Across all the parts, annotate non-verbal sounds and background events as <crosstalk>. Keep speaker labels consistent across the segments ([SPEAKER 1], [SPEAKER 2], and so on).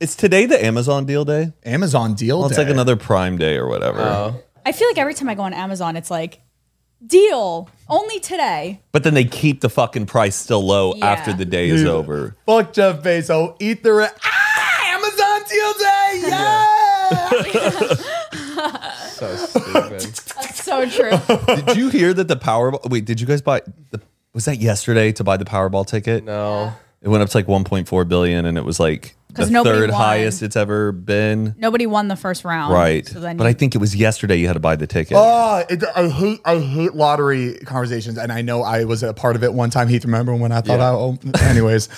[SPEAKER 1] It's today the Amazon deal day.
[SPEAKER 2] Amazon deal
[SPEAKER 1] Well, it's
[SPEAKER 2] day.
[SPEAKER 1] like another Prime Day or whatever.
[SPEAKER 2] Oh.
[SPEAKER 3] I feel like every time I go on Amazon, it's like, deal only today.
[SPEAKER 1] But then they keep the fucking price still low
[SPEAKER 3] Yeah.
[SPEAKER 1] after the day is over.
[SPEAKER 2] Fuck Jeff Bezos. Eat the ra- ah, Amazon deal day. Yeah.
[SPEAKER 3] <laughs>
[SPEAKER 4] So stupid.
[SPEAKER 3] That's
[SPEAKER 2] <laughs>
[SPEAKER 3] so true.
[SPEAKER 1] did you hear that the Powerball? Wait, did you guys buy? The, was that yesterday to buy the Powerball ticket?
[SPEAKER 4] No.
[SPEAKER 1] It went up to like 1.4 billion, and it was like the
[SPEAKER 3] 'Cause nobody
[SPEAKER 1] third
[SPEAKER 3] won.
[SPEAKER 1] highest it's ever been.
[SPEAKER 3] Nobody won the first round.
[SPEAKER 1] Right,
[SPEAKER 3] So then
[SPEAKER 1] but I think it was yesterday you had to buy the ticket.
[SPEAKER 2] oh, it, I hate I hate lottery conversations, and I know I was a part of it one time. Heath, remember when I thought I? Oh, anyways,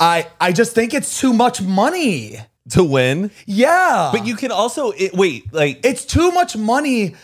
[SPEAKER 2] I I just think it's too much money.
[SPEAKER 1] to win,
[SPEAKER 2] Yeah,
[SPEAKER 1] but you can also it, wait. Like
[SPEAKER 2] it's too much money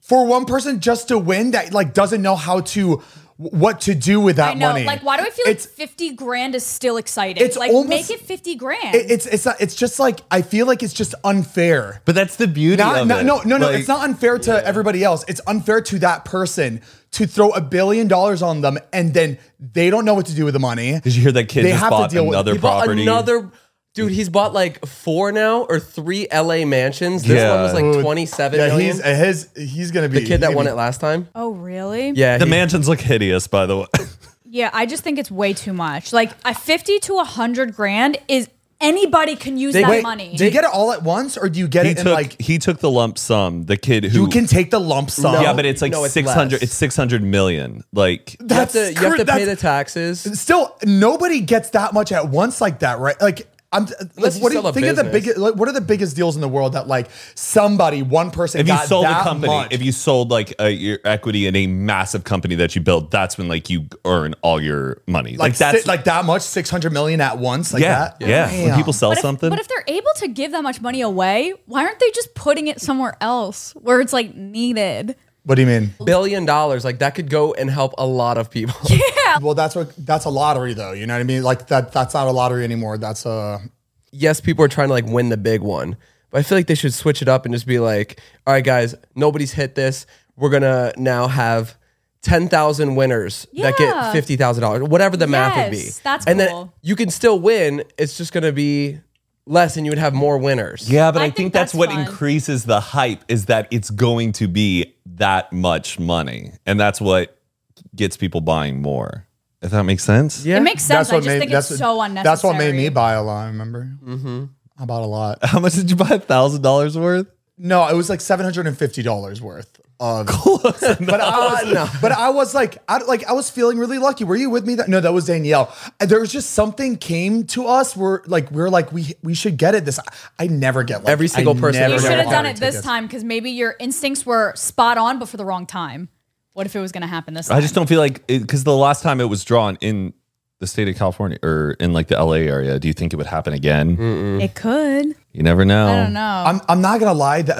[SPEAKER 2] for one person just to win that like doesn't know how to what to do with that
[SPEAKER 3] I know.
[SPEAKER 2] money.
[SPEAKER 3] Like, why do I feel
[SPEAKER 2] It's-
[SPEAKER 3] like 50 grand is still exciting?
[SPEAKER 2] It's
[SPEAKER 3] like,
[SPEAKER 2] almost-
[SPEAKER 3] make it 50 grand.
[SPEAKER 2] It- it's it's not, it's just like I feel like it's just unfair.
[SPEAKER 1] But that's the beauty
[SPEAKER 2] Not,
[SPEAKER 1] of
[SPEAKER 2] not,
[SPEAKER 1] it.
[SPEAKER 2] no, no, no.
[SPEAKER 1] Like,
[SPEAKER 2] it's not unfair to everybody else. It's unfair to that person to throw a billion dollars on them and then they don't know what to do with the money.
[SPEAKER 1] Did you hear that kid
[SPEAKER 2] They
[SPEAKER 1] just
[SPEAKER 2] have to
[SPEAKER 1] bought
[SPEAKER 2] deal with-
[SPEAKER 1] another
[SPEAKER 2] he
[SPEAKER 4] Bought
[SPEAKER 1] property?
[SPEAKER 4] Another dude. He's bought like four now or three LA mansions. This one was
[SPEAKER 1] Yeah.
[SPEAKER 4] like twenty-seven
[SPEAKER 2] Yeah,
[SPEAKER 4] million.
[SPEAKER 2] he's uh, his. He's gonna be
[SPEAKER 4] the kid that
[SPEAKER 2] he's
[SPEAKER 4] won it
[SPEAKER 2] gonna
[SPEAKER 4] last time.
[SPEAKER 3] oh, really?
[SPEAKER 4] Yeah.
[SPEAKER 1] The
[SPEAKER 4] he-
[SPEAKER 1] mansions look hideous, by the way. <laughs>
[SPEAKER 3] Yeah, I just think it's way too much. Like, a 50 to 100 grand is anybody can use that
[SPEAKER 2] be- Wait,
[SPEAKER 3] money.
[SPEAKER 2] do you get it all at once or do you get
[SPEAKER 1] he
[SPEAKER 2] it
[SPEAKER 1] took
[SPEAKER 2] in like?
[SPEAKER 1] he took the lump sum. The kid who
[SPEAKER 2] You can take the lump sum.
[SPEAKER 1] yeah, but it's like
[SPEAKER 4] No, it's
[SPEAKER 1] six hundred.
[SPEAKER 4] less.
[SPEAKER 1] It's six hundred million. Like
[SPEAKER 4] You
[SPEAKER 2] that's
[SPEAKER 4] have to, you have
[SPEAKER 2] cr-
[SPEAKER 4] to pay the
[SPEAKER 2] that's-
[SPEAKER 4] taxes.
[SPEAKER 2] Still, nobody gets that much at once like that, right? Like. I'm, like,
[SPEAKER 4] you
[SPEAKER 2] what do
[SPEAKER 4] sell
[SPEAKER 2] you
[SPEAKER 4] a
[SPEAKER 2] think of the
[SPEAKER 4] business.
[SPEAKER 2] biggest? Like, what are the biggest deals in the world that like somebody, one person,
[SPEAKER 1] if you
[SPEAKER 2] got
[SPEAKER 1] sold a
[SPEAKER 2] that
[SPEAKER 1] company,
[SPEAKER 2] much?
[SPEAKER 1] if you sold like a, your equity in a massive company that you built, that's when like you earn all your money. Like,
[SPEAKER 2] like,
[SPEAKER 1] that's
[SPEAKER 2] si- like that much, six hundred million at once, like
[SPEAKER 1] yeah,
[SPEAKER 2] that.
[SPEAKER 1] yeah. When
[SPEAKER 2] Damn.
[SPEAKER 1] people sell
[SPEAKER 3] but, if,
[SPEAKER 1] something,
[SPEAKER 3] but if they're able to give that much money away, why aren't they just putting it somewhere else where it's like needed?
[SPEAKER 2] What do you mean?
[SPEAKER 4] Billion dollars. Like that could go and help a lot of people.
[SPEAKER 2] Well, that's what that's a lottery though. You know what I mean? Like that that's not a lottery anymore. That's uh, a
[SPEAKER 4] yes, people are trying to like win the big one, but I feel like they should switch it up and just be like, all right, guys, nobody's hit this. We're gonna now have ten thousand winners that
[SPEAKER 3] Yeah.
[SPEAKER 4] get fifty thousand dollars, whatever the math would be.
[SPEAKER 3] Yes, that's
[SPEAKER 4] and then
[SPEAKER 3] cool.
[SPEAKER 4] you can still win. It's just gonna be less, and you would have more winners.
[SPEAKER 1] yeah, but I,
[SPEAKER 3] I
[SPEAKER 1] think,
[SPEAKER 3] think
[SPEAKER 1] that's,
[SPEAKER 3] that's
[SPEAKER 1] what
[SPEAKER 3] fun.
[SPEAKER 1] increases the hype is that it's going to be that much money, and that's what gets people buying more. If that makes sense,
[SPEAKER 4] Yeah.
[SPEAKER 3] It makes sense. I just think it's
[SPEAKER 2] what-
[SPEAKER 3] so unnecessary.
[SPEAKER 2] That's what made me buy a lot. Remember? Mm-hmm. I bought a lot.
[SPEAKER 1] How much did you buy? A thousand dollars worth?
[SPEAKER 2] No, it was like seven hundred and fifty dollars worth
[SPEAKER 1] <laughs>
[SPEAKER 2] of.
[SPEAKER 1] Close enough.
[SPEAKER 2] But
[SPEAKER 1] <laughs>
[SPEAKER 2] I was, but I was like, I, like I was feeling really lucky. Were you with me? That no, that was Danielle. And There was just something came to us. We're like, we're like, we we should get it. This I, never get like
[SPEAKER 4] Every single
[SPEAKER 2] I
[SPEAKER 4] person
[SPEAKER 2] never
[SPEAKER 3] You
[SPEAKER 4] ever
[SPEAKER 2] get
[SPEAKER 3] should have
[SPEAKER 4] bought
[SPEAKER 3] done
[SPEAKER 2] lottery
[SPEAKER 3] it this
[SPEAKER 2] tickets.
[SPEAKER 3] time because maybe your instincts were spot on, but for the wrong time. What if it was going to happen this time?
[SPEAKER 1] I just don't feel like because the last time it was drawn in the state of California or in like the LA area, do you think it would happen again?
[SPEAKER 3] It could.
[SPEAKER 1] You never know.
[SPEAKER 3] I don't know.
[SPEAKER 2] I'm I'm not gonna lie.
[SPEAKER 3] <sighs>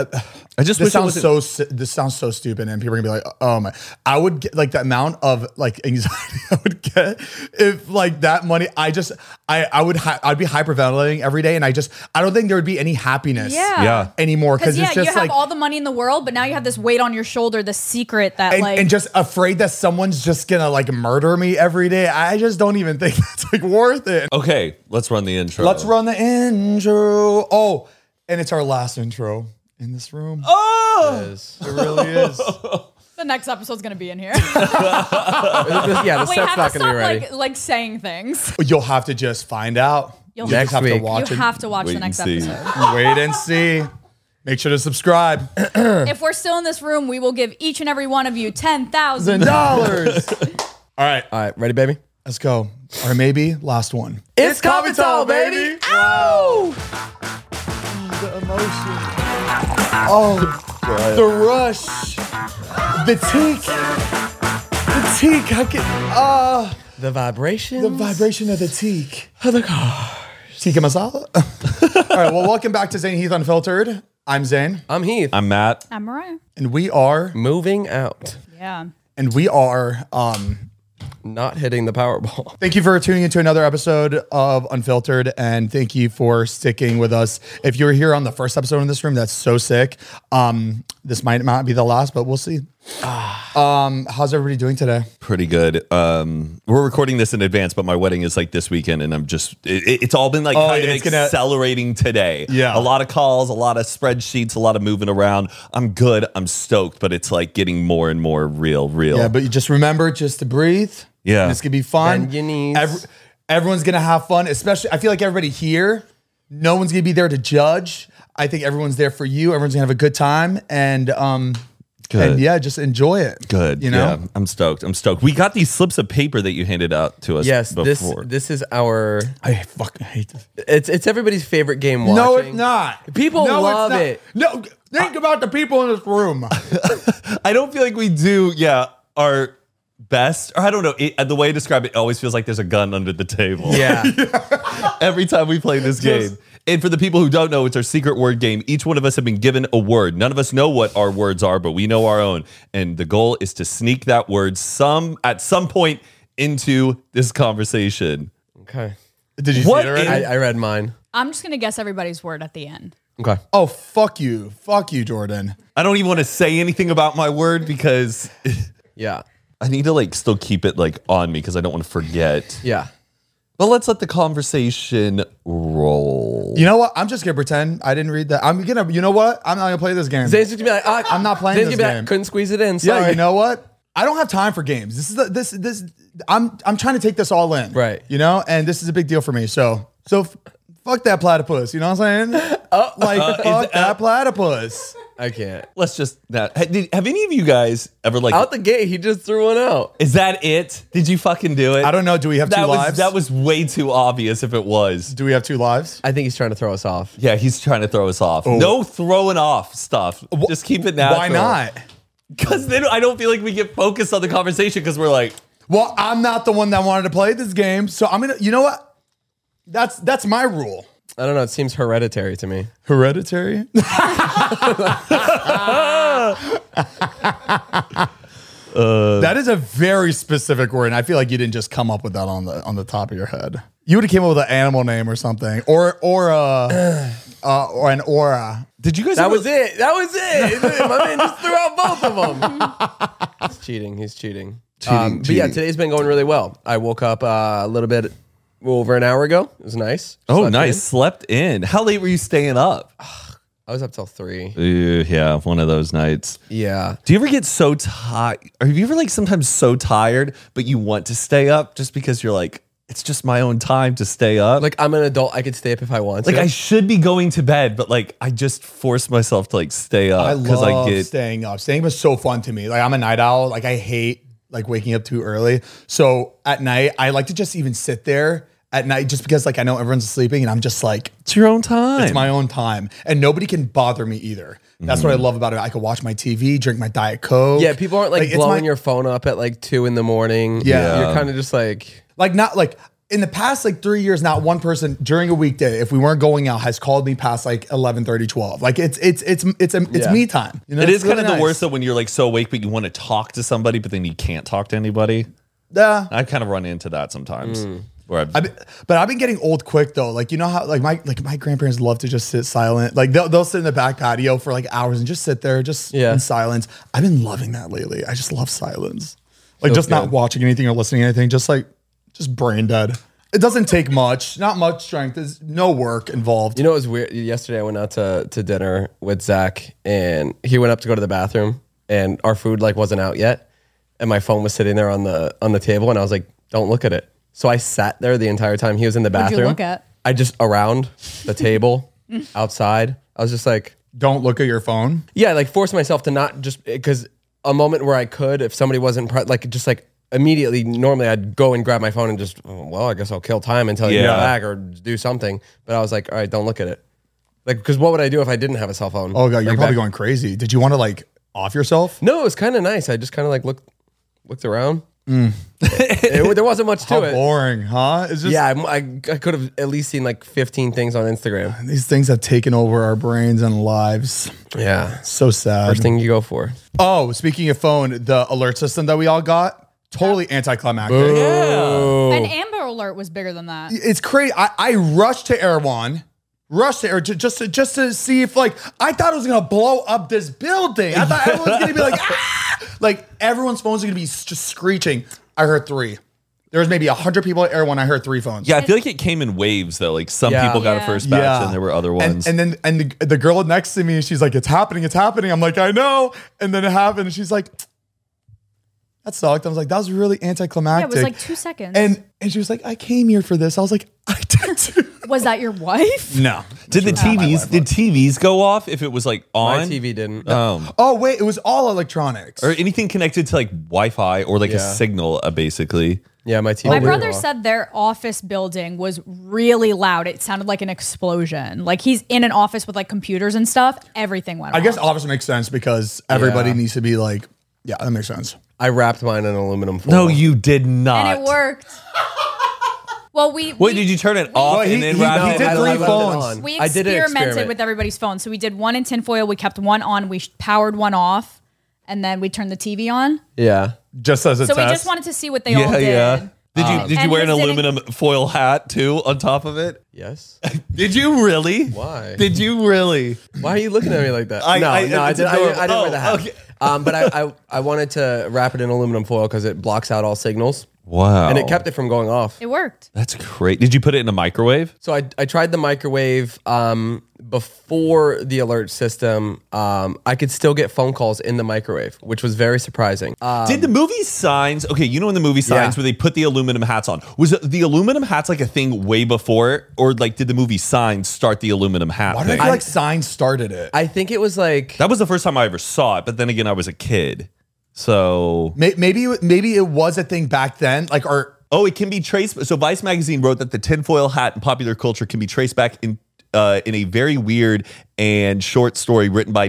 [SPEAKER 2] That
[SPEAKER 1] I just wish
[SPEAKER 2] this
[SPEAKER 1] it
[SPEAKER 2] sounds
[SPEAKER 1] wasn't-
[SPEAKER 2] so si- this sounds so stupid, and people are gonna be like, "Oh my!" I would get like the amount of like <laughs> anxiety I would get if like that money. I just I I would hi- I'd be hyperventilating every day, and I just I don't think there would be any happiness
[SPEAKER 3] Yeah.
[SPEAKER 1] Yeah.
[SPEAKER 2] anymore
[SPEAKER 3] Because
[SPEAKER 2] because
[SPEAKER 3] yeah,
[SPEAKER 2] it's just
[SPEAKER 3] you have
[SPEAKER 2] like
[SPEAKER 3] all the money in the world, but now you have this weight on your shoulder, the secret that
[SPEAKER 2] and,
[SPEAKER 3] like
[SPEAKER 2] and just afraid that someone's just gonna like murder me every day. I just don't even think <laughs> that's like worth it.
[SPEAKER 1] Okay, let's run the intro.
[SPEAKER 2] Let's run the intro. Oh, and it's our last intro in this room.
[SPEAKER 3] Oh.
[SPEAKER 4] Is- <laughs>
[SPEAKER 2] It really is.
[SPEAKER 3] <laughs> the next episode's gonna be
[SPEAKER 2] <laughs>
[SPEAKER 3] in here.
[SPEAKER 4] yeah, the
[SPEAKER 3] we have to
[SPEAKER 4] set's not gonna
[SPEAKER 3] stop
[SPEAKER 4] be ready.
[SPEAKER 3] like like saying things.
[SPEAKER 2] You'll have to just find out. You'll
[SPEAKER 3] You'll
[SPEAKER 2] just
[SPEAKER 4] Next
[SPEAKER 2] have
[SPEAKER 4] week.
[SPEAKER 2] to watch
[SPEAKER 3] you
[SPEAKER 2] it.
[SPEAKER 3] have to watch
[SPEAKER 1] Wait
[SPEAKER 3] the next
[SPEAKER 1] and see.
[SPEAKER 2] <laughs>
[SPEAKER 3] episode.
[SPEAKER 2] Wait and see. Make sure to <laughs> subscribe.
[SPEAKER 3] if we're still in this room, we will give each and every one of you ten thousand.
[SPEAKER 2] dollars. All right,
[SPEAKER 4] all right, ready, baby.
[SPEAKER 2] let's go. Or maybe last one.
[SPEAKER 4] It's Coffee Tall, baby.
[SPEAKER 2] Ow! The emotion. Oh, the rush. The teak. The teak. I can. Ah,
[SPEAKER 4] The vibration.
[SPEAKER 2] the vibration of the teak.
[SPEAKER 4] of the car.
[SPEAKER 2] Tikka masala. <laughs> All right. Well, welcome back to Zane Heath Unfiltered. I'm Zane,
[SPEAKER 4] I'm Heath.
[SPEAKER 1] I'm Matt.
[SPEAKER 3] I'm Mariah.
[SPEAKER 2] and we are,
[SPEAKER 4] moving out,
[SPEAKER 3] Yeah.
[SPEAKER 2] and we are. Um,
[SPEAKER 4] not hitting the Powerball.
[SPEAKER 2] Thank you for tuning into another episode of Unfiltered, and thank you for sticking with us.
[SPEAKER 1] <sighs>
[SPEAKER 2] If you were here on the first episode in this room, that's so sick. Um, this might not be the last, but we'll see. Um, how's everybody doing today?
[SPEAKER 1] pretty good. Um, we're recording this in advance, but my wedding is like this weekend, and I'm just it, it- it's all been like
[SPEAKER 2] Oh,
[SPEAKER 1] kind of
[SPEAKER 2] it's gonna-
[SPEAKER 1] accelerating today.
[SPEAKER 2] Yeah.
[SPEAKER 1] a lot of calls, a lot of spreadsheets, a lot of moving around. I'm good. I'm stoked, but it's like getting more and more real, real.
[SPEAKER 2] Yeah, but you just remember just to breathe.
[SPEAKER 1] Yeah.
[SPEAKER 2] This could be fun.
[SPEAKER 4] Bend your knees.
[SPEAKER 2] everyone's gonna have fun, especially I feel like everybody here, no one's gonna be there to judge. I think everyone's there for you. Everyone's gonna have a good time and um
[SPEAKER 1] Good.
[SPEAKER 2] and yeah, just enjoy it.
[SPEAKER 1] good.
[SPEAKER 2] You know?
[SPEAKER 1] yeah, I'm stoked. I'm stoked. We got these slips of paper that you handed out to us.
[SPEAKER 4] Yes,
[SPEAKER 1] before.
[SPEAKER 4] this this is our.
[SPEAKER 2] I fucking hate this.
[SPEAKER 4] It's it's everybody's favorite game. Watching.
[SPEAKER 2] No, it's not.
[SPEAKER 4] People
[SPEAKER 2] no, it's
[SPEAKER 4] love
[SPEAKER 2] not.
[SPEAKER 4] it.
[SPEAKER 2] No, think about the people in this room.
[SPEAKER 1] I don't feel like we do. Yeah, our best, or I don't know. It, the way I describe it, it always feels like there's a gun under the table.
[SPEAKER 2] <laughs>
[SPEAKER 4] Yeah,
[SPEAKER 1] <laughs> every time we play this game. and for the people who don't know, it's our secret word game. Each one of us have been given a word. None of us know what our words are, but we know our own. And the goal is to sneak that word some at some point into this conversation.
[SPEAKER 4] okay.
[SPEAKER 2] <laughs> Did you
[SPEAKER 1] What
[SPEAKER 2] see it already?
[SPEAKER 1] in-
[SPEAKER 4] I, I read mine.
[SPEAKER 3] I'm just gonna guess everybody's word at the end.
[SPEAKER 4] Okay.
[SPEAKER 2] oh fuck you. Fuck you, Jordan.
[SPEAKER 1] I don't even want to say anything about my word because
[SPEAKER 4] Yeah.
[SPEAKER 1] I need to like still keep it like on me because I don't want to forget.
[SPEAKER 4] Yeah.
[SPEAKER 1] But let's let the conversation roll.
[SPEAKER 2] You know what? I'm just gonna pretend I didn't read that. I'm gonna you know what? I'm not gonna play this game.
[SPEAKER 4] Zane's just gonna be like, ah,
[SPEAKER 2] I'm not playing
[SPEAKER 4] Zane's
[SPEAKER 2] this
[SPEAKER 4] gonna be like,
[SPEAKER 2] game.
[SPEAKER 4] Couldn't squeeze it in. Sorry.
[SPEAKER 2] Yeah, you know what? I don't have time for games. This is the, this this I'm I'm trying to take this all in.
[SPEAKER 4] Right.
[SPEAKER 2] You know, and this is a big deal for me. So so f- fuck that platypus. You know what I'm saying? like fuck that platypus.
[SPEAKER 4] I can't.
[SPEAKER 1] Let's just that. ha- did- Have any of you guys ever like?
[SPEAKER 4] Out the gate, he just threw one out.
[SPEAKER 1] is that it? Did you fucking do it?
[SPEAKER 2] I don't know. Do we have
[SPEAKER 1] that
[SPEAKER 2] two
[SPEAKER 1] was
[SPEAKER 2] lives?
[SPEAKER 1] that was way too obvious if it was.
[SPEAKER 2] Do we have two lives?
[SPEAKER 4] I think he's trying to throw us off.
[SPEAKER 1] Yeah, he's trying to throw us off. No throwing off stuff. Just keep it natural.
[SPEAKER 2] Why not?
[SPEAKER 1] Because then I don't feel like we get focused on the conversation because we're like,
[SPEAKER 2] Well, I'm not the one that wanted to play this game, so I'm gonna. You know what? That's that's my rule.
[SPEAKER 4] I don't know. It seems hereditary to me.
[SPEAKER 2] <laughs> Hereditary. that is a very specific word, and I feel like you didn't just come up with that on the on the top of your head. You would have came up with an animal name or something, or or a uh, or an aura.
[SPEAKER 1] did you guys?
[SPEAKER 4] That
[SPEAKER 1] ever-
[SPEAKER 4] was it. That was it. My man just threw out both of them. He's cheating. He's cheating. um, but yeah, today's been going really well. I woke up uh, a little bit over an hour ago. It was nice.
[SPEAKER 1] Oh,
[SPEAKER 4] Slept in.
[SPEAKER 1] nice. Slept in. How late were you staying up?
[SPEAKER 4] I was up till three.
[SPEAKER 1] yeah, one of those nights.
[SPEAKER 4] Yeah.
[SPEAKER 1] Do you ever get so tired? Are you ever like sometimes so tired, but you want to stay up just because you're like, it's just my own time to stay up?
[SPEAKER 4] Like I'm an adult. I could stay up if I want.
[SPEAKER 1] like
[SPEAKER 4] to.
[SPEAKER 1] I should be going to bed, but like I just force myself to like stay
[SPEAKER 2] I
[SPEAKER 1] up because
[SPEAKER 2] love
[SPEAKER 1] I, get
[SPEAKER 2] staying up. Staying up is so fun to me. Like I'm a night owl. Like I hate like waking up too early. So at night, I like to just even sit there at night just because like I know everyone's sleeping, and I'm just like
[SPEAKER 1] it's your own time.
[SPEAKER 2] It's my own time, and nobody can bother me either. That's what I love about it. I could watch my TV, drink my diet coke.
[SPEAKER 4] Mm. yeah, people aren't like,
[SPEAKER 2] it's
[SPEAKER 4] blowing
[SPEAKER 2] my-
[SPEAKER 4] your phone up at like two in the morning.
[SPEAKER 2] Yeah.
[SPEAKER 4] You're kind of just like,
[SPEAKER 2] like not like in the past like three years. Not one person during a weekday, if we weren't going out, has called me past like 11, 12. Like it's it's it's it's it's,
[SPEAKER 4] Yeah.
[SPEAKER 2] me time. You know,
[SPEAKER 1] It
[SPEAKER 2] it's
[SPEAKER 1] is kind of
[SPEAKER 2] really
[SPEAKER 1] the worst
[SPEAKER 2] nice.
[SPEAKER 1] though when you're like so awake, but you want to talk to somebody, but then you can't talk to anybody.
[SPEAKER 2] Yeah.
[SPEAKER 1] I kind of run into that sometimes.
[SPEAKER 2] Mm.
[SPEAKER 1] Where I've,
[SPEAKER 2] I've been- but I've been getting old quick though. Like you know how like my like my grandparents love to just sit silent. Like they'll, they'll sit in the back patio for like hours and just sit there just
[SPEAKER 4] Yeah.
[SPEAKER 2] in silence. I've been loving that lately. I just love silence. Like
[SPEAKER 4] Feels
[SPEAKER 2] just not
[SPEAKER 4] good.
[SPEAKER 2] watching anything or listening to anything. Just like just brain dead. It doesn't take much. Not much strength. There's no work involved.
[SPEAKER 4] you know, it was weird. Yesterday, I went out to, to dinner with Zach, and he went up to go to the bathroom, and our food like wasn't out yet, and my phone was sitting there on the on the table, and I was like, "Don't look at it." So I sat there the entire time he was in the
[SPEAKER 3] What'd you
[SPEAKER 4] bathroom.
[SPEAKER 3] look at?
[SPEAKER 4] I just around
[SPEAKER 3] <laughs>
[SPEAKER 4] the table, outside. I was just like,
[SPEAKER 2] Don't look at your phone.
[SPEAKER 4] yeah, like force myself to not just because a moment where I could, if somebody wasn't pre- like just like immediately, normally I'd go and grab my phone and just, oh, well, I guess I'll kill time until you
[SPEAKER 1] Yeah.
[SPEAKER 4] get back or do something. But I was like, all right, don't look at it. Like, because what would I do if I didn't have a cell phone?
[SPEAKER 2] Oh god, you're
[SPEAKER 4] Like,
[SPEAKER 2] probably
[SPEAKER 4] back-
[SPEAKER 2] going crazy. Did you want to like off yourself?
[SPEAKER 4] No, it was kind of nice. I just kind of like looked looked around. <laughs> It- there wasn't much to
[SPEAKER 2] Mm. How
[SPEAKER 4] it.
[SPEAKER 2] boring, huh? It's just
[SPEAKER 4] Yeah, I'm- I, I could have at least seen like 15 things on Instagram.
[SPEAKER 2] these things have taken over our brains and lives.
[SPEAKER 4] Yeah.
[SPEAKER 2] So sad.
[SPEAKER 4] First thing you go for.
[SPEAKER 2] Oh, speaking of phone, the alert system that we all got totally anticlimactic. Oh.
[SPEAKER 3] An Amber Alert was bigger than that.
[SPEAKER 2] It's crazy. I, I rushed to Erewhon, rushed to Air ju- just to, just to see if like <laughs> I thought it was gonna blow up this building. I thought everyone was gonna be like, ah! Like everyone's phones are gonna be s- just screeching. I heard three. There was maybe hundred people at Air One. I heard three phones.
[SPEAKER 1] Yeah, I feel like it came in waves though. Like some
[SPEAKER 4] Yeah.
[SPEAKER 1] people got
[SPEAKER 3] Yeah.
[SPEAKER 1] a first batch, and there were other ones.
[SPEAKER 2] And, then and the, the girl next to me, she's like, "It's happening, it's happening." I'm like, "I know." And then it happened, and she's like, "That sucked." I was like, "That was really
[SPEAKER 3] Yeah,
[SPEAKER 2] anticlimactic."
[SPEAKER 3] it was like two seconds.
[SPEAKER 2] and and she was like, "I came here for this." I was like, <laughs> "I did too."
[SPEAKER 3] was that your wife?
[SPEAKER 2] no.
[SPEAKER 1] did the TVs? Did TVs go off if it was like
[SPEAKER 4] My
[SPEAKER 1] on
[SPEAKER 4] TV didn't.
[SPEAKER 1] Um,
[SPEAKER 2] Oh wait, it was all electronics.
[SPEAKER 1] or anything connected to like Wi-Fi or like a
[SPEAKER 4] Yeah.
[SPEAKER 1] signal, uh, basically.
[SPEAKER 4] yeah, my
[SPEAKER 1] Oh,
[SPEAKER 4] TV.
[SPEAKER 3] My
[SPEAKER 4] didn't
[SPEAKER 3] brother
[SPEAKER 4] go off.
[SPEAKER 3] said their office building was really loud. It sounded like an explosion. Like he's in an office with like computers and stuff. Everything went.
[SPEAKER 2] I guess
[SPEAKER 3] off.
[SPEAKER 2] obviously makes sense because everybody
[SPEAKER 4] Yeah.
[SPEAKER 2] needs to be like, "Yeah, that makes sense."
[SPEAKER 4] I wrapped mine in aluminum foil.
[SPEAKER 1] No, you did not.
[SPEAKER 3] and it worked. well, we
[SPEAKER 1] Wait,
[SPEAKER 3] we-
[SPEAKER 1] did you turn it off
[SPEAKER 2] he-
[SPEAKER 1] and then
[SPEAKER 2] he-
[SPEAKER 1] wrap
[SPEAKER 2] he
[SPEAKER 1] it?
[SPEAKER 2] did
[SPEAKER 1] I-
[SPEAKER 4] I
[SPEAKER 2] three
[SPEAKER 4] left it
[SPEAKER 2] phones.
[SPEAKER 4] on.
[SPEAKER 3] We
[SPEAKER 4] I did an
[SPEAKER 3] experimented
[SPEAKER 4] experiment.
[SPEAKER 3] with everybody's phone. So we did one in tinfoil. We kept one on. We sh- powered one off, and then we turned the TV on.
[SPEAKER 4] Yeah.
[SPEAKER 2] Just as a
[SPEAKER 3] So
[SPEAKER 2] test.
[SPEAKER 3] we just wanted to see what they all
[SPEAKER 1] Yeah,
[SPEAKER 3] did. Um,
[SPEAKER 1] yeah. Did you did you
[SPEAKER 3] And
[SPEAKER 1] wear an
[SPEAKER 3] his didn't-
[SPEAKER 1] aluminum foil hat too on top of it?
[SPEAKER 4] Yes.
[SPEAKER 1] Did you really?
[SPEAKER 4] Why?
[SPEAKER 1] Did you really?
[SPEAKER 4] Why are you looking at me like that?
[SPEAKER 1] I-
[SPEAKER 4] no,
[SPEAKER 1] I-
[SPEAKER 4] no, I,
[SPEAKER 1] it's
[SPEAKER 4] did, I, didn't- I didn't
[SPEAKER 1] adorable.
[SPEAKER 4] wear the hat.
[SPEAKER 1] Oh, okay. <laughs>
[SPEAKER 4] Um, but I, I, I wanted to wrap it in aluminum foil because it blocks out all signals,
[SPEAKER 1] Wow.
[SPEAKER 4] and it kept it from going off.
[SPEAKER 3] It worked.
[SPEAKER 1] That's great. Did you put it in a microwave?
[SPEAKER 4] So I, I tried the microwave um, before the alert system. Um, I could still get phone calls in the microwave, which was very surprising.
[SPEAKER 2] Um,
[SPEAKER 4] Uh,
[SPEAKER 1] Did the movie Signs? Okay, you know in the movie Signs
[SPEAKER 4] Yeah.
[SPEAKER 1] where they put the aluminum hats on. Was it- the aluminum hats like a thing way before, or like did the movie Signs start the aluminum hat
[SPEAKER 2] Why did I
[SPEAKER 1] thing?
[SPEAKER 2] feel like signs started it?
[SPEAKER 4] I think it was like
[SPEAKER 1] that was the first time I ever saw it. But then again, I was a kid, so
[SPEAKER 2] May- Maybe maybe it was a thing back then, like or
[SPEAKER 1] oh, it can be traced. So Vice magazine wrote that the tinfoil hat in popular culture can be traced back in. Uh, in a very weird and short story written by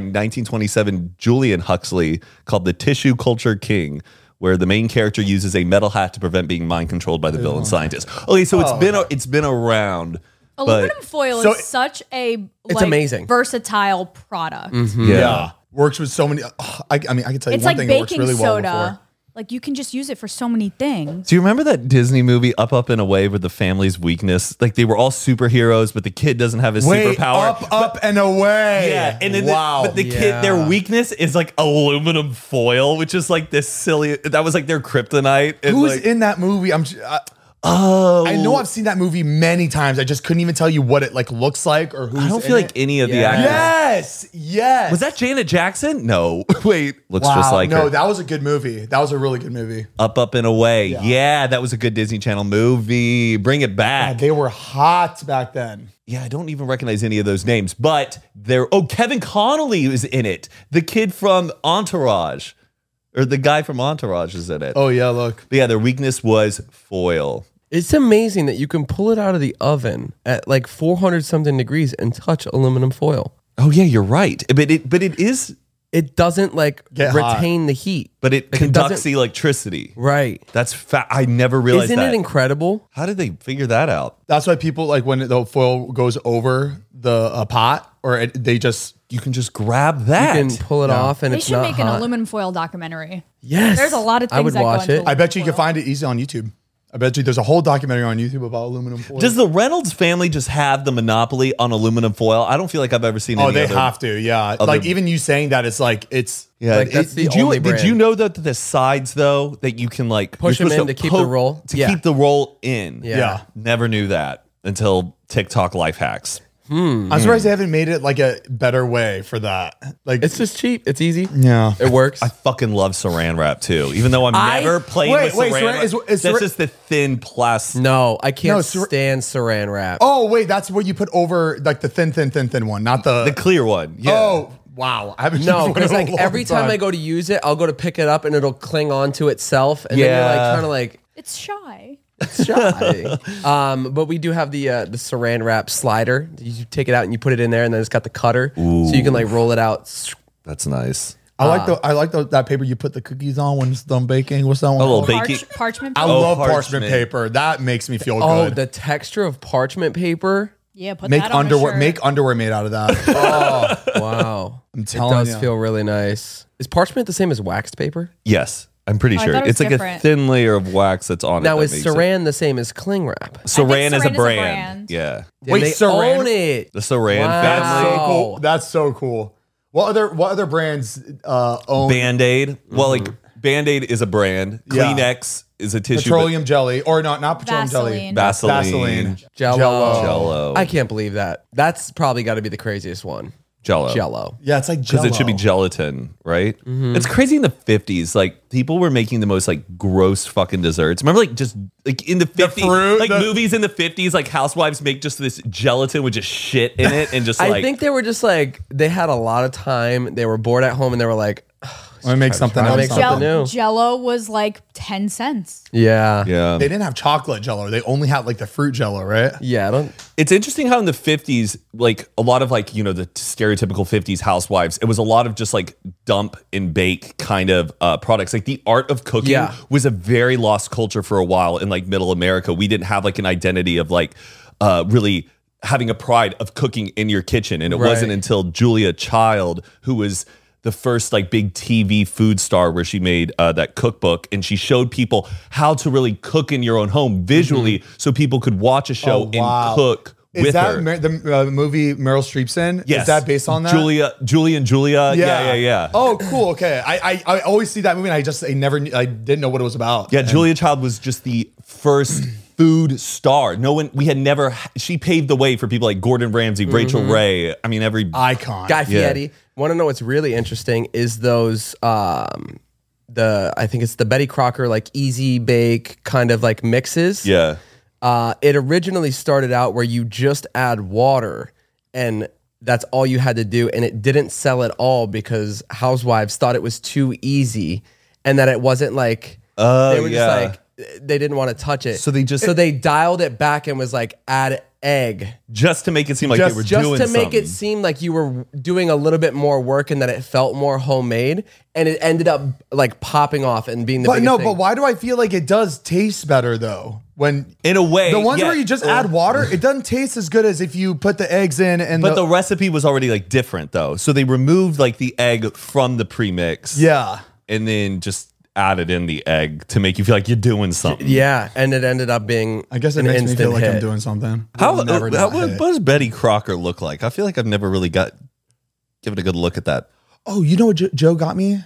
[SPEAKER 1] 1927 Julian Huxley called "The Tissue Culture King," where the main character uses a metal hat to prevent being mind controlled by the villain scientist. Oh. Okay, so it's been it's been around. but-
[SPEAKER 3] Aluminum foil
[SPEAKER 2] So-
[SPEAKER 3] is such a like,
[SPEAKER 4] amazing.
[SPEAKER 3] versatile product.
[SPEAKER 1] yeah.
[SPEAKER 2] works with so many. ugh, I, I mean, I can tell you
[SPEAKER 3] It's
[SPEAKER 2] one
[SPEAKER 3] like
[SPEAKER 2] thing that works
[SPEAKER 3] baking
[SPEAKER 2] really well
[SPEAKER 3] soda.
[SPEAKER 2] before.
[SPEAKER 3] like you can just use it for so many things.
[SPEAKER 1] Do you remember that Disney movie Up Up and Away with the family's weakness? Like they were all superheroes, but the kid doesn't have his
[SPEAKER 2] Wait,
[SPEAKER 1] superpower.
[SPEAKER 2] up, up, and away.
[SPEAKER 1] Yeah, and then
[SPEAKER 2] wow.
[SPEAKER 1] the, but the kid, their
[SPEAKER 4] Yeah.
[SPEAKER 1] weakness is like aluminum foil, which is like this silly. That was like their kryptonite. And
[SPEAKER 2] Who's
[SPEAKER 1] like,
[SPEAKER 2] in that movie? I'm. j- I,
[SPEAKER 1] Oh,
[SPEAKER 2] I know I've seen that movie many times. I just couldn't even tell you what it like looks like or who's.
[SPEAKER 1] I don't
[SPEAKER 2] in
[SPEAKER 1] feel
[SPEAKER 2] it.
[SPEAKER 1] like any of the
[SPEAKER 4] Yeah.
[SPEAKER 1] actors.
[SPEAKER 2] Yes, yes.
[SPEAKER 1] Was that Janet Jackson? No. <laughs> Wait, looks
[SPEAKER 2] Wow,
[SPEAKER 1] just like
[SPEAKER 2] no,
[SPEAKER 1] her.
[SPEAKER 2] that was a good movie. That was a really good movie.
[SPEAKER 1] up, up and away. Yeah. that was a good Disney Channel movie. Bring it back.
[SPEAKER 2] They were hot back then.
[SPEAKER 1] yeah, I don't even recognize any of those names, but they're oh, Kevin Connolly is in it. The kid from Entourage, or the guy from Entourage is in it.
[SPEAKER 2] Oh yeah, look.
[SPEAKER 1] But yeah, their weakness was foil.
[SPEAKER 4] it's amazing that you can pull it out of the oven at like 400 something degrees and touch aluminum foil.
[SPEAKER 1] Oh yeah, you're right. But it but it is
[SPEAKER 4] It doesn't like
[SPEAKER 2] Get hot.
[SPEAKER 4] retain the heat,
[SPEAKER 1] but it
[SPEAKER 4] Like, it
[SPEAKER 1] conducts
[SPEAKER 4] doesn't-
[SPEAKER 1] electricity.
[SPEAKER 4] right?
[SPEAKER 1] That's fa- I never realized
[SPEAKER 4] Isn't
[SPEAKER 1] that.
[SPEAKER 4] it incredible?
[SPEAKER 1] How did they figure that out?
[SPEAKER 2] That's why people like when the foil goes over the uh, pot, or it, they just
[SPEAKER 1] You can just grab
[SPEAKER 4] You
[SPEAKER 1] that.
[SPEAKER 4] can pull it off and
[SPEAKER 3] They
[SPEAKER 4] it's
[SPEAKER 3] should
[SPEAKER 4] not
[SPEAKER 3] make
[SPEAKER 4] hot.
[SPEAKER 3] an aluminum foil documentary.
[SPEAKER 4] yes,
[SPEAKER 3] There's a lot of
[SPEAKER 4] I
[SPEAKER 3] things
[SPEAKER 4] would
[SPEAKER 3] that go
[SPEAKER 4] watch
[SPEAKER 3] into
[SPEAKER 4] it.
[SPEAKER 3] aluminum.
[SPEAKER 2] I bet you can
[SPEAKER 3] foil.
[SPEAKER 2] find it easy on YouTube. I bet you there's a whole documentary on YouTube about aluminum foil.
[SPEAKER 1] Does the Reynolds family just have the monopoly on aluminum foil? I don't feel like I've ever seen.
[SPEAKER 2] oh,
[SPEAKER 1] any
[SPEAKER 2] they
[SPEAKER 1] other-
[SPEAKER 2] have to, yeah. Like even you saying that, it's like it's
[SPEAKER 1] Yeah,
[SPEAKER 4] Like, that's
[SPEAKER 1] it-
[SPEAKER 4] the
[SPEAKER 1] did you
[SPEAKER 4] only
[SPEAKER 1] did you
[SPEAKER 4] brand.
[SPEAKER 1] know that the sides though that you can like
[SPEAKER 4] Push
[SPEAKER 1] you're
[SPEAKER 4] 'em
[SPEAKER 1] supposed
[SPEAKER 4] in to keep the
[SPEAKER 1] poke-
[SPEAKER 4] roll?
[SPEAKER 1] to
[SPEAKER 4] Yeah.
[SPEAKER 1] keep the roll in.
[SPEAKER 4] Yeah.
[SPEAKER 2] yeah.
[SPEAKER 1] never knew that until TikTok life hacks.
[SPEAKER 2] I'm surprised they haven't made it like a better way for that. Like
[SPEAKER 4] It's just cheap. It's easy.
[SPEAKER 2] yeah.
[SPEAKER 4] It works.
[SPEAKER 1] I fucking love Saran wrap too, even though I'm
[SPEAKER 4] I-
[SPEAKER 1] never playing
[SPEAKER 2] Wait,
[SPEAKER 1] with
[SPEAKER 2] wait,
[SPEAKER 1] Saran.
[SPEAKER 2] Saran-
[SPEAKER 1] wrap.
[SPEAKER 2] is- is
[SPEAKER 1] That's
[SPEAKER 2] Saran-
[SPEAKER 1] just the thin plastic.
[SPEAKER 4] no, I can't
[SPEAKER 2] No, Sar-
[SPEAKER 4] stand saran wrap.
[SPEAKER 2] Oh wait, that's what you put over like the thin, thin, thin, thin one, not the.
[SPEAKER 1] The clear one. Yeah.
[SPEAKER 2] oh wow, I haven't. used
[SPEAKER 4] No, <laughs>
[SPEAKER 2] one <laughs>
[SPEAKER 4] because
[SPEAKER 2] in a
[SPEAKER 4] like
[SPEAKER 2] long
[SPEAKER 4] every time I go to use it, I'll go to pick it up and it'll cling on to itself, and
[SPEAKER 1] Yeah.
[SPEAKER 4] then you're <laughs> like
[SPEAKER 3] It's shy.
[SPEAKER 4] trying to like shy. <laughs> um, but we do have the uh, the Saran wrap slider. You take it out and you put it in there, and then it's got the cutter, so you can like roll it out.
[SPEAKER 1] That's nice.
[SPEAKER 2] I like the I like the, that paper you put the cookies on when it's done baking. What's that one?
[SPEAKER 1] little
[SPEAKER 2] called?
[SPEAKER 1] bake-
[SPEAKER 3] Parch,
[SPEAKER 1] Baking-
[SPEAKER 3] parchment.
[SPEAKER 2] I
[SPEAKER 3] paper.
[SPEAKER 2] love
[SPEAKER 1] parchment.
[SPEAKER 2] parchment. paper. That makes me feel
[SPEAKER 4] Oh,
[SPEAKER 2] good.
[SPEAKER 4] the texture of parchment paper.
[SPEAKER 3] yeah, put
[SPEAKER 2] make
[SPEAKER 3] that on a
[SPEAKER 2] underwear.
[SPEAKER 3] shirt.
[SPEAKER 2] Make underwear made out of
[SPEAKER 4] <laughs>
[SPEAKER 2] that.
[SPEAKER 4] Oh, wow! I'm
[SPEAKER 2] telling
[SPEAKER 4] it does
[SPEAKER 2] ya.
[SPEAKER 4] feel really nice. Is parchment the same as waxed paper?
[SPEAKER 1] Yes, I'm pretty
[SPEAKER 3] Oh, I
[SPEAKER 1] sure
[SPEAKER 3] thought it
[SPEAKER 1] it's
[SPEAKER 3] was
[SPEAKER 1] like a
[SPEAKER 3] different.
[SPEAKER 1] thin layer of wax that's on it.
[SPEAKER 4] Now
[SPEAKER 1] that
[SPEAKER 4] is
[SPEAKER 1] makes it-
[SPEAKER 4] Saran the same as cling wrap?
[SPEAKER 1] Saran, is
[SPEAKER 3] Saran is
[SPEAKER 1] a
[SPEAKER 3] a
[SPEAKER 1] brand.
[SPEAKER 3] brand.
[SPEAKER 1] Yeah.
[SPEAKER 4] And
[SPEAKER 2] Wait,
[SPEAKER 4] they
[SPEAKER 2] Saran-
[SPEAKER 4] own it.
[SPEAKER 1] The Saran
[SPEAKER 4] Wow.
[SPEAKER 1] family.
[SPEAKER 2] so cool.
[SPEAKER 4] Oh.
[SPEAKER 2] That's so cool. What other what other brands uh, own?
[SPEAKER 1] Band Aid. Well, like Band Aid is a brand.
[SPEAKER 2] Mm-hmm. Yeah.
[SPEAKER 1] Kleenex is a tissue. but-
[SPEAKER 2] petroleum jelly or not not petroleum
[SPEAKER 3] Vaseline.
[SPEAKER 2] jelly.
[SPEAKER 1] Vaseline.
[SPEAKER 2] Vaseline.
[SPEAKER 4] Jello.
[SPEAKER 1] Jell-O.
[SPEAKER 4] I can't believe that. That's probably got to be the craziest one.
[SPEAKER 1] Jello.
[SPEAKER 4] Jello.
[SPEAKER 2] Yeah, it's like
[SPEAKER 1] Because it should be
[SPEAKER 2] jelly.
[SPEAKER 1] gelatin, right?
[SPEAKER 2] Mm-hmm.
[SPEAKER 1] It's crazy in the 50s. Like, people were making the most, like, gross fucking desserts. Remember, like, just, like, in the 50s.
[SPEAKER 2] fruit,
[SPEAKER 1] like,
[SPEAKER 2] the-
[SPEAKER 1] movies in the 50s, like, housewives make just this gelatin with just shit in it and just, like,
[SPEAKER 4] I think they were just like they had a lot of time. They were bored at home and they were like, <sighs>
[SPEAKER 2] Let me make something
[SPEAKER 4] to
[SPEAKER 2] out of
[SPEAKER 4] make
[SPEAKER 2] something.
[SPEAKER 4] something new.
[SPEAKER 3] Jello was like ten cents.
[SPEAKER 4] yeah,
[SPEAKER 1] yeah.
[SPEAKER 2] They didn't have chocolate jello. They only had like the fruit jello, right?
[SPEAKER 4] yeah. I don't.
[SPEAKER 1] It's interesting how in the 50s, like a lot of like, you know, the stereotypical 50s housewives, it was a lot of just like dump and bake kind of uh, products. Like the art of cooking
[SPEAKER 4] Yeah.
[SPEAKER 1] was a very lost culture for a while in like middle America. We didn't have like an identity of like uh, really having a pride of cooking in your kitchen. And it
[SPEAKER 4] Right.
[SPEAKER 1] wasn't until Julia Child, who was the first like big TV food star where she made uh, that cookbook and she showed people how to really cook in your own home visually so people could watch a show
[SPEAKER 2] Oh, wow.
[SPEAKER 1] and cook
[SPEAKER 2] Is
[SPEAKER 1] with
[SPEAKER 2] that
[SPEAKER 1] her.
[SPEAKER 2] Mer- the uh, movie Meryl Streep's in?
[SPEAKER 1] Yes.
[SPEAKER 2] Is that based on that?
[SPEAKER 1] Julia, Julia and Julia. Yeah, yeah, yeah.
[SPEAKER 2] Oh, cool. Okay, I, I I always see that movie, and I just I never knew, I didn't know what it was about.
[SPEAKER 1] Yeah, Julia Child was just the
[SPEAKER 2] <clears throat>
[SPEAKER 1] first food star. No one, we had never, she paved the way for people like Gordon Ramsay,
[SPEAKER 2] Mm-hmm.
[SPEAKER 1] Rachel Ray. I mean, every,
[SPEAKER 2] icon.
[SPEAKER 4] Guy Fieri. Want to know what's really interesting is those um the I think it's the Betty Crocker like easy bake kind of like mixes.
[SPEAKER 1] yeah.
[SPEAKER 4] Uh, it originally started out where you just add water and that's all you had to do. And it didn't sell at all because housewives thought it was too easy and that it wasn't like,
[SPEAKER 1] Oh,
[SPEAKER 4] they were
[SPEAKER 1] yeah.
[SPEAKER 4] just like, they didn't want to touch it.
[SPEAKER 1] So they just-
[SPEAKER 4] so they dialed it back and was like, add egg
[SPEAKER 1] Just to make it seem like
[SPEAKER 2] Just-
[SPEAKER 1] they were
[SPEAKER 4] just
[SPEAKER 1] doing
[SPEAKER 4] to make
[SPEAKER 1] something.
[SPEAKER 4] it seem like you were doing a little bit more work and that it felt more homemade. And it ended up like popping off and being the
[SPEAKER 2] but
[SPEAKER 4] biggest
[SPEAKER 2] no,
[SPEAKER 4] thing.
[SPEAKER 2] but why do I feel like it does taste better though? When
[SPEAKER 1] In a way,
[SPEAKER 2] the ones
[SPEAKER 1] yeah.
[SPEAKER 2] where you just add water, it doesn't taste as good as if you put the eggs in and
[SPEAKER 1] but the recipe was already like different though. So they removed like the egg from the premix.
[SPEAKER 2] yeah.
[SPEAKER 1] And then just added in the egg to make you feel like you're doing something.
[SPEAKER 4] Yeah, and it ended up being.
[SPEAKER 2] I guess it
[SPEAKER 4] an
[SPEAKER 2] makes me
[SPEAKER 4] instant
[SPEAKER 2] feel like
[SPEAKER 4] hit.
[SPEAKER 2] I'm doing something.
[SPEAKER 1] How,
[SPEAKER 2] We'll never
[SPEAKER 1] uh,
[SPEAKER 2] not
[SPEAKER 1] how- what,
[SPEAKER 2] hit.
[SPEAKER 1] what does Betty Crocker look like? I feel like I've never really got given a good look at that.
[SPEAKER 2] Oh, you know what Jo- Joe got me?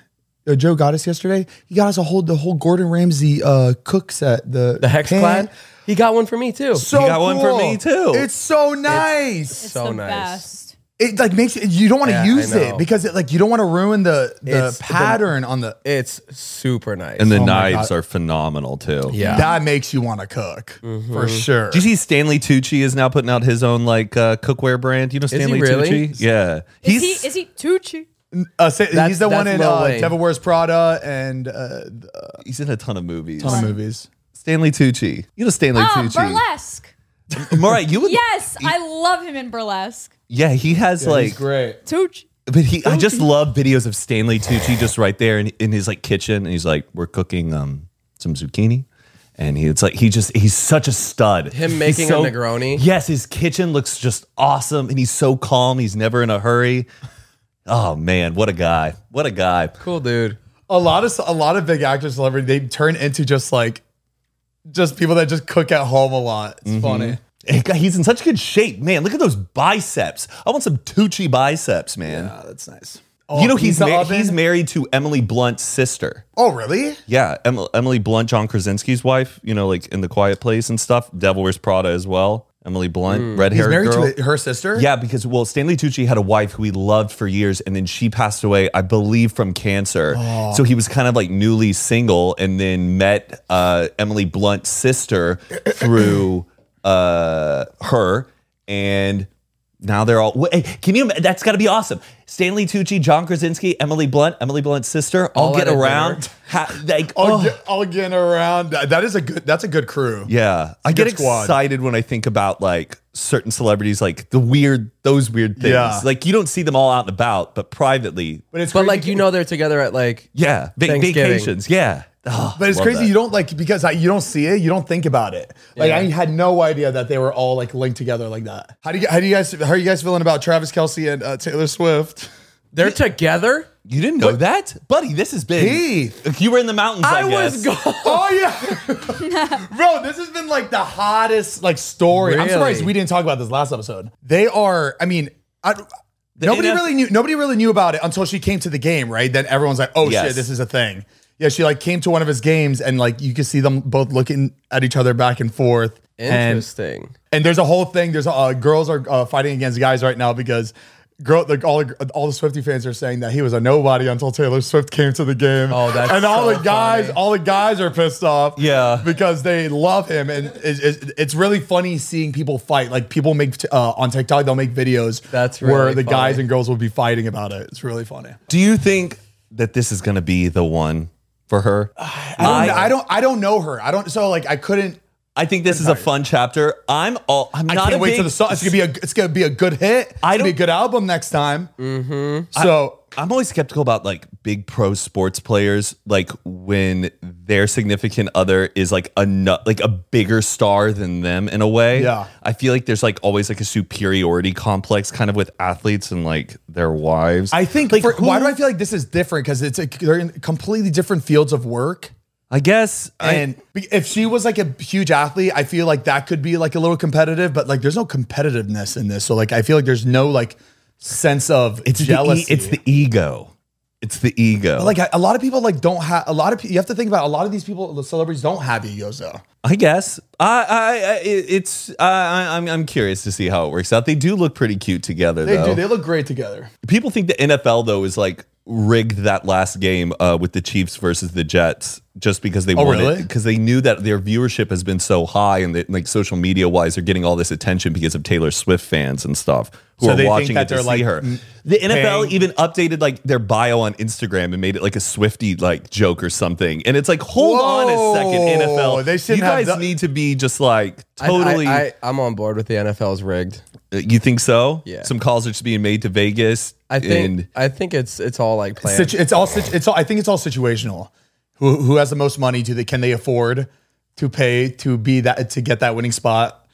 [SPEAKER 2] Uh, Joe got us yesterday. He got us a whole the whole Gordon Ramsay uh, cook set. The
[SPEAKER 4] the hex
[SPEAKER 2] pan.
[SPEAKER 4] plaid. He got one for me too.
[SPEAKER 2] So
[SPEAKER 1] He got one for
[SPEAKER 2] cool.
[SPEAKER 1] me, too.
[SPEAKER 2] It's so nice.
[SPEAKER 3] It's
[SPEAKER 4] So
[SPEAKER 3] the
[SPEAKER 4] nice.
[SPEAKER 3] best.
[SPEAKER 2] it like makes it, you don't want to
[SPEAKER 4] Yeah, I
[SPEAKER 2] use
[SPEAKER 4] know.
[SPEAKER 2] it because it like you don't want to ruin the the
[SPEAKER 4] It's the-
[SPEAKER 2] pattern on the.
[SPEAKER 4] it's super nice.
[SPEAKER 1] And the
[SPEAKER 2] Oh my
[SPEAKER 1] knives
[SPEAKER 2] God.
[SPEAKER 1] are phenomenal too.
[SPEAKER 4] yeah,
[SPEAKER 2] That makes you want to cook for sure.
[SPEAKER 1] Do you see Stanley Tucci is now putting out his own like uh, cookware brand? You know
[SPEAKER 4] he
[SPEAKER 1] Stanley
[SPEAKER 4] really?
[SPEAKER 1] Tucci? Yeah.
[SPEAKER 3] Is he is he Tucci?
[SPEAKER 2] Uh, say, he's the
[SPEAKER 4] that's
[SPEAKER 2] one in
[SPEAKER 4] Lil
[SPEAKER 2] uh,
[SPEAKER 4] Wayne.
[SPEAKER 2] Devil Wears Prada and uh,
[SPEAKER 1] he's in a ton of movies.
[SPEAKER 2] ton of movies.
[SPEAKER 1] Stanley Tucci. You know Stanley
[SPEAKER 3] Ah,
[SPEAKER 1] Tucci.
[SPEAKER 3] burlesque.
[SPEAKER 1] <laughs> Mariah, you would
[SPEAKER 3] Yes, I love him in burlesque.
[SPEAKER 1] Yeah, he has like
[SPEAKER 2] great.
[SPEAKER 3] Tucci.
[SPEAKER 1] but he I just love videos of Stanley Tucci just right there in, in his like kitchen and he's like, We're cooking um some zucchini. And he, it's like he just he's such a stud.
[SPEAKER 4] Him
[SPEAKER 1] He's
[SPEAKER 4] making a Negroni?
[SPEAKER 1] Yes, his kitchen looks just awesome and he's so calm, he's never in a hurry. Oh man, what a guy. What a guy.
[SPEAKER 4] cool dude.
[SPEAKER 2] A lot of a lot of big actors, celebrity, they turn into just like just people that just cook at home a lot.
[SPEAKER 1] Mm-hmm.
[SPEAKER 2] It's funny.
[SPEAKER 1] Hey, God, He's in such good shape, man. Look at those biceps. I want some Tucci biceps, man.
[SPEAKER 2] Oh, that's nice.
[SPEAKER 1] you know he's
[SPEAKER 2] the
[SPEAKER 1] mar-
[SPEAKER 2] oven?
[SPEAKER 1] he's married to Emily Blunt's sister.
[SPEAKER 2] oh really?
[SPEAKER 1] Yeah, Em- Emily Blunt, John Krasinski's wife. You know, like in The Quiet Place and stuff. Devil Wears Prada as well. Emily Blunt, red
[SPEAKER 2] Hmm. He's
[SPEAKER 1] haired
[SPEAKER 2] married
[SPEAKER 1] girl.
[SPEAKER 2] to her sister.
[SPEAKER 1] Yeah, because well, Stanley Tucci had a wife who he loved for years, and then she passed away, I believe, from cancer.
[SPEAKER 4] Oh.
[SPEAKER 1] So he was kind of like newly single, and then met uh, Emily Blunt's
[SPEAKER 4] <coughs>
[SPEAKER 1] sister through uh, her, and now they're all. Wait, hey, can you? ima- That's got to be awesome. Stanley Tucci, John Krasinski, Emily Blunt, Emily Blunt's sister, all,
[SPEAKER 4] All
[SPEAKER 1] get
[SPEAKER 4] at a
[SPEAKER 1] around. Ha, like,
[SPEAKER 2] All,
[SPEAKER 1] oh,
[SPEAKER 2] ge- all getting around. That that is a good. That's a good crew.
[SPEAKER 1] yeah, I
[SPEAKER 2] good
[SPEAKER 1] get
[SPEAKER 2] squad.
[SPEAKER 1] excited when I think about like certain celebrities, like the weird, those weird things.
[SPEAKER 2] Yeah.
[SPEAKER 1] Like you don't see them all out and about, but privately,
[SPEAKER 2] But it's
[SPEAKER 4] But
[SPEAKER 2] crazy
[SPEAKER 4] like you know, they're together at like
[SPEAKER 1] yeah, va-
[SPEAKER 4] Thanksgiving.
[SPEAKER 1] vacations, yeah. Oh,
[SPEAKER 2] <laughs> But it's
[SPEAKER 1] love
[SPEAKER 2] crazy
[SPEAKER 1] that.
[SPEAKER 2] you don't like because like, you don't see it, you don't think about it. Like I had no idea that they were all like linked together like that. How do you how do you guys how are you guys feeling about Travis Kelsey and uh, Taylor Swift?
[SPEAKER 4] they're together.
[SPEAKER 1] You didn't know that, buddy? This has been.
[SPEAKER 2] Heath.
[SPEAKER 1] You were in the mountains. I,
[SPEAKER 4] I, was
[SPEAKER 1] guess.
[SPEAKER 4] gone.
[SPEAKER 2] <laughs> Oh yeah,
[SPEAKER 4] <laughs>
[SPEAKER 2] bro, this has been like the hottest like story. I'm
[SPEAKER 4] Really?
[SPEAKER 2] surprised we didn't talk about this last episode. They are. I mean, I, nobody
[SPEAKER 1] NF
[SPEAKER 2] really knew. Nobody really knew about it until she came to the game, right? Then everyone's like, "Oh
[SPEAKER 1] Yes.
[SPEAKER 2] shit, this is a thing." Yeah, she like came to one of his games and like you could see them both looking at each other back and forth. And
[SPEAKER 4] <laughs> Interesting.
[SPEAKER 2] and there's a whole thing. There's uh, girls are uh, fighting against guys right now because girl, like all all the Swifty fans are saying that he was a nobody until Taylor Swift came to the game.
[SPEAKER 4] Oh, that's
[SPEAKER 2] and all
[SPEAKER 4] so
[SPEAKER 2] the guys,
[SPEAKER 4] funny.
[SPEAKER 2] all the guys are pissed off.
[SPEAKER 1] Yeah.
[SPEAKER 2] because they love him, and it's, it's, it's really funny seeing people fight. Like people make t- uh, on TikTok, they'll make videos
[SPEAKER 4] That's
[SPEAKER 2] where
[SPEAKER 4] really
[SPEAKER 2] the guys
[SPEAKER 4] funny.
[SPEAKER 2] and girls will be fighting about it. It's really funny.
[SPEAKER 1] Do you think that this is going to be the one for her?
[SPEAKER 2] I don't, I, don't, I don't know her. I don't. So like, I couldn't.
[SPEAKER 1] I think this is a fun chapter. I'm all. I'm
[SPEAKER 2] I
[SPEAKER 1] not
[SPEAKER 2] can't
[SPEAKER 1] a
[SPEAKER 2] wait
[SPEAKER 1] big,
[SPEAKER 2] till the song. It's gonna be a. It's gonna be a good hit. It's
[SPEAKER 1] I
[SPEAKER 2] gonna be a
[SPEAKER 1] don't-
[SPEAKER 2] good album next time. Mm-hmm. So
[SPEAKER 1] I'm always skeptical about like big pro sports players, like when their significant other is like a nu- like a bigger star than them in a way.
[SPEAKER 2] Yeah.
[SPEAKER 1] I feel like there's like always like a superiority complex kind of with athletes and like their wives.
[SPEAKER 2] I think.
[SPEAKER 1] Like,
[SPEAKER 2] for,
[SPEAKER 1] who-
[SPEAKER 2] why do I feel like this is different? Because it's like they're in completely different fields of work.
[SPEAKER 1] I guess and
[SPEAKER 2] And be- if she was like a huge athlete, I feel like that could be like a little competitive. But like, there's no competitiveness in this. So like, I feel like there's no like sense of
[SPEAKER 1] it's
[SPEAKER 2] jealousy.
[SPEAKER 1] The e- it's the ego. It's the ego.
[SPEAKER 2] like a lot of people like don't have a lot of pe- you have to think about a lot of these people the celebrities don't have egos though
[SPEAKER 1] I guess I I, I it- it's I I- I'm I'm curious to see how it works out. They do look pretty cute together.
[SPEAKER 2] they
[SPEAKER 1] though.
[SPEAKER 2] do they look great together
[SPEAKER 1] People think the NFL though is like rigged that last game uh, with the Chiefs versus the Jets just because they wanted
[SPEAKER 2] Oh, really?
[SPEAKER 1] because they knew that their viewership has been so high and that like social media wise they're getting all this attention because of Taylor Swift fans and stuff who
[SPEAKER 2] So
[SPEAKER 1] are
[SPEAKER 2] they think
[SPEAKER 1] watching
[SPEAKER 2] that
[SPEAKER 1] it to
[SPEAKER 2] they're,
[SPEAKER 1] see
[SPEAKER 2] like,
[SPEAKER 1] her.
[SPEAKER 2] m-
[SPEAKER 1] The NFL
[SPEAKER 2] paying-
[SPEAKER 1] even updated like their bio on Instagram and made it like a Swifty like joke or something. And it's like, hold on a second,
[SPEAKER 2] Whoa,
[SPEAKER 1] NFL.
[SPEAKER 2] they shouldn't
[SPEAKER 1] you
[SPEAKER 2] have
[SPEAKER 1] guys
[SPEAKER 2] done-
[SPEAKER 1] need to be just like totally.
[SPEAKER 4] I, I, I, am on board with the NFL's rigged.
[SPEAKER 1] you think so?
[SPEAKER 4] Yeah.
[SPEAKER 1] Some calls are just being made to Vegas.
[SPEAKER 4] I think
[SPEAKER 1] and-
[SPEAKER 4] I think it's it's all like planned.
[SPEAKER 2] Situ- it's all situ- it's all i think it's all situational who who has the most money do they can they afford to pay to be that to get that winning spot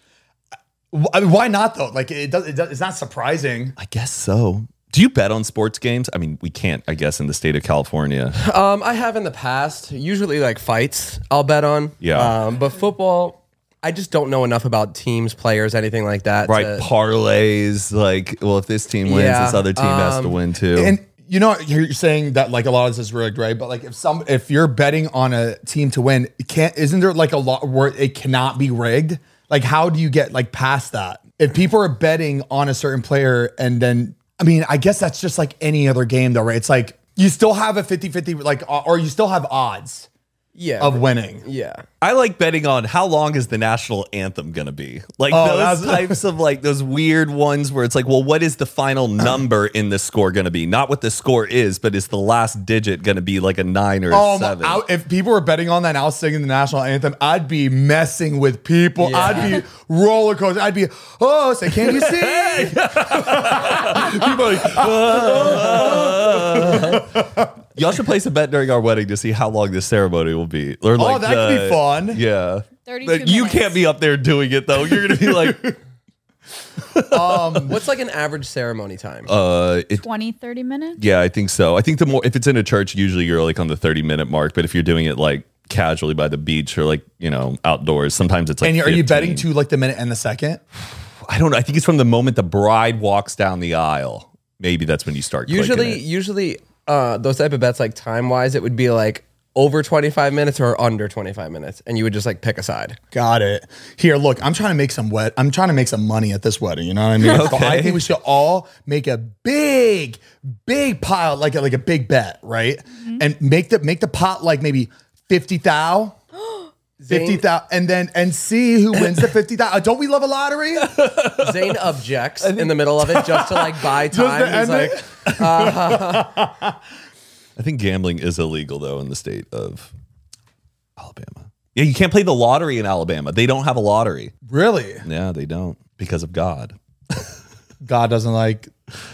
[SPEAKER 2] I mean, why not though like it does, it does it's not surprising
[SPEAKER 1] I guess so. Do you bet on sports games? I mean, we can't, I guess, in the state of
[SPEAKER 2] <laughs>
[SPEAKER 1] California.
[SPEAKER 4] Um, I have in the past. Usually, like fights, I'll bet on.
[SPEAKER 1] Yeah.
[SPEAKER 4] Um, but football, I just don't know enough about teams, players, anything like that.
[SPEAKER 1] Right?
[SPEAKER 4] to-
[SPEAKER 1] Parlays, like, well, if this team wins,
[SPEAKER 4] Yeah,
[SPEAKER 1] this other team has
[SPEAKER 2] um,
[SPEAKER 1] to win too.
[SPEAKER 2] and you know you're saying that like a lot of this is rigged right but like if some if you're betting on a team to win can't isn't there like a lot where it cannot be rigged like how do you get like past that if people are betting on a certain player and then i mean i guess that's just like any other game though right it's like you still have a 50-50 like o- or you still have odds
[SPEAKER 4] yeah.
[SPEAKER 2] of winning
[SPEAKER 4] yeah.
[SPEAKER 1] I like betting on how long is the national anthem going to be? Like
[SPEAKER 2] Oh,
[SPEAKER 1] those
[SPEAKER 2] that's- <laughs>
[SPEAKER 1] types of like those weird ones where it's like, well, what is the <clears throat> final number in the score going to be? Not what the score is, but is the last digit going to be like a nine or a
[SPEAKER 2] Oh, my-
[SPEAKER 1] seven?
[SPEAKER 2] I- if people were betting on that and I was singing the national anthem, I'd be messing with people.
[SPEAKER 4] Yeah.
[SPEAKER 2] I'd be roller coaster. I'd be, oh, say, can you see? people are like,
[SPEAKER 1] <laughs> Y'all should place a bet during our wedding to see how long this ceremony will be. Or like
[SPEAKER 2] Oh, that could be
[SPEAKER 1] the-
[SPEAKER 2] fun. <laughs>
[SPEAKER 1] Yeah.
[SPEAKER 3] 32
[SPEAKER 1] But you
[SPEAKER 3] minutes.
[SPEAKER 1] can't be up there doing it though. You're going to be like,
[SPEAKER 2] Um,
[SPEAKER 4] What's like an average ceremony time?
[SPEAKER 1] uh, it,
[SPEAKER 3] 20, 30 minutes.
[SPEAKER 1] <laughs> Yeah, I think so. I think the more if it's in a church, usually you're like on the 30 minute mark. But if you're doing it like casually by the beach or like you know outdoors, sometimes it's like.
[SPEAKER 2] and are you betting
[SPEAKER 1] 15.
[SPEAKER 2] to like the minute and the second?
[SPEAKER 1] I don't know. I think it's from the moment the bride walks down the aisle. Maybe that's when you start. clicking
[SPEAKER 4] usually,
[SPEAKER 1] it.
[SPEAKER 4] usually, uh, those type of bets, like time wise, it would be like over 25 minutes or under 25 minutes, and you would just like pick a side.
[SPEAKER 2] Got it. Here, look, I'm trying to make some wet. I'm trying to make some money at this wedding. You know what I mean? <laughs> So I think we should all make a big, big pile, like a, like a big bet, right? And make the make the pot like maybe fifty thou. Fifty thousand, and then and see who wins the fifty thousand. Don't we love a <laughs> lottery?
[SPEAKER 4] Zane
[SPEAKER 2] <laughs>
[SPEAKER 4] objects in the middle of it just to like buy
[SPEAKER 2] to
[SPEAKER 4] time.
[SPEAKER 2] end
[SPEAKER 4] He's like,
[SPEAKER 2] it?
[SPEAKER 1] I think gambling is illegal though in the state of Alabama. Yeah, you can't play the lottery in Alabama. They don't have a lottery.
[SPEAKER 2] Really?
[SPEAKER 1] Yeah, they don't because of God.
[SPEAKER 2] God doesn't like.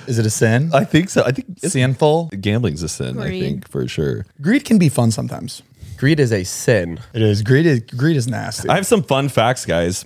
[SPEAKER 2] Is it a sin?
[SPEAKER 1] I think so. I think it's,
[SPEAKER 2] Sinful.
[SPEAKER 1] gambling's a sin. I
[SPEAKER 3] Greed.
[SPEAKER 1] think for sure.
[SPEAKER 2] Greed can be fun sometimes.
[SPEAKER 4] greed is a sin.
[SPEAKER 2] It is. Greed is greed is nasty.
[SPEAKER 1] I have some fun facts, guys.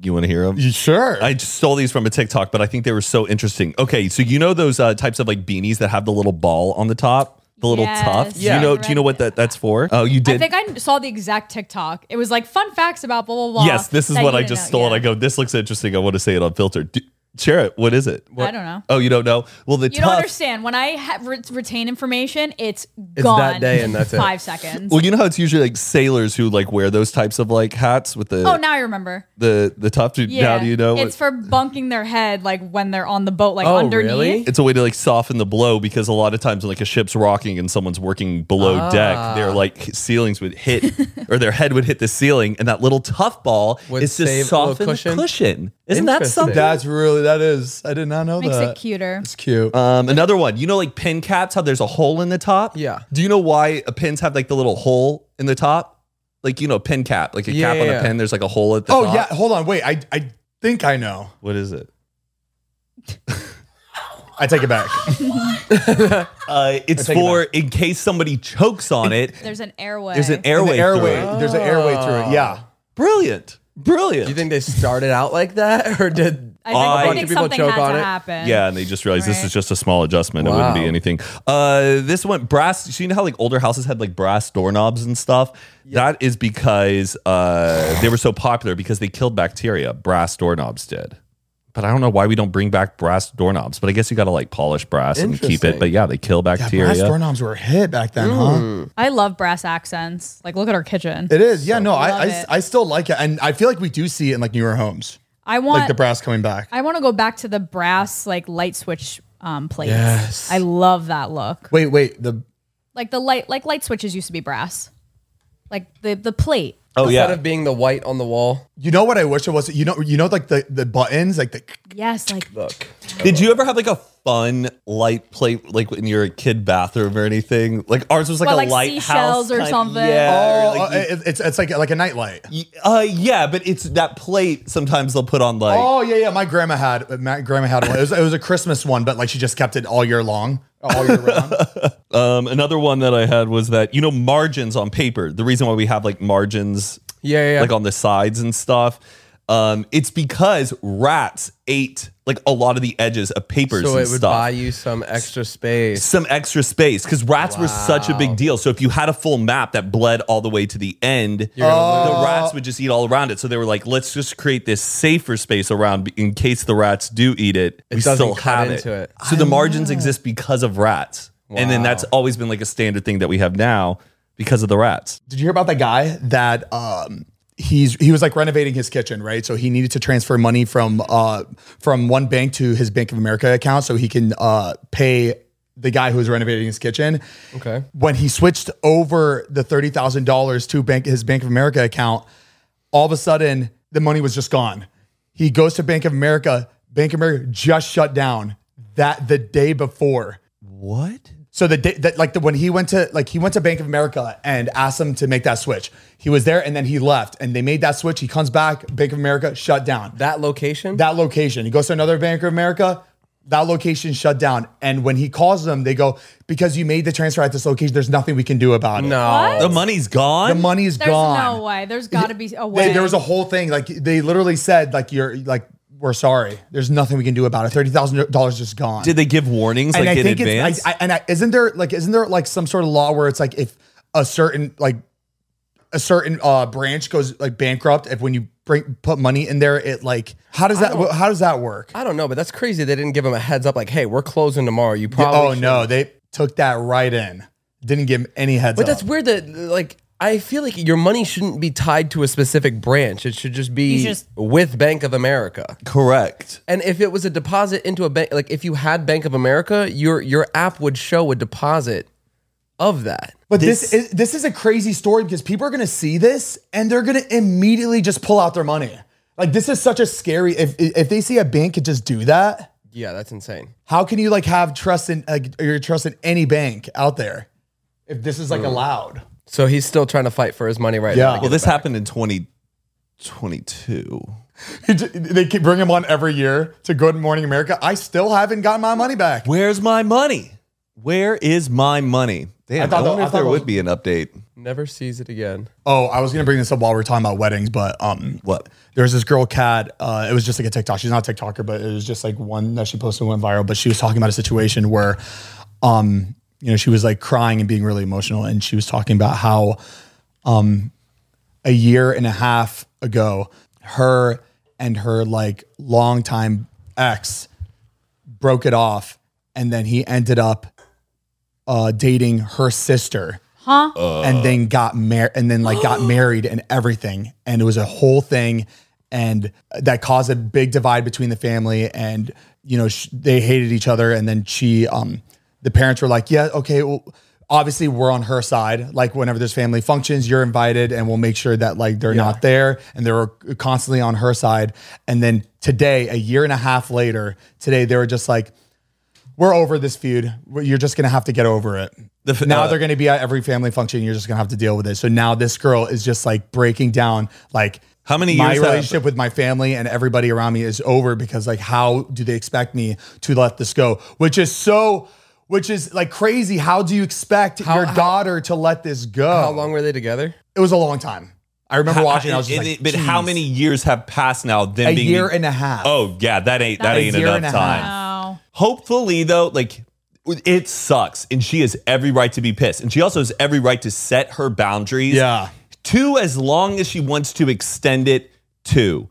[SPEAKER 1] You want to hear them?
[SPEAKER 2] you sure?
[SPEAKER 1] I just stole these from a TikTok, but I think they were so interesting. Okay, so you know those uh, types of like beanies that have the little ball on the top, the little
[SPEAKER 3] Yes.
[SPEAKER 1] tuft. Do
[SPEAKER 3] Yeah.
[SPEAKER 1] you know? Do you know what that that's for? Oh, you
[SPEAKER 3] I
[SPEAKER 1] did.
[SPEAKER 3] think I saw the exact TikTok. It was like fun facts about blah blah blah.
[SPEAKER 1] yes, this is
[SPEAKER 3] that
[SPEAKER 1] what
[SPEAKER 3] you
[SPEAKER 1] I
[SPEAKER 3] didn't
[SPEAKER 1] just
[SPEAKER 3] know.
[SPEAKER 1] stole. And I
[SPEAKER 3] Yeah.
[SPEAKER 1] go, this looks interesting. I want to say it on filter. Do, Share it. What is it?
[SPEAKER 3] I don't know.
[SPEAKER 1] Oh, you don't know? Well, the
[SPEAKER 3] You don't
[SPEAKER 1] tough.
[SPEAKER 3] understand. When I ha- re- retain information, it's
[SPEAKER 4] that
[SPEAKER 3] gone.
[SPEAKER 4] day and that's it.
[SPEAKER 3] Five seconds.
[SPEAKER 1] Well, you know how it's usually like sailors who like wear those types of like hats with the
[SPEAKER 3] oh, now I remember.
[SPEAKER 1] the the top.
[SPEAKER 3] Yeah.
[SPEAKER 1] Now do you know?
[SPEAKER 3] It's for bunking their head like when they're on the boat, like
[SPEAKER 4] Oh,
[SPEAKER 3] underneath.
[SPEAKER 4] really?
[SPEAKER 1] it's a way to like soften the blow because a lot of times when like a ship's rocking and someone's working below deck,
[SPEAKER 4] Ah.
[SPEAKER 1] their like ceilings would
[SPEAKER 4] <laughs>
[SPEAKER 1] hit or their head would hit the ceiling, and that little tough ball
[SPEAKER 4] Would
[SPEAKER 1] is to
[SPEAKER 4] save a little
[SPEAKER 1] soften
[SPEAKER 4] cushion?
[SPEAKER 1] the cushion. Isn't that
[SPEAKER 4] Interesting.
[SPEAKER 1] something?
[SPEAKER 2] That's really that is. I did not know
[SPEAKER 3] Makes
[SPEAKER 2] that.
[SPEAKER 3] it cuter.
[SPEAKER 2] It's cute.
[SPEAKER 1] Um, another one, you know, like pin caps, how there's a hole in the top.
[SPEAKER 4] Yeah.
[SPEAKER 1] Do you know why uh, pins have like the little hole in the top? Like you know, pin cap, like a
[SPEAKER 4] Yeah,
[SPEAKER 1] cap on
[SPEAKER 4] yeah.
[SPEAKER 1] a pin. There's like a hole at the
[SPEAKER 2] oh
[SPEAKER 1] top.
[SPEAKER 2] yeah, hold on, wait. I I think I know.
[SPEAKER 1] What is it?
[SPEAKER 2] <laughs> I take
[SPEAKER 1] <laughs>
[SPEAKER 2] it back.
[SPEAKER 1] Uh, it's
[SPEAKER 2] take it
[SPEAKER 1] for in case somebody chokes on
[SPEAKER 4] <laughs>
[SPEAKER 1] it.
[SPEAKER 3] There's an airway.
[SPEAKER 1] There's an
[SPEAKER 2] There's
[SPEAKER 1] airway.
[SPEAKER 2] an airway.
[SPEAKER 1] through it. Ah.
[SPEAKER 2] There's an airway through it. Yeah.
[SPEAKER 1] Brilliant. Brilliant.
[SPEAKER 4] Do you think they started out like that, or did
[SPEAKER 3] I
[SPEAKER 1] I-
[SPEAKER 3] think, I
[SPEAKER 1] bunch
[SPEAKER 3] think
[SPEAKER 4] of people
[SPEAKER 3] something
[SPEAKER 4] choke
[SPEAKER 3] had
[SPEAKER 4] on
[SPEAKER 3] to
[SPEAKER 4] it.
[SPEAKER 3] happen.
[SPEAKER 1] Yeah, and they just realized this
[SPEAKER 3] Right.
[SPEAKER 1] is just a small adjustment. It wouldn't be
[SPEAKER 4] Wow.
[SPEAKER 1] anything. Uh, this one brass. So you know how like older houses had like brass doorknobs and stuff. That is because uh, they were so popular because they killed bacteria. Brass doorknobs did. But I don't know why we don't bring back brass doorknobs. But I guess you got to like polish brass and keep it.
[SPEAKER 4] Interesting.
[SPEAKER 1] But yeah, Mm. they kill
[SPEAKER 2] Yeah, brass
[SPEAKER 1] bacteria.
[SPEAKER 2] doorknobs were a hit back then, huh?
[SPEAKER 3] I love brass accents. Like, look at our kitchen.
[SPEAKER 2] It is. Yeah, no, I,
[SPEAKER 3] Love
[SPEAKER 2] I,
[SPEAKER 3] it.
[SPEAKER 2] I still like it. And I feel like we do see it in like newer homes,
[SPEAKER 3] I want
[SPEAKER 2] like the brass coming back.
[SPEAKER 3] I want to go back to the brass like light switch um plates.
[SPEAKER 4] Yes.
[SPEAKER 3] I love that look.
[SPEAKER 2] Wait, wait. The
[SPEAKER 3] Like the light like light switches used to be brass. Like the the plate.
[SPEAKER 1] oh
[SPEAKER 4] instead
[SPEAKER 1] yeah.
[SPEAKER 4] of being the white on the wall?
[SPEAKER 2] you know what I wish it was. You know, you know, like the the buttons, like the
[SPEAKER 3] Yes, like
[SPEAKER 4] Look,
[SPEAKER 1] Did you ever have like a fun light plate like in your kid bathroom or anything? Like ours was like
[SPEAKER 3] What,
[SPEAKER 1] a
[SPEAKER 3] like
[SPEAKER 1] lighthouse
[SPEAKER 3] seashells or
[SPEAKER 1] kind-
[SPEAKER 3] something?
[SPEAKER 1] Yeah. or,
[SPEAKER 2] oh,
[SPEAKER 1] like,
[SPEAKER 2] uh, it- it's it's like like a nightlight.
[SPEAKER 1] Uh, yeah, but it's that plate. Sometimes they'll put on like.
[SPEAKER 2] Oh yeah, yeah. My grandma had my grandma had one. It was, it was a Christmas one, but like she just kept it all year long, all year round.
[SPEAKER 1] Um, another one that I had was that you know margins on paper. The reason why we have like margins,
[SPEAKER 4] Yeah, yeah, yeah.
[SPEAKER 1] like on the sides and stuff. Um, it's because rats ate like a lot of the edges of papers
[SPEAKER 4] so
[SPEAKER 1] and
[SPEAKER 4] it would
[SPEAKER 1] stuff.
[SPEAKER 4] buy you some extra space.
[SPEAKER 1] some extra space because rats were such a big deal. So if you had a full map that bled all the way to the end, the rats would just eat all around it. So they were like, let's just create this safer space around in case the rats do eat it. we
[SPEAKER 4] doesn't
[SPEAKER 1] still
[SPEAKER 4] cut
[SPEAKER 1] have
[SPEAKER 4] into it.
[SPEAKER 1] So the margins exist because of rats, and then that's always been like a standard thing that we have now because of the rats.
[SPEAKER 2] Did you hear about that guy that um he's he was like renovating his kitchen, right? So he needed to transfer money from uh from one bank to his Bank of America account so he can uh pay the guy who was renovating his kitchen.
[SPEAKER 4] Okay.
[SPEAKER 2] When he switched over the thirty thousand dollars to bank his Bank of America account, all of a sudden the money was just gone. He goes to Bank of America. Bank of America just shut down that the day before.
[SPEAKER 1] What?
[SPEAKER 2] So the day that like the when he went to like he went to Bank of America and asked them to make that switch. He was there and then he left and they made that switch. He comes back, Bank of America shut down.
[SPEAKER 4] That location.
[SPEAKER 2] That location. He goes to another Bank of America, that location shut down. And when he calls them, they go, Because you made the transfer at this location, there's nothing we can do about it.
[SPEAKER 4] no.
[SPEAKER 1] The money's gone.
[SPEAKER 2] The money is
[SPEAKER 3] there's
[SPEAKER 2] gone.
[SPEAKER 3] no way. There's got to be a way.
[SPEAKER 2] They- there was a whole thing. Like they literally said, like you're like, we're sorry. There's nothing we can do about it. Thirty thousand dollars just gone.
[SPEAKER 1] Did they give warnings
[SPEAKER 2] and
[SPEAKER 1] like
[SPEAKER 2] I
[SPEAKER 1] in
[SPEAKER 2] think
[SPEAKER 1] advance?
[SPEAKER 2] it's I, I, and I, isn't there like isn't there like some sort of law where it's like if a certain like a certain uh branch goes like bankrupt if when you bring put money in there it like how does that how does that work?
[SPEAKER 4] I don't know, but that's crazy. They didn't give him a heads up, like, "Hey, we're closing tomorrow. You probably."
[SPEAKER 2] Oh
[SPEAKER 4] should-
[SPEAKER 2] no, they took that right in. Didn't give him any heads
[SPEAKER 4] But
[SPEAKER 2] up.
[SPEAKER 4] that's weird. That like, I feel like your money shouldn't be tied to a specific branch. It should just be
[SPEAKER 3] You just-
[SPEAKER 4] with Bank of America.
[SPEAKER 1] Correct.
[SPEAKER 4] And if it was a deposit into a bank, like if you had Bank of America, your your app would show a deposit of that.
[SPEAKER 2] But this, is this is a crazy story because people are gonna see this and they're gonna immediately just pull out their money. Like this is such a scary. If if they see a bank could just do that,
[SPEAKER 4] Yeah, that's insane.
[SPEAKER 2] how can you like have trust in like your trust in any bank out there if this is like allowed? <laughs>
[SPEAKER 4] So he's still trying to fight for his money right
[SPEAKER 2] Yeah.
[SPEAKER 4] now. to
[SPEAKER 1] Well,
[SPEAKER 4] get
[SPEAKER 1] this
[SPEAKER 4] it back.
[SPEAKER 1] happened in 2022.
[SPEAKER 2] they keep bring him on every year to Good Morning America. I still haven't gotten my money back.
[SPEAKER 1] Where's my money? Where is my money? Damn, I,
[SPEAKER 2] I thought that-
[SPEAKER 1] wonder
[SPEAKER 2] I
[SPEAKER 1] if
[SPEAKER 2] thought
[SPEAKER 1] there
[SPEAKER 2] that
[SPEAKER 1] would
[SPEAKER 2] was-
[SPEAKER 1] be an update.
[SPEAKER 4] never sees it again.
[SPEAKER 2] Oh, I was gonna bring this up while we are talking about weddings, but um,
[SPEAKER 1] What?
[SPEAKER 2] There was this girl, Kat. Uh, it was just like a TikTok. She's not a TikToker, but it was just like one that she posted went viral. But she was talking about a situation where, um, you know, she was like crying and being really emotional, and she was talking about how, um, a year and a half ago, her and her like longtime ex broke it off, and then he ended up uh, dating her sister.
[SPEAKER 3] Huh?
[SPEAKER 2] and then got married and then like got married and everything and it was a whole thing and that caused a big divide between the family and you know sh- they hated each other and then she um the parents were like yeah okay well obviously we're on her side like whenever there's family functions you're invited and we'll make sure that like they're not there and they were constantly on her side and then today a year and a half later today they were just like we're over this feud. You're just gonna have to get over it.
[SPEAKER 1] The f-
[SPEAKER 2] now
[SPEAKER 1] uh,
[SPEAKER 2] they're gonna be at every family function. You're just gonna have to deal with it. So now this girl is just like breaking down. Like
[SPEAKER 1] How many
[SPEAKER 2] my
[SPEAKER 1] years that-
[SPEAKER 2] relationship with my family and everybody around me is over because like how do they expect me to let this go? Which is so, which is like crazy. How do you expect your daughter to let this go?
[SPEAKER 4] How long were they together?
[SPEAKER 2] It was a long time. I remember watching. I was just
[SPEAKER 1] And
[SPEAKER 2] like,
[SPEAKER 1] it- but how
[SPEAKER 2] "Jeez."
[SPEAKER 1] many years have passed now? Then
[SPEAKER 2] A
[SPEAKER 1] being
[SPEAKER 2] year and a half.
[SPEAKER 1] oh yeah, that ain't that
[SPEAKER 3] That's
[SPEAKER 1] ain't
[SPEAKER 2] a year
[SPEAKER 1] enough
[SPEAKER 2] and a
[SPEAKER 1] time.
[SPEAKER 2] half.
[SPEAKER 3] Oh.
[SPEAKER 1] Hopefully though, like it sucks, and she has every right to be pissed, and she also has every right to set her boundaries.
[SPEAKER 2] yeah.
[SPEAKER 1] to as long as she wants to extend it to.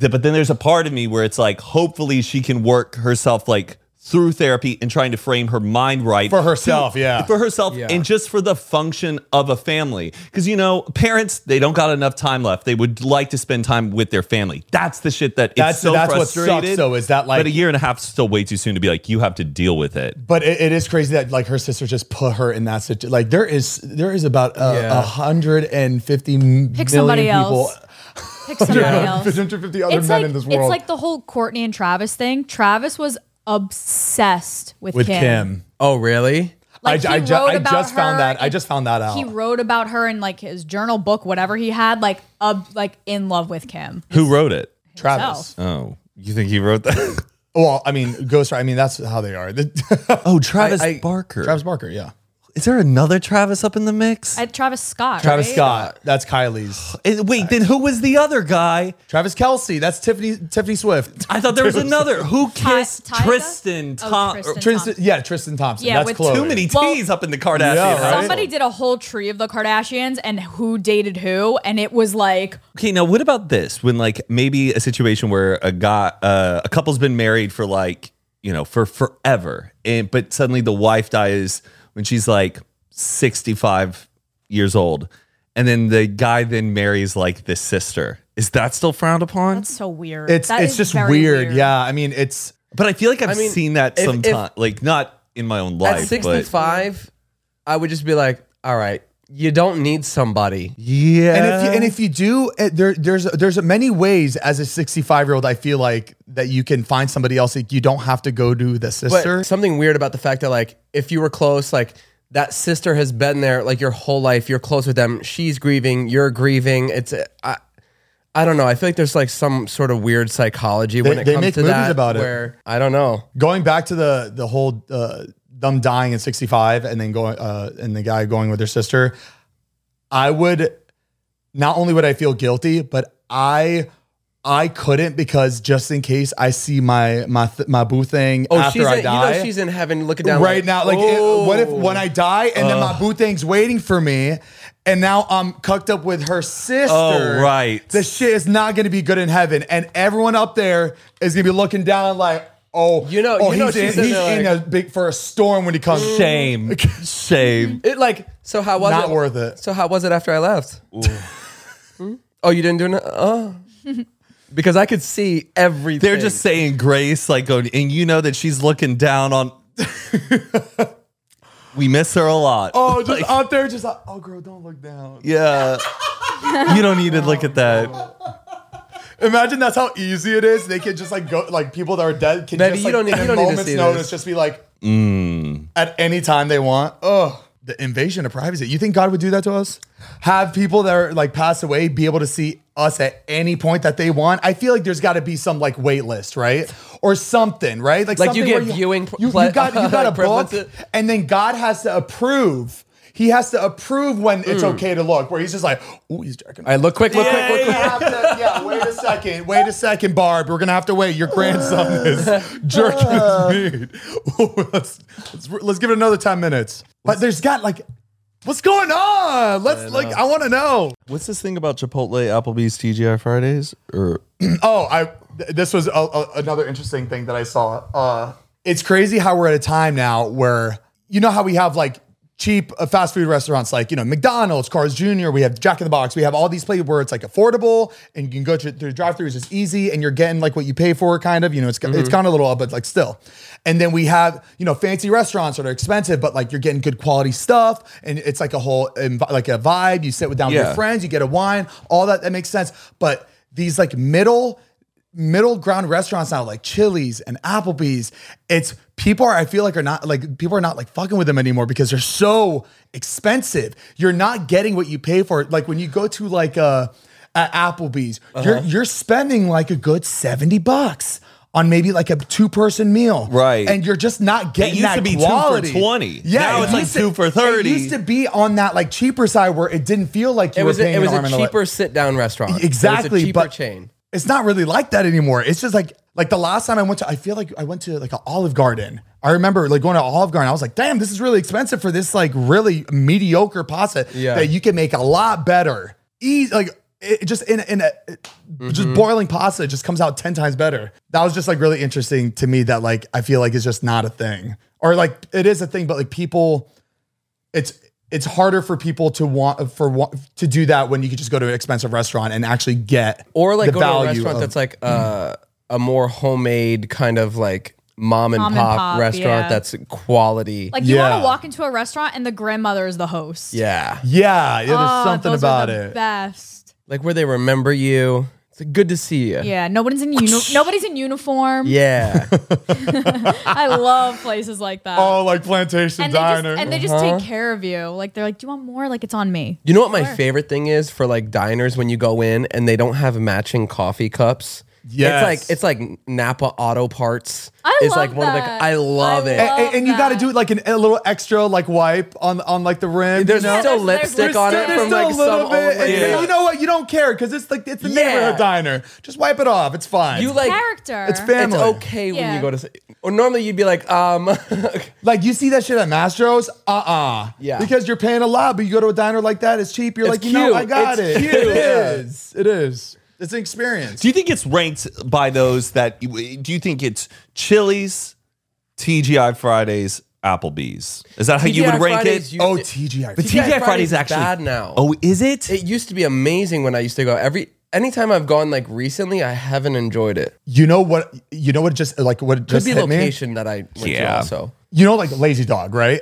[SPEAKER 1] Th- But then there's a part of me where it's like, hopefully she can work herself like through therapy and trying to frame her mind right
[SPEAKER 2] For herself, yeah.
[SPEAKER 1] for herself
[SPEAKER 4] Yeah.
[SPEAKER 1] and just for the function of a family because you know parents they don't got enough time left they would like to spend time with their family that's the shit that
[SPEAKER 2] That's-
[SPEAKER 1] it's so
[SPEAKER 2] that's what sucks,
[SPEAKER 1] frustrated
[SPEAKER 2] though, is that, like-
[SPEAKER 1] but a year and a half is still way too soon to be like you have to deal with it
[SPEAKER 2] But it, it is crazy that like her sister just put her in that situation. Like there is there is about uh,
[SPEAKER 4] Yeah.
[SPEAKER 2] a hundred and fifty million
[SPEAKER 3] Pick somebody
[SPEAKER 2] people,
[SPEAKER 3] else. Pick somebody
[SPEAKER 2] <laughs>
[SPEAKER 3] else.
[SPEAKER 2] 150 other
[SPEAKER 3] It's
[SPEAKER 2] men
[SPEAKER 3] like,
[SPEAKER 2] in this world
[SPEAKER 3] it's like the whole Courtney and Travis thing. Travis was obsessed with,
[SPEAKER 2] with Kim.
[SPEAKER 3] Kim.
[SPEAKER 4] Oh, really?
[SPEAKER 3] Like
[SPEAKER 2] I,
[SPEAKER 3] he
[SPEAKER 2] I, ju-
[SPEAKER 3] wrote
[SPEAKER 2] I
[SPEAKER 3] about
[SPEAKER 2] just
[SPEAKER 3] her
[SPEAKER 2] found that I
[SPEAKER 3] and
[SPEAKER 2] just found that out.
[SPEAKER 3] He wrote about her in like his journal book, whatever he had, like ob- like in love with Kim.
[SPEAKER 1] who wrote it
[SPEAKER 2] Travis.
[SPEAKER 1] oh you think he wrote that
[SPEAKER 2] Well, I mean, Ghost. I mean, that's how they are. <laughs> Travis
[SPEAKER 1] oh travis
[SPEAKER 4] I-
[SPEAKER 1] barker
[SPEAKER 2] Barker, yeah.
[SPEAKER 1] is there another travis up in the mix
[SPEAKER 3] I, Uh, Travis Scott.
[SPEAKER 2] Travis
[SPEAKER 3] right?
[SPEAKER 2] Scott. That's Kylie's.
[SPEAKER 1] And wait, then who was the other guy?
[SPEAKER 2] <sighs> Travis Kelsey. That's Tiffany. Tiffany Swift.
[SPEAKER 1] I thought there was another. Who
[SPEAKER 3] Ty-
[SPEAKER 1] kissed
[SPEAKER 3] Tyga?
[SPEAKER 1] Tristan?
[SPEAKER 3] Oh,
[SPEAKER 1] Tom?
[SPEAKER 3] Tristan.
[SPEAKER 2] Tristan, yeah, Tristan Thompson.
[SPEAKER 3] Yeah,
[SPEAKER 2] that's
[SPEAKER 3] with
[SPEAKER 2] Chloe.
[SPEAKER 1] Too many T's
[SPEAKER 3] Well,
[SPEAKER 1] up in the Kardashian.
[SPEAKER 2] Yeah,
[SPEAKER 1] right?
[SPEAKER 2] right?
[SPEAKER 3] Somebody did a whole tree of the Kardashians and who dated who, and it was like
[SPEAKER 1] Okay, now what about this? When like maybe a situation where a guy, uh, a couple's been married for like you know for forever, and but suddenly the wife dies when she's like sixty-five years old, and then the guy then marries like the sister. Is that still frowned upon?
[SPEAKER 3] that's so weird.
[SPEAKER 2] It's
[SPEAKER 3] That
[SPEAKER 2] it's
[SPEAKER 3] is
[SPEAKER 2] just
[SPEAKER 3] very
[SPEAKER 2] weird. Yeah, I mean, it's
[SPEAKER 1] but I feel like I've
[SPEAKER 4] mean,
[SPEAKER 1] seen that
[SPEAKER 4] if- if-
[SPEAKER 1] sometimes, like not in my own life.
[SPEAKER 4] At
[SPEAKER 1] but
[SPEAKER 4] 65, I would just be like, all right, you don't need somebody.
[SPEAKER 1] yeah,
[SPEAKER 2] And if you,
[SPEAKER 4] Uh.
[SPEAKER 2] and if you do, eh, there there's there's many ways as a 65 year old. I feel like that you can find somebody else. Like you don't have to go to the
[SPEAKER 4] But
[SPEAKER 2] sister.
[SPEAKER 4] something weird about the fact that like if you were close, like that sister has been there like your whole life. You're close with them. She's grieving. You're grieving. It's uh, I, I don't know. I feel like there's like some sort of weird psychology when
[SPEAKER 2] They-
[SPEAKER 4] it
[SPEAKER 2] they
[SPEAKER 4] comes
[SPEAKER 2] make
[SPEAKER 4] to
[SPEAKER 2] movies
[SPEAKER 4] that.
[SPEAKER 2] about it. Oh,
[SPEAKER 4] where I don't know.
[SPEAKER 2] going back to the the whole uh, them dying at 65 and then going uh, and the guy going with their sister. I would not only would I feel guilty, but I. I couldn't because just in case I see my my th- my boo thing
[SPEAKER 4] Oh,
[SPEAKER 2] after
[SPEAKER 4] she's
[SPEAKER 2] I
[SPEAKER 4] in,
[SPEAKER 2] die,
[SPEAKER 4] you know she's in heaven looking down
[SPEAKER 2] right now. Like, it-
[SPEAKER 4] oh.
[SPEAKER 2] what if when I die and then my boo thing's waiting for me, and now I'm cucked up with her sister?
[SPEAKER 1] Oh, right.
[SPEAKER 2] The shit is not going to be good in heaven, and everyone up there is going to be looking down like, oh,
[SPEAKER 4] You know-
[SPEAKER 2] oh,
[SPEAKER 4] you know
[SPEAKER 2] he's, in,
[SPEAKER 4] she's in
[SPEAKER 2] he's
[SPEAKER 4] there, Mm.
[SPEAKER 2] in a big for a storm when he comes.
[SPEAKER 1] shame,
[SPEAKER 2] <laughs>
[SPEAKER 1] shame.
[SPEAKER 4] Oh. It like so how was
[SPEAKER 2] Not
[SPEAKER 4] it?
[SPEAKER 2] worth
[SPEAKER 4] <laughs>
[SPEAKER 2] it.
[SPEAKER 4] So how was it after I left? <laughs> Hmm? Oh, you didn't do it? Oh.
[SPEAKER 2] <laughs>
[SPEAKER 4] because I could see everything.
[SPEAKER 1] They're just saying grace, like, oh, and you know that she's looking down <laughs> on. we miss her a lot.
[SPEAKER 2] Oh, just up there, just like, oh, girl, don't look down.
[SPEAKER 1] yeah. you don't need to look at that.
[SPEAKER 2] Imagine that's how easy it is. They can just like go, like people that are dead can
[SPEAKER 4] Maybe
[SPEAKER 2] just like
[SPEAKER 4] you don't need-
[SPEAKER 2] at
[SPEAKER 4] you don't need to
[SPEAKER 2] moments
[SPEAKER 4] see
[SPEAKER 2] notice
[SPEAKER 4] this.
[SPEAKER 2] just be like at any time they want. Ugh. The invasion of privacy. You think God would do that to us? Have people that are like pass away be able to see us at any point that they want? I feel like there's got to be some like wait list, right, or something, right?
[SPEAKER 4] Like,
[SPEAKER 2] something
[SPEAKER 4] you get
[SPEAKER 2] where
[SPEAKER 4] viewing
[SPEAKER 2] You, you
[SPEAKER 4] ple-
[SPEAKER 2] got you got a
[SPEAKER 4] <laughs> like, privilege
[SPEAKER 2] book, and then God has to approve. He has to approve when it's
[SPEAKER 4] Mm.
[SPEAKER 2] okay to look. Where he's just like, "Ooh, he's jerking."
[SPEAKER 4] All right, look quick, look quick, look
[SPEAKER 2] We
[SPEAKER 4] quick.
[SPEAKER 2] have to- yeah, wait a second. Wait a second, Barb. We're gonna have to wait. Your
[SPEAKER 4] <laughs>
[SPEAKER 2] grandson is jerking <laughs>
[SPEAKER 4] Uh.
[SPEAKER 2] his meat. let's, let's, let's give it another ten minutes. But there's got like What's going on? Let's like,
[SPEAKER 4] uh,
[SPEAKER 2] I want to know.
[SPEAKER 1] What's this thing about Chipotle, Applebee's, TGI Fridays? Or
[SPEAKER 2] <clears throat> Oh, I th- this was a, a- another interesting thing that I saw. Uh, it's crazy how we're at a time now where you know how we have like cheap uh, fast food restaurants like you know McDonald's, Cars Jr. We have Jack in the Box. We have all these places where it's like affordable and you can go to through drive-throughs. It's easy and you're getting like what you pay for, kind of. You know, it's it's kind of a little up, but like still. And then we have you know fancy restaurants that are expensive, but like you're getting good quality stuff, and it's like a whole envi- like a vibe. You sit with down with
[SPEAKER 1] Yeah.
[SPEAKER 2] your friends, you get a wine, all that that makes sense. But these like middle middle ground restaurants now like Chili's and Applebee's. It's people are I feel like are not like people are not like fucking with them anymore because they're so expensive. You're not getting what you pay for. Like when you go to like uh at Applebee's,
[SPEAKER 1] Uh-huh.
[SPEAKER 2] you're you're spending like a good 70 bucks on maybe like a two person meal.
[SPEAKER 1] Right.
[SPEAKER 2] And you're just not getting
[SPEAKER 1] used
[SPEAKER 2] that
[SPEAKER 1] to be two for
[SPEAKER 2] quality.
[SPEAKER 1] 20.
[SPEAKER 2] Yeah.
[SPEAKER 1] Now
[SPEAKER 2] it
[SPEAKER 1] it's like
[SPEAKER 2] used
[SPEAKER 1] two for
[SPEAKER 2] it
[SPEAKER 1] 30.
[SPEAKER 2] used to be on that like cheaper side where it didn't feel like you
[SPEAKER 4] It
[SPEAKER 2] were
[SPEAKER 4] was a,
[SPEAKER 2] paying
[SPEAKER 4] it was
[SPEAKER 2] an arm
[SPEAKER 4] a
[SPEAKER 2] and a leg.
[SPEAKER 4] cheaper sit down restaurant.
[SPEAKER 2] Exactly,
[SPEAKER 4] It was a cheaper
[SPEAKER 2] but-
[SPEAKER 4] chain.
[SPEAKER 2] it's not really like that anymore. It's just like like the last time I went to, I feel like I went to like an Olive Garden. I remember like going to Olive Garden. I was like, damn, this is really expensive for this like really mediocre pasta
[SPEAKER 4] Yeah.
[SPEAKER 2] that you can make a lot better. Easy, like it, it just in in a it-
[SPEAKER 4] Mm-hmm.
[SPEAKER 2] just boiling pasta it just comes out ten times better. That was just like really interesting to me. That like I feel like it's just not a thing, or like it is a thing, but like people it's it's harder for people to want for wa- to do that when you could just go to an expensive restaurant and actually get
[SPEAKER 4] Or
[SPEAKER 2] the
[SPEAKER 4] like go to a
[SPEAKER 2] value
[SPEAKER 4] restaurant
[SPEAKER 2] of- Mm.
[SPEAKER 4] that's like uh, a more homemade kind of like mom and,
[SPEAKER 3] Mom and
[SPEAKER 4] pop,
[SPEAKER 3] pop,
[SPEAKER 4] restaurant
[SPEAKER 3] yeah.
[SPEAKER 4] that's quality.
[SPEAKER 3] Like you want
[SPEAKER 2] Yeah.
[SPEAKER 3] to walk into a restaurant and the grandmother is the host.
[SPEAKER 4] yeah.
[SPEAKER 2] yeah, yeah, there's
[SPEAKER 3] Ah,
[SPEAKER 2] something
[SPEAKER 3] those
[SPEAKER 2] about
[SPEAKER 3] are the
[SPEAKER 2] it.
[SPEAKER 3] Best.
[SPEAKER 4] Like where they remember you. It's like, good to see you.
[SPEAKER 3] Yeah. Nobody's in uni-
[SPEAKER 2] <laughs>
[SPEAKER 3] Nobody's in uniform.
[SPEAKER 4] Yeah.
[SPEAKER 3] I love places like that.
[SPEAKER 2] oh, like plantation
[SPEAKER 3] and they just,
[SPEAKER 2] diner.
[SPEAKER 3] and they just
[SPEAKER 2] uh-huh.
[SPEAKER 3] take care of you. Like they're like, do you want more? Like it's on me.
[SPEAKER 4] you know what my favorite thing is for like diners when you go in and they don't have matching coffee cups?
[SPEAKER 2] Yes.
[SPEAKER 4] It's like it's like Napa Auto Parts.
[SPEAKER 3] I
[SPEAKER 4] it's
[SPEAKER 3] love
[SPEAKER 4] like one of
[SPEAKER 3] that.
[SPEAKER 4] the I love
[SPEAKER 3] I
[SPEAKER 4] it.
[SPEAKER 2] and,
[SPEAKER 3] love
[SPEAKER 2] and- and you got to
[SPEAKER 3] that.
[SPEAKER 2] do it like an, a little extra like wipe on on like the rim.
[SPEAKER 4] There's
[SPEAKER 2] you know?
[SPEAKER 3] Yeah,
[SPEAKER 4] still
[SPEAKER 3] there's-
[SPEAKER 4] lipstick
[SPEAKER 3] there's
[SPEAKER 4] on
[SPEAKER 3] still-
[SPEAKER 4] it
[SPEAKER 2] There's
[SPEAKER 4] from
[SPEAKER 2] still
[SPEAKER 4] like
[SPEAKER 2] a
[SPEAKER 4] some
[SPEAKER 2] little
[SPEAKER 4] old
[SPEAKER 2] bit. and
[SPEAKER 4] lady.
[SPEAKER 2] you- You know what? You don't care because it's like it's the
[SPEAKER 4] Yeah.
[SPEAKER 2] neighborhood diner. Just wipe it off. It's fine.
[SPEAKER 4] You like
[SPEAKER 3] Character.
[SPEAKER 2] it's family.
[SPEAKER 4] it's okay when
[SPEAKER 3] Yeah.
[SPEAKER 4] you go to or normally you'd be like um <laughs>
[SPEAKER 2] Like you see that shit at Mastro's, uh uh
[SPEAKER 4] Yeah.
[SPEAKER 2] Because you're paying a lot, but you go to a diner like that, it's cheap. You're
[SPEAKER 4] It's
[SPEAKER 2] like, you know,
[SPEAKER 4] cute.
[SPEAKER 2] I got
[SPEAKER 4] It's
[SPEAKER 2] it.
[SPEAKER 4] cute.
[SPEAKER 2] <laughs> It
[SPEAKER 4] Yeah.
[SPEAKER 2] is. It is. It's an experience.
[SPEAKER 1] do you think it's ranked by those that do you think it's Chili's, TGI Fridays, Applebee's? Is that how you would
[SPEAKER 4] TGI
[SPEAKER 1] rank
[SPEAKER 4] Fridays
[SPEAKER 1] it?
[SPEAKER 4] used
[SPEAKER 2] oh,
[SPEAKER 4] to-
[SPEAKER 2] TGI.
[SPEAKER 1] But TGI, Fridays
[SPEAKER 4] Fridays is
[SPEAKER 1] actually
[SPEAKER 4] bad now.
[SPEAKER 1] Oh, is it?
[SPEAKER 4] it used to be amazing when I used to go. Every anytime I've gone like recently, I haven't enjoyed it.
[SPEAKER 2] you know what? You know what? Just like what
[SPEAKER 4] Could
[SPEAKER 2] just
[SPEAKER 4] be
[SPEAKER 2] hit me.
[SPEAKER 4] location that I went
[SPEAKER 1] Yeah.
[SPEAKER 4] to also.
[SPEAKER 2] You know, like Lazy Dog, right?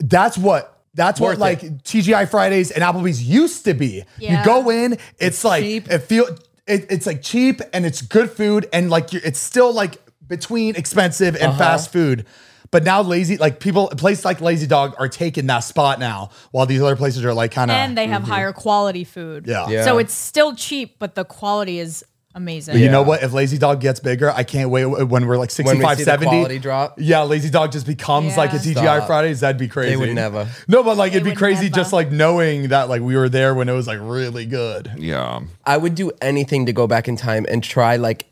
[SPEAKER 2] That's what. That's
[SPEAKER 4] Worth
[SPEAKER 2] what
[SPEAKER 4] it.
[SPEAKER 2] like TGI Fridays and Applebee's used to be.
[SPEAKER 3] Yeah.
[SPEAKER 2] You go in, it's, like
[SPEAKER 4] cheap.
[SPEAKER 2] it feel it, it's like cheap and it's good food and like you it's still like between expensive and
[SPEAKER 4] Uh-huh.
[SPEAKER 2] fast food. But now lazy like people places like Lazy Dog are taking that spot now, while these other places are like kind
[SPEAKER 3] and
[SPEAKER 2] of
[SPEAKER 3] they have higher quality food.
[SPEAKER 2] Mm-hmm. Yeah. Yeah.
[SPEAKER 3] So it's still cheap, but the quality is amazing.
[SPEAKER 2] you know what? If Lazy Dog gets bigger, I can't wait when we're like
[SPEAKER 4] When we
[SPEAKER 2] 65,
[SPEAKER 4] see the
[SPEAKER 2] 70.
[SPEAKER 4] quality drop.
[SPEAKER 2] Yeah, Lazy Dog just becomes like a
[SPEAKER 3] Yeah.
[SPEAKER 2] TGI
[SPEAKER 4] Stop.
[SPEAKER 2] Fridays. That'd be crazy.
[SPEAKER 4] would never.
[SPEAKER 2] No, but like it'd be
[SPEAKER 3] would
[SPEAKER 2] crazy
[SPEAKER 3] never.
[SPEAKER 2] just like knowing that like we were there when it was like really good.
[SPEAKER 1] yeah.
[SPEAKER 4] I would do anything to go back in time and try like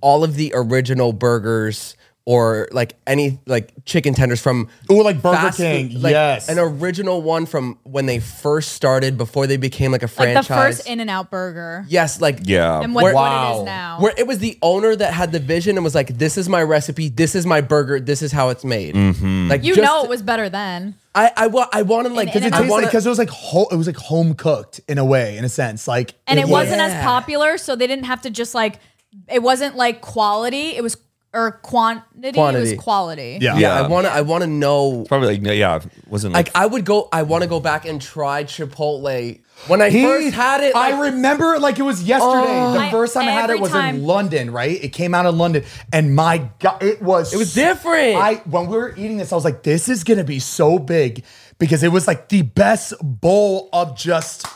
[SPEAKER 4] all of the original burgers or like any like chicken tenders from
[SPEAKER 2] Ooh, like Burger
[SPEAKER 4] fast
[SPEAKER 2] King.
[SPEAKER 4] food, like,
[SPEAKER 2] Yes.
[SPEAKER 4] an original one from when they first started before they became like a
[SPEAKER 3] Like
[SPEAKER 4] franchise.
[SPEAKER 3] the first In and Out burger.
[SPEAKER 4] yes, like
[SPEAKER 1] Yeah.
[SPEAKER 3] And what, what it is now.
[SPEAKER 4] Where it was the owner that had the vision and was like, "This is my recipe. This is my burger. This is how it's made." Like
[SPEAKER 3] you
[SPEAKER 4] just-
[SPEAKER 3] know it was better then.
[SPEAKER 4] I I, wa- I want to like
[SPEAKER 3] In- in
[SPEAKER 4] because
[SPEAKER 3] and
[SPEAKER 4] it
[SPEAKER 3] out.
[SPEAKER 4] tastes like
[SPEAKER 2] because it was like ho- it was like home cooked in a way, in a sense. Like
[SPEAKER 3] And it wasn't as
[SPEAKER 4] Yeah.
[SPEAKER 3] popular, so they didn't have to just like it wasn't like quality, it was or quantity, it
[SPEAKER 4] Quantity.
[SPEAKER 3] was quality.
[SPEAKER 2] Yeah.
[SPEAKER 4] yeah,
[SPEAKER 1] Yeah.
[SPEAKER 4] I want to I want to know
[SPEAKER 1] Probably like yeah, wasn't like,
[SPEAKER 4] like I would go I want to go back and try Chipotle when I first had it. Like,
[SPEAKER 2] I remember it like it was yesterday.
[SPEAKER 3] I-
[SPEAKER 2] the first time I had
[SPEAKER 3] every
[SPEAKER 2] it was
[SPEAKER 3] time-
[SPEAKER 2] in London, right? It came out of London, and my god, it was it
[SPEAKER 4] was different.
[SPEAKER 2] I when we were eating this, I was like, this is gonna be so big because it was like the best bowl of just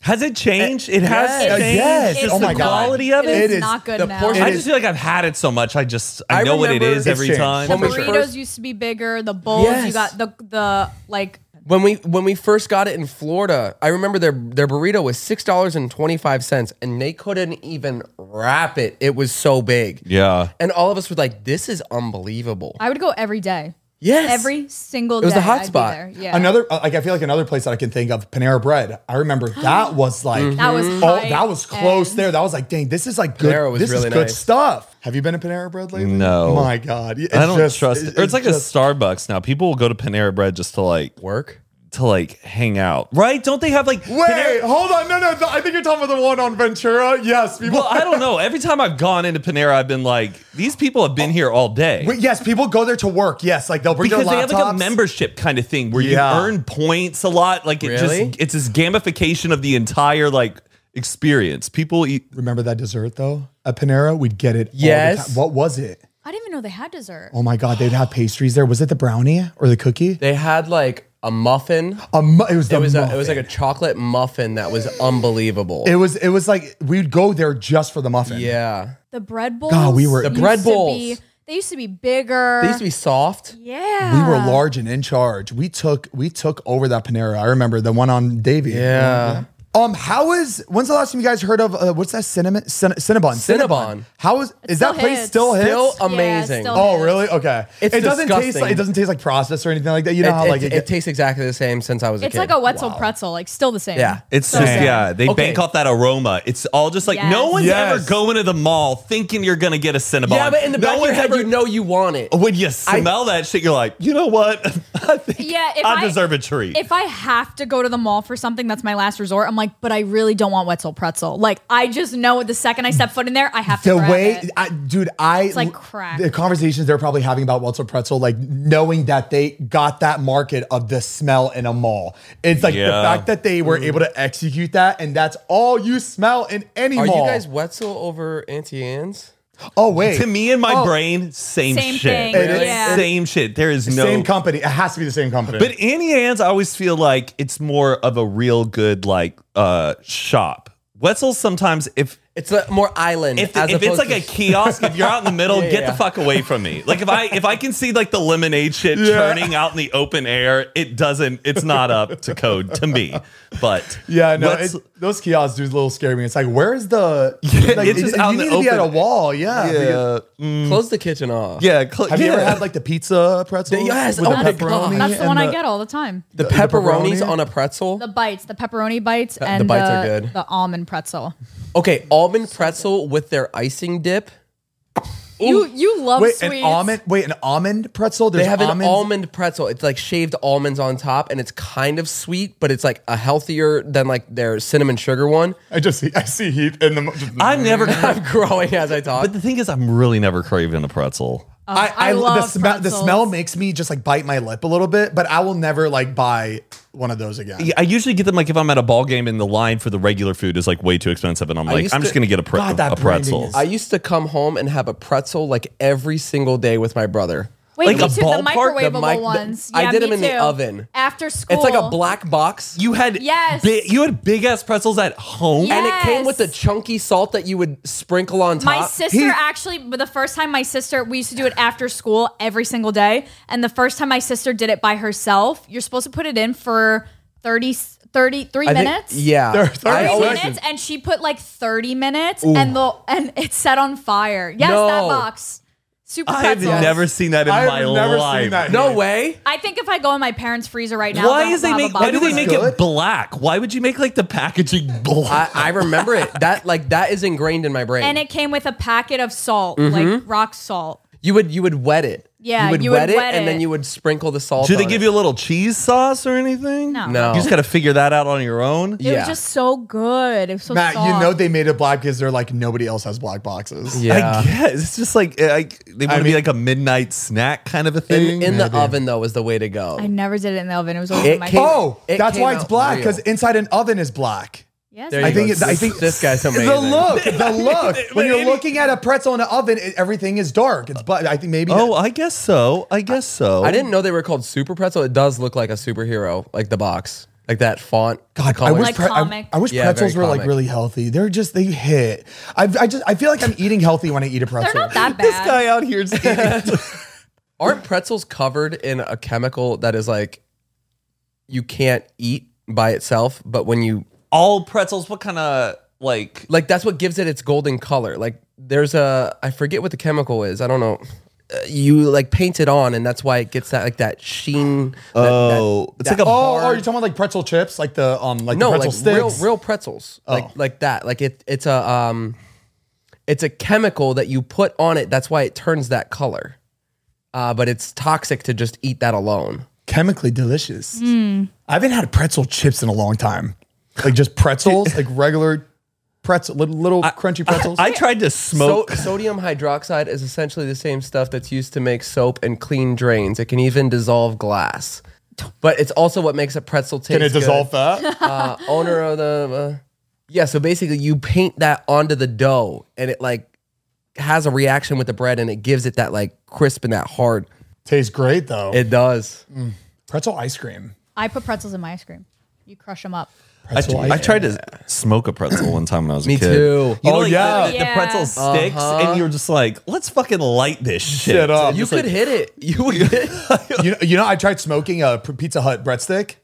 [SPEAKER 1] has it changed? It has
[SPEAKER 4] Uh, yes.
[SPEAKER 1] changed.
[SPEAKER 2] Yes.
[SPEAKER 1] Just
[SPEAKER 2] Oh
[SPEAKER 1] the
[SPEAKER 2] my God.
[SPEAKER 1] quality of
[SPEAKER 3] It
[SPEAKER 1] it.
[SPEAKER 3] is,
[SPEAKER 2] It is
[SPEAKER 3] not good
[SPEAKER 4] the
[SPEAKER 3] now.
[SPEAKER 4] portion-
[SPEAKER 1] I
[SPEAKER 2] It
[SPEAKER 1] just
[SPEAKER 2] is-
[SPEAKER 1] feel like I've had it so much. I just I,
[SPEAKER 4] I
[SPEAKER 1] know what it
[SPEAKER 4] remember-
[SPEAKER 1] is
[SPEAKER 4] It's
[SPEAKER 1] every
[SPEAKER 2] changed.
[SPEAKER 1] time.
[SPEAKER 4] The
[SPEAKER 3] the
[SPEAKER 4] When we
[SPEAKER 3] burritos
[SPEAKER 4] first-
[SPEAKER 3] used to be bigger, the bowls you
[SPEAKER 4] Yes.
[SPEAKER 3] got the the like
[SPEAKER 4] when we when we first got it in Florida, I remember their their burrito was six dollars and twenty five cents, and they couldn't even wrap it. It was so big.
[SPEAKER 1] Yeah.
[SPEAKER 4] and all of us were like, "This is unbelievable."
[SPEAKER 3] I would go every day.
[SPEAKER 4] Yes.
[SPEAKER 3] Every single day.
[SPEAKER 4] It was the hot
[SPEAKER 3] I'd be
[SPEAKER 4] spot.
[SPEAKER 3] there. Yeah.
[SPEAKER 2] Another uh, like I feel like another place that I can think of Panera Bread. I remember that was like
[SPEAKER 3] That was
[SPEAKER 2] oh
[SPEAKER 3] high
[SPEAKER 2] that was close
[SPEAKER 3] end.
[SPEAKER 2] there. That was like dang this is like good
[SPEAKER 4] Panera was
[SPEAKER 2] this
[SPEAKER 4] really
[SPEAKER 2] is good
[SPEAKER 4] nice.
[SPEAKER 2] stuff. Have you been to Panera Bread lately?
[SPEAKER 1] No.
[SPEAKER 2] my god, It's
[SPEAKER 1] I don't
[SPEAKER 2] just-
[SPEAKER 1] trust it. Or it's like
[SPEAKER 2] just-
[SPEAKER 1] a Starbucks now. People will go to Panera Bread just to like
[SPEAKER 4] work.
[SPEAKER 1] to like hang out, right? Don't they have like
[SPEAKER 2] Wait,
[SPEAKER 1] Panera-
[SPEAKER 2] hold on. No, no. th- I think you're talking about the one on Ventura. Yes, people.
[SPEAKER 1] well, I don't know. Every time I've gone into Panera, I've been like, these people have been here all day.
[SPEAKER 2] Wait, yes, people go there to work. Yes, like they'll bring
[SPEAKER 1] because
[SPEAKER 2] their
[SPEAKER 1] they
[SPEAKER 2] laptops.
[SPEAKER 1] have like a membership kind of thing where
[SPEAKER 2] Yeah.
[SPEAKER 1] you earn points a lot. Like it
[SPEAKER 4] Really?
[SPEAKER 1] just it's this gamification of the entire like experience. People eat
[SPEAKER 2] Remember that dessert though at Panera? We'd get it. all the
[SPEAKER 4] Yes.
[SPEAKER 2] time. What was it?
[SPEAKER 3] I didn't even know they had dessert.
[SPEAKER 2] Oh my god, they'd have pastries there. Was it the brownie or the cookie?
[SPEAKER 4] They had like a muffin.
[SPEAKER 2] A mu- it was the
[SPEAKER 4] It was a, it was like
[SPEAKER 2] muffin.
[SPEAKER 4] a chocolate muffin that was unbelievable.
[SPEAKER 2] It was it was like we'd go there just for the muffin.
[SPEAKER 4] yeah.
[SPEAKER 3] The bread bowls.
[SPEAKER 2] God, we were- The
[SPEAKER 3] used
[SPEAKER 4] bread
[SPEAKER 3] to
[SPEAKER 4] bowls.
[SPEAKER 3] be- They used to be bigger.
[SPEAKER 4] They used to be soft.
[SPEAKER 3] Yeah.
[SPEAKER 2] We were large and in charge. We took we took over that Panera. I remember the one on Davy.
[SPEAKER 4] Yeah.
[SPEAKER 2] Um, how is when's the last time you guys heard of uh, what's that cinnamon cin- Cinnabon?
[SPEAKER 4] Cinnabon.
[SPEAKER 2] How is is that
[SPEAKER 3] still
[SPEAKER 2] place
[SPEAKER 3] hits.
[SPEAKER 2] still hits?
[SPEAKER 4] Still
[SPEAKER 3] Yeah,
[SPEAKER 4] amazing.
[SPEAKER 3] still
[SPEAKER 2] oh
[SPEAKER 3] hits.
[SPEAKER 2] really? Okay.
[SPEAKER 4] It's
[SPEAKER 2] it doesn't taste
[SPEAKER 4] disgusting.
[SPEAKER 2] like it doesn't taste like processed or anything like that. You know
[SPEAKER 4] It,
[SPEAKER 2] how
[SPEAKER 4] it-
[SPEAKER 2] like it,
[SPEAKER 4] it tastes exactly the same since I was a
[SPEAKER 3] It's
[SPEAKER 4] kid.
[SPEAKER 3] like a Wetzel pretzel, like still the same.
[SPEAKER 4] Yeah.
[SPEAKER 1] it's
[SPEAKER 3] So
[SPEAKER 1] just
[SPEAKER 3] good.
[SPEAKER 1] yeah, they
[SPEAKER 4] Okay.
[SPEAKER 1] bank off that aroma. It's all just like no
[SPEAKER 3] Yes.
[SPEAKER 1] one's
[SPEAKER 2] Yes.
[SPEAKER 1] ever going to the mall thinking you're gonna get a Cinnabon.
[SPEAKER 4] Yeah, but in the
[SPEAKER 1] no
[SPEAKER 4] back of your
[SPEAKER 1] one's
[SPEAKER 4] head,
[SPEAKER 1] ever-
[SPEAKER 4] you know you want it.
[SPEAKER 1] when you smell that shit, you're like, you know what? <laughs> I think
[SPEAKER 3] Yeah, if
[SPEAKER 1] I,
[SPEAKER 3] I-
[SPEAKER 1] deserve a treat.
[SPEAKER 3] If I have to go to the mall for something that's my last resort, I'm like, but I really don't want Wetzel pretzel. Like, I just know the second I step foot in there, I have to.
[SPEAKER 2] the
[SPEAKER 3] grab
[SPEAKER 2] way,
[SPEAKER 3] it.
[SPEAKER 2] I, dude, I
[SPEAKER 3] like crack.
[SPEAKER 2] The conversations they're probably having about Wetzel Pretzel, like knowing that they got that market of the smell in a mall. It's like the
[SPEAKER 1] Yeah.
[SPEAKER 2] fact that they were able to execute that, and that's all you smell in any
[SPEAKER 4] Are
[SPEAKER 2] mall.
[SPEAKER 4] you guys Wetzel over Auntie Anne's?
[SPEAKER 2] oh wait,
[SPEAKER 1] to me in my
[SPEAKER 2] Oh.
[SPEAKER 1] brain, same,
[SPEAKER 3] Same
[SPEAKER 1] shit.
[SPEAKER 3] thing.
[SPEAKER 2] It is.
[SPEAKER 3] Yeah.
[SPEAKER 1] Same shit. There is no
[SPEAKER 2] same company. It has to be the same company.
[SPEAKER 1] But Annie Ann's, I always feel like it's more of a real good like uh shop. Wetzel's sometimes if
[SPEAKER 4] It's a, more island.
[SPEAKER 1] if,
[SPEAKER 4] as
[SPEAKER 1] if it's
[SPEAKER 4] opposed
[SPEAKER 1] like
[SPEAKER 4] to-
[SPEAKER 1] a kiosk, if you're out in the middle,
[SPEAKER 4] Yeah, yeah,
[SPEAKER 1] get
[SPEAKER 4] yeah.
[SPEAKER 1] the fuck away from me. Like if I if I can see like the lemonade shit churning out in the open air, it doesn't. It's not up to code to me. But
[SPEAKER 2] yeah, no,
[SPEAKER 1] Wetz-
[SPEAKER 2] it, those kiosks do a little scare me. It's like, where's the?
[SPEAKER 1] <laughs>
[SPEAKER 2] like,
[SPEAKER 1] it's just
[SPEAKER 2] you
[SPEAKER 1] out in
[SPEAKER 2] need
[SPEAKER 1] the
[SPEAKER 2] to be at a
[SPEAKER 1] open.
[SPEAKER 2] wall. Yeah.
[SPEAKER 1] yeah,
[SPEAKER 4] close the kitchen off.
[SPEAKER 1] yeah. cl-
[SPEAKER 2] Have you ever
[SPEAKER 1] yeah. <laughs>
[SPEAKER 2] had like the pizza pretzel?
[SPEAKER 4] Yes,
[SPEAKER 2] with
[SPEAKER 4] oh
[SPEAKER 2] the
[SPEAKER 4] my
[SPEAKER 2] pepperoni
[SPEAKER 4] God.
[SPEAKER 3] That's the
[SPEAKER 2] and
[SPEAKER 3] one I get all the time.
[SPEAKER 4] the,
[SPEAKER 2] the
[SPEAKER 4] pepperonis
[SPEAKER 2] pepperoni?
[SPEAKER 4] on a pretzel.
[SPEAKER 3] The bites, the pepperoni bites, and
[SPEAKER 4] bites
[SPEAKER 3] the,
[SPEAKER 4] are good.
[SPEAKER 3] the almond pretzel.
[SPEAKER 4] Okay, almond pretzel with their icing dip.
[SPEAKER 3] You you love
[SPEAKER 2] Wait,
[SPEAKER 3] sweets.
[SPEAKER 2] an almond. Wait, an almond pretzel. There's
[SPEAKER 4] They have an
[SPEAKER 2] almonds-
[SPEAKER 4] almond pretzel. It's like shaved almonds on top, and it's kind of sweet, but it's like a healthier than like their cinnamon sugar one.
[SPEAKER 2] I just see, I see heat in the.
[SPEAKER 1] I
[SPEAKER 2] <laughs>
[SPEAKER 1] never.
[SPEAKER 4] I'm <laughs> growing as I talk.
[SPEAKER 1] But the thing is, I'm really never craving a pretzel.
[SPEAKER 2] I,
[SPEAKER 3] I
[SPEAKER 2] the
[SPEAKER 3] love
[SPEAKER 2] smell. The
[SPEAKER 3] pretzels.
[SPEAKER 2] smell makes me just like bite my lip a little bit, but I will never like buy one of those again.
[SPEAKER 1] Yeah, I usually get them like if I'm at a ball game and the line for the regular food is like way too expensive, and I'm like,
[SPEAKER 4] used
[SPEAKER 1] I'm
[SPEAKER 4] to-
[SPEAKER 1] just gonna get a, pre-
[SPEAKER 2] God, that
[SPEAKER 1] a
[SPEAKER 2] branding
[SPEAKER 1] pretzel.
[SPEAKER 2] is-
[SPEAKER 4] I used to come home and have a pretzel like every single day with my brother.
[SPEAKER 3] Wait,
[SPEAKER 1] like
[SPEAKER 3] me
[SPEAKER 1] a
[SPEAKER 3] too.
[SPEAKER 1] ballpark,
[SPEAKER 3] The microwavable
[SPEAKER 4] the mic- the-
[SPEAKER 3] ones.
[SPEAKER 4] I
[SPEAKER 3] Yeah,
[SPEAKER 4] did
[SPEAKER 3] me
[SPEAKER 4] 'em in the
[SPEAKER 3] too.
[SPEAKER 4] oven.
[SPEAKER 3] after school.
[SPEAKER 4] It's like a black box.
[SPEAKER 1] You had
[SPEAKER 3] Yes.
[SPEAKER 1] bi- you had big ass pretzels at home.
[SPEAKER 3] Yeah.
[SPEAKER 4] and it came with the
[SPEAKER 3] Yes.
[SPEAKER 4] chunky salt that you would sprinkle on top.
[SPEAKER 3] My sister actually, but the first time my sister, we used to do it after school every single day. And the first time my sister did it by herself, you're supposed to put it in for 30, 33
[SPEAKER 4] I think-
[SPEAKER 3] minutes.
[SPEAKER 4] yeah.
[SPEAKER 2] There are thirty
[SPEAKER 4] I
[SPEAKER 3] Three
[SPEAKER 4] always-
[SPEAKER 3] minutes, and she put like 30 minutes, and the and it set on fire. Yes, that
[SPEAKER 4] No.
[SPEAKER 3] box. Super
[SPEAKER 1] I've
[SPEAKER 3] pretzels.
[SPEAKER 1] never seen that in
[SPEAKER 2] I've
[SPEAKER 1] my
[SPEAKER 2] never seen
[SPEAKER 1] life.
[SPEAKER 2] that.
[SPEAKER 4] No way.
[SPEAKER 3] I think if I go in my parents' freezer right now,
[SPEAKER 1] Why
[SPEAKER 3] they'll
[SPEAKER 1] is they
[SPEAKER 3] have a
[SPEAKER 1] make? Why
[SPEAKER 3] box.
[SPEAKER 1] do they make
[SPEAKER 2] good.
[SPEAKER 1] it black? Why would you make like the packaging <laughs>
[SPEAKER 4] I,
[SPEAKER 1] black?
[SPEAKER 4] I remember it. That like that is ingrained in my brain.
[SPEAKER 3] And it came with a packet of salt, like rock salt.
[SPEAKER 4] you would you would wet it.
[SPEAKER 3] Yeah,
[SPEAKER 4] you would,
[SPEAKER 3] you would
[SPEAKER 4] wet, it,
[SPEAKER 3] wet
[SPEAKER 4] and then
[SPEAKER 3] it.
[SPEAKER 4] you would sprinkle the salt.
[SPEAKER 1] Do they
[SPEAKER 4] on
[SPEAKER 1] give
[SPEAKER 4] it.
[SPEAKER 1] you a little cheese sauce or anything?
[SPEAKER 3] No.
[SPEAKER 4] no?
[SPEAKER 1] You just gotta figure that out on your own.
[SPEAKER 3] It
[SPEAKER 4] Yeah.
[SPEAKER 3] was just so good. It was so
[SPEAKER 2] Matt,
[SPEAKER 3] soft.
[SPEAKER 2] you know they made it black because they're like nobody else has black boxes.
[SPEAKER 1] I guess it's just like I, they want to be
[SPEAKER 2] mean-
[SPEAKER 1] like a midnight snack kind of a
[SPEAKER 4] in,
[SPEAKER 1] thing.
[SPEAKER 4] in the oven though is the way to go.
[SPEAKER 3] I never did it in the oven. It was always
[SPEAKER 4] It
[SPEAKER 3] in my
[SPEAKER 4] came-
[SPEAKER 2] Oh,
[SPEAKER 4] It
[SPEAKER 2] that's
[SPEAKER 4] came
[SPEAKER 2] why it's
[SPEAKER 4] out
[SPEAKER 2] black
[SPEAKER 4] real.
[SPEAKER 2] because inside an oven is black.
[SPEAKER 3] Yes,
[SPEAKER 4] There
[SPEAKER 3] I
[SPEAKER 4] you
[SPEAKER 3] did.
[SPEAKER 4] go.
[SPEAKER 2] think it- I
[SPEAKER 4] This-
[SPEAKER 2] think-
[SPEAKER 4] this guy's amazing.
[SPEAKER 2] The look, the look. when you're looking at a pretzel in an oven, it, everything is dark. It's black. I think maybe.
[SPEAKER 1] oh, I guess so. I guess so.
[SPEAKER 2] Oh.
[SPEAKER 4] I didn't know they were called super pretzel. It does look like a superhero, like the box, like that font.
[SPEAKER 2] God, I
[SPEAKER 4] color.
[SPEAKER 2] wish,
[SPEAKER 3] Like
[SPEAKER 2] pre- I,
[SPEAKER 3] comic.
[SPEAKER 2] I wish
[SPEAKER 4] Yeah,
[SPEAKER 2] pretzels were
[SPEAKER 4] very
[SPEAKER 2] like
[SPEAKER 4] comic.
[SPEAKER 2] really healthy. They're just they hit. I, I just I feel like I'm eating healthy when I eat a pretzel.
[SPEAKER 3] They're not that <laughs>
[SPEAKER 4] <laughs>
[SPEAKER 3] bad.
[SPEAKER 1] This guy out here is eating
[SPEAKER 4] aren't pretzels covered in a chemical that is like you can't eat by itself, but when you
[SPEAKER 1] <laughs> all pretzels. What kind of like?
[SPEAKER 4] like that's what gives it its golden color. Like there's a I forget what the chemical is. I don't know. uh, you like paint it on, and that's why it gets that like that sheen. that- that-
[SPEAKER 1] Oh, it's like a
[SPEAKER 2] Oh, are
[SPEAKER 1] hard-
[SPEAKER 2] you talking about like pretzel chips, like the um, like
[SPEAKER 4] no,
[SPEAKER 2] the
[SPEAKER 4] like
[SPEAKER 2] pretzel sticks? Oh.
[SPEAKER 4] real real pretzels, like like that. Like it it's a um, it's a chemical that you put on it. That's why it turns that color. Uh, but it's toxic to just eat that alone.
[SPEAKER 2] chemically delicious.
[SPEAKER 3] Hmm.
[SPEAKER 2] I haven't had pretzel chips in a long time. Like just pretzels, like regular pretzel, little, little crunchy pretzels.
[SPEAKER 1] I tried to
[SPEAKER 2] <laughs>
[SPEAKER 4] So,
[SPEAKER 1] smoke.
[SPEAKER 4] sodium hydroxide is essentially the same stuff that's used to make soap and clean drains. It can even dissolve glass, but it's also what makes a pretzel taste.
[SPEAKER 2] Can it
[SPEAKER 4] good.
[SPEAKER 2] dissolve
[SPEAKER 4] <laughs>
[SPEAKER 2] that?
[SPEAKER 4] Uh, owner of the uh, yeah. So basically, you paint that onto the dough, and it like has a reaction with the bread, and it gives it that like crisp and that hard.
[SPEAKER 2] Tastes great though.
[SPEAKER 4] It does.
[SPEAKER 2] pretzel ice cream.
[SPEAKER 3] I put pretzels in my ice cream. You crush them up.
[SPEAKER 1] I,
[SPEAKER 2] Pretzel ice
[SPEAKER 1] I tried to smoke a pretzel one time when I was a
[SPEAKER 4] Me
[SPEAKER 1] kid.
[SPEAKER 4] too.
[SPEAKER 1] You know,
[SPEAKER 2] Oh,
[SPEAKER 1] like,
[SPEAKER 2] yeah. Uh-huh.
[SPEAKER 1] the, the
[SPEAKER 3] Yeah.
[SPEAKER 1] pretzel sticks, and you're just like, let's fucking light this shit,
[SPEAKER 2] Shit
[SPEAKER 4] <laughs>
[SPEAKER 2] up.
[SPEAKER 1] And
[SPEAKER 4] You
[SPEAKER 1] just
[SPEAKER 4] could
[SPEAKER 1] like-
[SPEAKER 2] <laughs>
[SPEAKER 4] hit it. You would.
[SPEAKER 2] You know, you know, I tried smoking a P- Pizza Hut breadstick.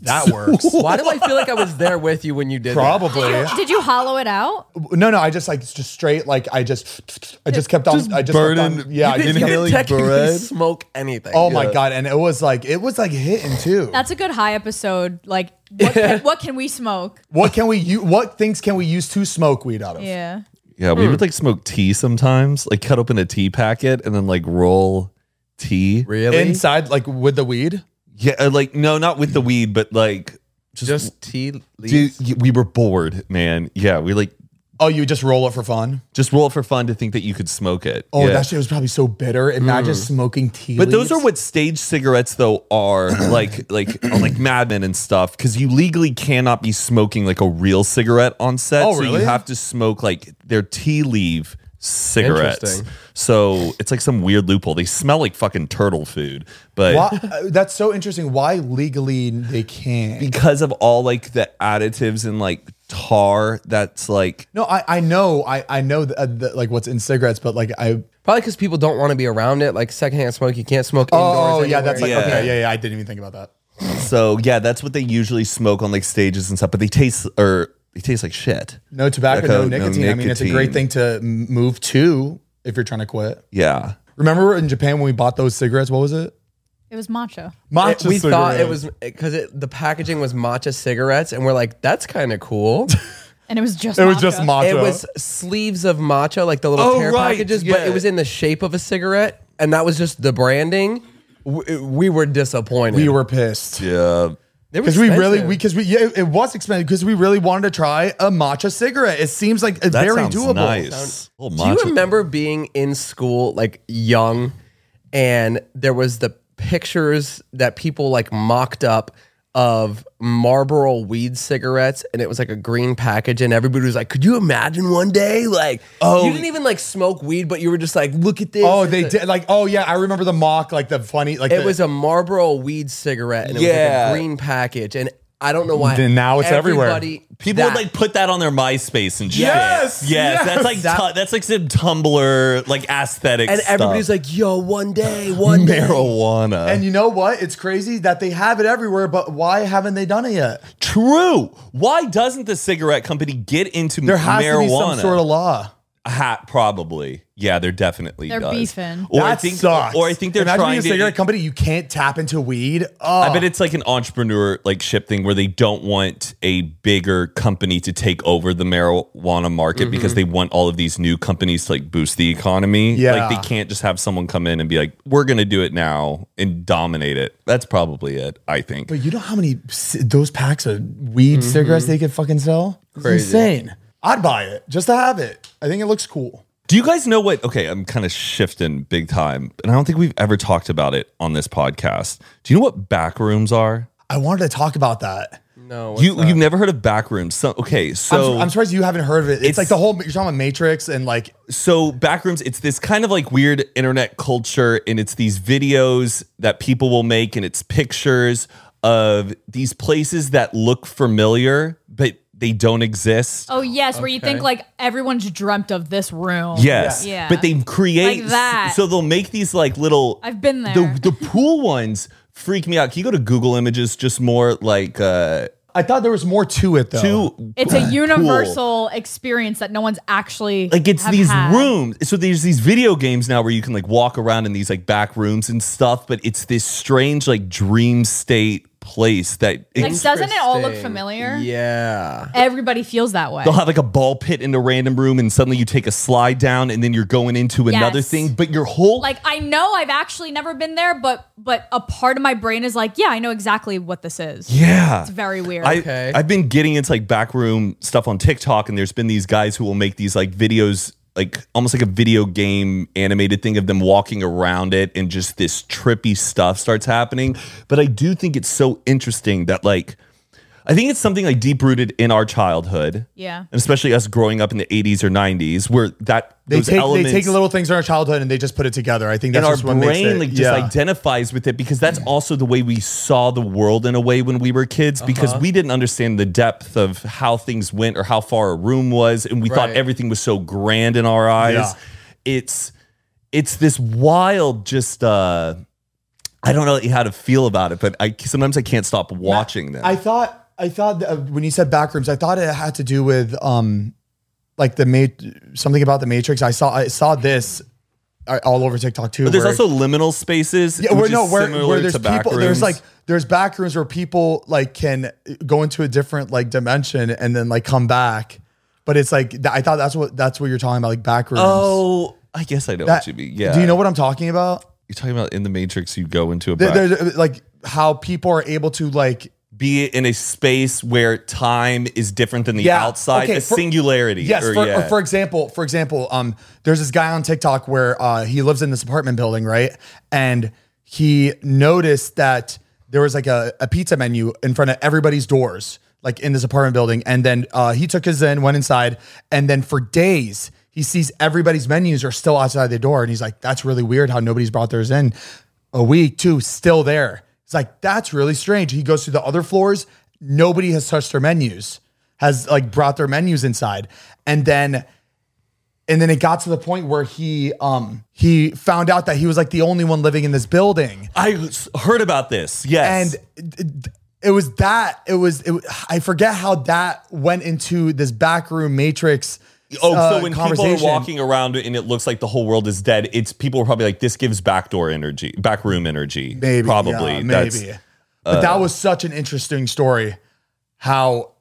[SPEAKER 2] That works.
[SPEAKER 4] Why do I feel like I was there with you when you did? that?
[SPEAKER 2] Probably.
[SPEAKER 3] Did you hollow it out?
[SPEAKER 2] No, no. I just like just straight. Like I just, I just kept on. I just Kept
[SPEAKER 1] burning-
[SPEAKER 2] on, yeah. I
[SPEAKER 1] You
[SPEAKER 2] just
[SPEAKER 1] didn't
[SPEAKER 2] kept-
[SPEAKER 1] inhaling
[SPEAKER 4] technically
[SPEAKER 1] bread.
[SPEAKER 4] smoke anything.
[SPEAKER 2] oh my god! And it was like it was like hitting too.
[SPEAKER 3] That's a good high episode. Like, what can, what can we smoke?
[SPEAKER 2] what can we use? What things can we use to smoke weed out of?
[SPEAKER 3] Yeah.
[SPEAKER 1] Yeah,
[SPEAKER 2] Hmm.
[SPEAKER 1] we would like smoke tea sometimes, like cut open a tea packet and then like roll tea.
[SPEAKER 4] Really?
[SPEAKER 2] Inside, like with the weed.
[SPEAKER 1] Yeah, uh, like no, not with the weed, but like just,
[SPEAKER 4] Just tea
[SPEAKER 1] dude,
[SPEAKER 4] leaves.
[SPEAKER 1] y- we were bored, man. Yeah, we like
[SPEAKER 2] Oh, you just roll it for fun.
[SPEAKER 1] just roll it for fun to think that you could smoke it.
[SPEAKER 2] Oh,
[SPEAKER 1] yeah. Mm.
[SPEAKER 2] that shit was probably so bitter. Imagine smoking tea.
[SPEAKER 1] But those
[SPEAKER 2] leaves.
[SPEAKER 1] are what stage cigarettes though
[SPEAKER 2] <clears throat>
[SPEAKER 1] are like like <clears throat> on, like Mad Men and stuff because you legally cannot be smoking like a real cigarette on set.
[SPEAKER 2] Oh,
[SPEAKER 1] So
[SPEAKER 2] really?
[SPEAKER 1] you have to smoke like their tea leaf cigarettes.
[SPEAKER 4] Interesting.
[SPEAKER 1] So it's like some weird loophole. They smell like fucking turtle food, but
[SPEAKER 2] Why, uh, that's so interesting. Why legally they can't?
[SPEAKER 1] because of all like the additives and like tar that's like
[SPEAKER 2] No, I, I know I I know the, uh, the, like what's in cigarettes, but like I
[SPEAKER 4] Probably because people don't want to be around it. Like secondhand smoke, you can't smoke
[SPEAKER 2] oh
[SPEAKER 4] indoors.
[SPEAKER 2] yeah that's like
[SPEAKER 1] Yeah.
[SPEAKER 2] okay yeah yeah I didn't even think about that.
[SPEAKER 1] so yeah that's what they usually smoke on like stages and stuff but they taste or they taste like shit
[SPEAKER 2] No tobacco,
[SPEAKER 1] Like
[SPEAKER 2] no,
[SPEAKER 1] a- no
[SPEAKER 2] nicotine. I mean, it's a
[SPEAKER 1] nicotine.
[SPEAKER 2] great thing to m- move to if you're trying to quit.
[SPEAKER 1] yeah
[SPEAKER 2] Remember in Japan when we bought those cigarettes? What was it?
[SPEAKER 3] It was matcha.
[SPEAKER 2] Matcha
[SPEAKER 4] we thought
[SPEAKER 2] cigarette.
[SPEAKER 4] it was because it, the packaging was matcha cigarettes, and we're like, that's kind of
[SPEAKER 2] <laughs>
[SPEAKER 4] cool.
[SPEAKER 3] And it was just
[SPEAKER 2] It was just matcha.
[SPEAKER 4] it was sleeves of matcha, like the little
[SPEAKER 1] Oh,
[SPEAKER 4] tear
[SPEAKER 1] right,
[SPEAKER 4] packages, but
[SPEAKER 1] yeah.
[SPEAKER 4] it was in the shape of a cigarette, and that was just the branding. We, we were disappointed.
[SPEAKER 2] we were pissed.
[SPEAKER 1] yeah
[SPEAKER 4] They were
[SPEAKER 2] Because we really,
[SPEAKER 4] expensive.
[SPEAKER 2] we because we yeah, it- it was expensive because we really wanted to try a matcha cigarette. It seems like it's
[SPEAKER 1] that
[SPEAKER 2] very
[SPEAKER 1] sounds
[SPEAKER 2] doable.
[SPEAKER 1] nice Oh, Little
[SPEAKER 4] Do you
[SPEAKER 1] matcha-
[SPEAKER 4] remember being in school, like young, and there was the pictures that people like mocked up of Marlboro weed cigarettes, and it was like a green package, and everybody was like, "Could you imagine one day?" Like, oh, you didn't even like smoke weed, but you were just like, "Look at this!"
[SPEAKER 2] Oh,
[SPEAKER 4] It's
[SPEAKER 2] they
[SPEAKER 4] a-
[SPEAKER 2] did like oh yeah, I remember the mock like the funny like
[SPEAKER 4] It
[SPEAKER 2] the-
[SPEAKER 4] was a Marlboro weed cigarette, and it was
[SPEAKER 1] Yeah.
[SPEAKER 4] like a green package, and I don't know why.
[SPEAKER 2] Then now it's everywhere.
[SPEAKER 4] everybody-
[SPEAKER 1] People
[SPEAKER 4] that-
[SPEAKER 1] would like put that on their MySpace and shit.
[SPEAKER 2] Yes,
[SPEAKER 1] yes, that's like
[SPEAKER 4] That-
[SPEAKER 1] tu- that's like some Tumblr like aesthetic.
[SPEAKER 4] and everybody's
[SPEAKER 1] stuff.
[SPEAKER 4] like, "Yo, one day, one day."
[SPEAKER 1] marijuana.
[SPEAKER 2] and you know what? It's crazy that they have it everywhere, but why haven't they done it yet?
[SPEAKER 1] True. Why doesn't the cigarette company get into
[SPEAKER 2] There has
[SPEAKER 1] marijuana?
[SPEAKER 2] to be some sort of law.
[SPEAKER 1] Ha- probably. Yeah, there definitely
[SPEAKER 3] They're
[SPEAKER 1] does.
[SPEAKER 3] beefing.
[SPEAKER 1] Or
[SPEAKER 2] that
[SPEAKER 1] I think,
[SPEAKER 2] sucks.
[SPEAKER 1] or I think they're
[SPEAKER 2] Imagine being
[SPEAKER 1] trying
[SPEAKER 2] a cigarette
[SPEAKER 1] to.
[SPEAKER 2] company. You can't tap into weed. Oh,
[SPEAKER 1] I bet it's like an entrepreneur like ship thing where they don't want a bigger company to take over the marijuana market
[SPEAKER 2] Mm-hmm.
[SPEAKER 1] because they want all of these new companies to like boost the economy.
[SPEAKER 2] Yeah.
[SPEAKER 1] Like they can't just have someone come in and be like, we're going to do it now and dominate it. That's probably it, I think.
[SPEAKER 2] But you know how many c- those packs of weed
[SPEAKER 1] Mm-hmm.
[SPEAKER 2] cigarettes they could fucking sell? It's
[SPEAKER 4] Crazy.
[SPEAKER 2] insane. I'd buy it just to have it. I think it looks cool.
[SPEAKER 1] Do you guys know what? Okay, I'm kind of shifting big time, and I don't think we've ever talked about it on this podcast. Do you know what back rooms are?
[SPEAKER 2] I wanted to talk about that.
[SPEAKER 4] No,
[SPEAKER 1] you you've never heard of back rooms? So okay,
[SPEAKER 2] I'm
[SPEAKER 1] so
[SPEAKER 2] su- I'm, surprised you haven't heard of it. It's,
[SPEAKER 1] It's-
[SPEAKER 2] like the whole you're talking about Matrix and like
[SPEAKER 1] so back rooms. It's this kind of like weird internet culture, and it's these videos that people will make, and it's pictures of these places that look familiar, but they don't exist.
[SPEAKER 3] Oh, yes, where you think
[SPEAKER 4] Okay.
[SPEAKER 3] like everyone's dreamt of this room.
[SPEAKER 1] Yes.
[SPEAKER 3] Yeah.
[SPEAKER 1] But they create
[SPEAKER 3] Like that.
[SPEAKER 1] So they'll make these like little.
[SPEAKER 3] I've been there.
[SPEAKER 1] The, the pool ones freak me out. Can you go to Google Images just more like uh,
[SPEAKER 2] I thought there was more to it though.
[SPEAKER 1] Two.
[SPEAKER 3] It's a universal experience that no one's actually
[SPEAKER 1] Like it's
[SPEAKER 3] have
[SPEAKER 1] these
[SPEAKER 3] had.
[SPEAKER 1] rooms. So there's these video games now where you can like walk around in these like back rooms and stuff, but it's this strange like dream state place that
[SPEAKER 3] Like
[SPEAKER 1] it's-
[SPEAKER 3] doesn't it all look
[SPEAKER 4] Interesting.
[SPEAKER 3] familiar?
[SPEAKER 4] Yeah.
[SPEAKER 3] Everybody feels that way.
[SPEAKER 1] They'll have like a ball pit in a random room, and suddenly you take a slide down, and then you're going into another
[SPEAKER 3] Yes.
[SPEAKER 1] thing. But your whole
[SPEAKER 3] Like I know I've actually never been there, but but a part of my brain is like, yeah, I know exactly what this is.
[SPEAKER 1] yeah,
[SPEAKER 3] It's very weird.
[SPEAKER 1] I,
[SPEAKER 4] Okay.
[SPEAKER 1] I've been getting into like backroom stuff on TikTok, and there's been these guys who will make these like videos, like almost like a video game animated thing of them walking around it, and just this trippy stuff starts happening. But I do think it's so interesting that like. I think it's something like deep rooted in our childhood,
[SPEAKER 3] Yeah.
[SPEAKER 1] and especially us growing up in the '80s or '90s, where that
[SPEAKER 2] They
[SPEAKER 1] those
[SPEAKER 2] take
[SPEAKER 1] elements
[SPEAKER 2] they take little things in our childhood and they just put it together. I think that's
[SPEAKER 1] and our
[SPEAKER 2] just what makes
[SPEAKER 1] brain
[SPEAKER 2] it-
[SPEAKER 1] like just
[SPEAKER 2] yeah.
[SPEAKER 1] identifies with it because that's also the way we saw the world in a way when we were kids
[SPEAKER 2] Uh-huh.
[SPEAKER 1] because we didn't understand the depth of how things went or how far a room was and we thought
[SPEAKER 4] Right.
[SPEAKER 1] everything was so grand in our eyes
[SPEAKER 2] Yeah.
[SPEAKER 1] it's it's this wild just uh i don't know how to feel about it but i sometimes i can't stop watching them
[SPEAKER 2] I thought I thought that, uh, when you said backrooms, I thought it had to do with um like the ma- something about the Matrix. I saw I saw this uh, all over TikTok too.
[SPEAKER 1] but there's
[SPEAKER 2] where-
[SPEAKER 1] also liminal spaces
[SPEAKER 2] yeah, where,
[SPEAKER 1] which
[SPEAKER 2] no,
[SPEAKER 1] is
[SPEAKER 2] where,
[SPEAKER 1] similar
[SPEAKER 2] where there's
[SPEAKER 1] to back
[SPEAKER 2] people,
[SPEAKER 1] rooms.
[SPEAKER 2] there's like there's back rooms where people like can go into a different like dimension and then like come back. But it's like th- I thought that's what that's what you're talking about, like back rooms.
[SPEAKER 1] oh i guess i know what
[SPEAKER 2] That-
[SPEAKER 1] you mean yeah
[SPEAKER 2] Do you know what I'm talking about?
[SPEAKER 1] you're talking about in the matrix you go into a
[SPEAKER 2] There-
[SPEAKER 1] back
[SPEAKER 2] There's uh, like how people are able to like
[SPEAKER 1] be in a space where time is different than the
[SPEAKER 2] Yeah,
[SPEAKER 1] outside,
[SPEAKER 2] okay,
[SPEAKER 1] a
[SPEAKER 2] for-
[SPEAKER 1] singularity.
[SPEAKER 2] Yes,
[SPEAKER 1] or
[SPEAKER 2] for,
[SPEAKER 1] yeah.
[SPEAKER 2] for example, for example, um, there's this guy on TikTok where uh, he lives in this apartment building, right? And he noticed that there was like a, a pizza menu in front of everybody's doors, like in this apartment building. And then uh, he took his in, went inside, and then for days he sees everybody's menus are still outside the door, and he's like, "That's really weird how nobody's brought theirs in." A week, two, still there. He's like, "That's really strange." He goes to the other floors. Nobody has touched their menus has like brought their menus inside and then and then it got to the point where he um he found out that he was like the only one living in this building
[SPEAKER 1] I s- heard about this. Yes.
[SPEAKER 2] and it- it was that it was it, was- i forget how that went into this backroom matrix
[SPEAKER 1] oh,
[SPEAKER 2] uh,
[SPEAKER 1] so when people are
[SPEAKER 2] conversation.
[SPEAKER 1] walking around and it looks like the whole world is dead, it's people are probably like, this gives backdoor energy, backroom energy.
[SPEAKER 2] maybe
[SPEAKER 1] Probably.
[SPEAKER 2] yeah,
[SPEAKER 1] That's- uh,
[SPEAKER 2] maybe but that was such an interesting story how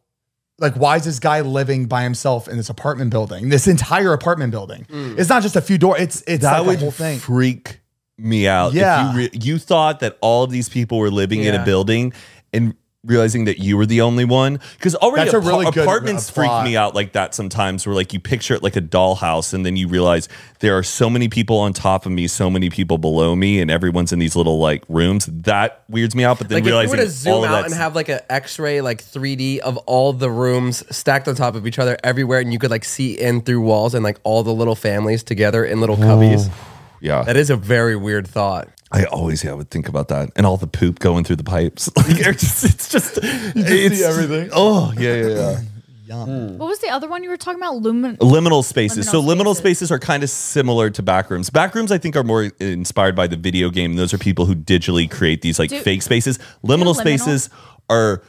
[SPEAKER 2] like why is this guy living by himself in this apartment building this entire apartment building it's not just a few doors it's it's
[SPEAKER 1] Mm. that
[SPEAKER 2] like
[SPEAKER 1] would
[SPEAKER 2] the whole thing
[SPEAKER 1] freak me out.
[SPEAKER 2] Yeah.
[SPEAKER 1] If you, re- you thought that all of these people were living in a
[SPEAKER 4] Yeah.
[SPEAKER 1] building and realizing that you were the only one. Because already
[SPEAKER 2] That's a
[SPEAKER 1] apa-
[SPEAKER 2] really good,
[SPEAKER 1] apartments
[SPEAKER 2] uh,
[SPEAKER 1] freak
[SPEAKER 2] plot.
[SPEAKER 1] me out like that sometimes where like you picture it like a dollhouse and then you realize there are so many people on top of me, so many people below me, and everyone's in these little like rooms. That weirds me out. But then
[SPEAKER 4] Like if you
[SPEAKER 1] realizing
[SPEAKER 4] were to zoom
[SPEAKER 1] all of
[SPEAKER 4] out
[SPEAKER 1] that
[SPEAKER 4] and have like an X-ray, like 3D of all the rooms stacked on top of each other everywhere, and you could like see in through walls and like all the little families together in little cubbies.
[SPEAKER 1] yeah.
[SPEAKER 4] That is a very weird thought.
[SPEAKER 1] I always yeah, I would think about that and all the poop going through the pipes. <laughs> Like it's just, it's just it's,
[SPEAKER 2] everything.
[SPEAKER 1] Oh yeah, yeah, yeah.
[SPEAKER 3] what was the other one you were talking about? Lumen.
[SPEAKER 1] Liminal spaces.
[SPEAKER 3] Liminal
[SPEAKER 1] so liminal
[SPEAKER 3] spaces.
[SPEAKER 1] spaces are kind of similar to backrooms. Backrooms, I think, are more inspired by the video game. Those are people who digitally create these like
[SPEAKER 3] Do-
[SPEAKER 1] fake spaces. Liminal
[SPEAKER 3] liminal-
[SPEAKER 1] spaces are.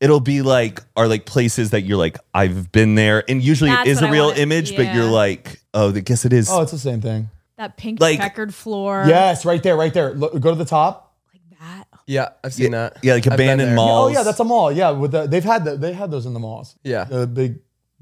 [SPEAKER 1] It'll be like are like places that you're like I've been there, and usually
[SPEAKER 3] That's
[SPEAKER 1] it is a
[SPEAKER 3] what I
[SPEAKER 1] real
[SPEAKER 3] wanted-
[SPEAKER 1] image, but you're
[SPEAKER 3] yeah.
[SPEAKER 1] like, oh, I guess it is.
[SPEAKER 2] Oh, it's the same thing.
[SPEAKER 3] That pink
[SPEAKER 1] Like-
[SPEAKER 3] checkered floor.
[SPEAKER 2] Yes, right there, right there. Look, go to the top.
[SPEAKER 3] Like that.
[SPEAKER 4] Yeah, I've seen that.
[SPEAKER 1] yeah, like
[SPEAKER 4] I've been
[SPEAKER 1] abandoned
[SPEAKER 4] there.
[SPEAKER 1] malls.
[SPEAKER 2] Oh yeah, that's a mall. Yeah, with the, they've had the, they had those in the malls.
[SPEAKER 4] Yeah.
[SPEAKER 2] the big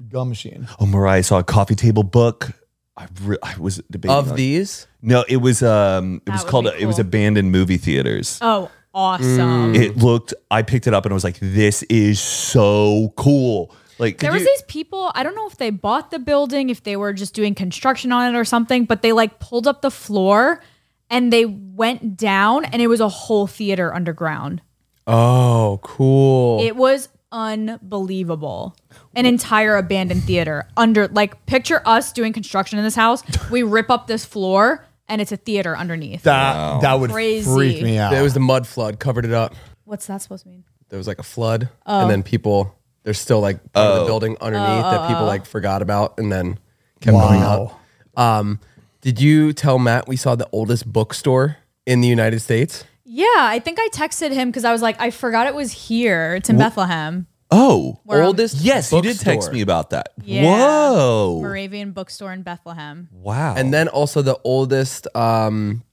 [SPEAKER 2] gum machine.
[SPEAKER 1] Oh, Mariah saw a coffee table book. I, re- I was debating
[SPEAKER 4] Of
[SPEAKER 1] on-
[SPEAKER 4] these,
[SPEAKER 1] No, it was um, it was
[SPEAKER 3] would
[SPEAKER 1] called
[SPEAKER 3] be
[SPEAKER 1] it was
[SPEAKER 3] cool.
[SPEAKER 1] abandoned movie theaters.
[SPEAKER 3] Oh, awesome.
[SPEAKER 1] It looked. I picked it up and I was like, "This is so cool!" Like,
[SPEAKER 3] There
[SPEAKER 1] could
[SPEAKER 3] was
[SPEAKER 1] you-
[SPEAKER 3] these people, I don't know if they bought the building, if they were just doing construction on it or something, but they like pulled up the floor and they went down and it was a whole theater underground.
[SPEAKER 4] oh, cool.
[SPEAKER 3] It was unbelievable. An entire abandoned theater under like picture us doing construction in this house. We rip up this floor and it's a theater underneath.
[SPEAKER 2] That that would
[SPEAKER 3] Crazy.
[SPEAKER 2] freak me out.
[SPEAKER 4] There was the mud flood covered it up.
[SPEAKER 3] What's that supposed to mean?
[SPEAKER 4] There was like a flood, and then people. There's still like part of the building underneath that people like forgot about, and then kept going
[SPEAKER 2] wow.
[SPEAKER 4] up. Um, did you tell Matt we saw the oldest bookstore in the United States?
[SPEAKER 3] Yeah, I think I texted him because I was like, I forgot it was here. It's in Bethlehem.
[SPEAKER 1] Oh,
[SPEAKER 3] Where-
[SPEAKER 4] Um, Oldest
[SPEAKER 1] yes, you did
[SPEAKER 4] bookstore.
[SPEAKER 1] text me about that.
[SPEAKER 3] Yeah. Oh.
[SPEAKER 1] Whoa.
[SPEAKER 3] Moravian bookstore in Bethlehem.
[SPEAKER 1] Wow.
[SPEAKER 4] and then also the oldest um,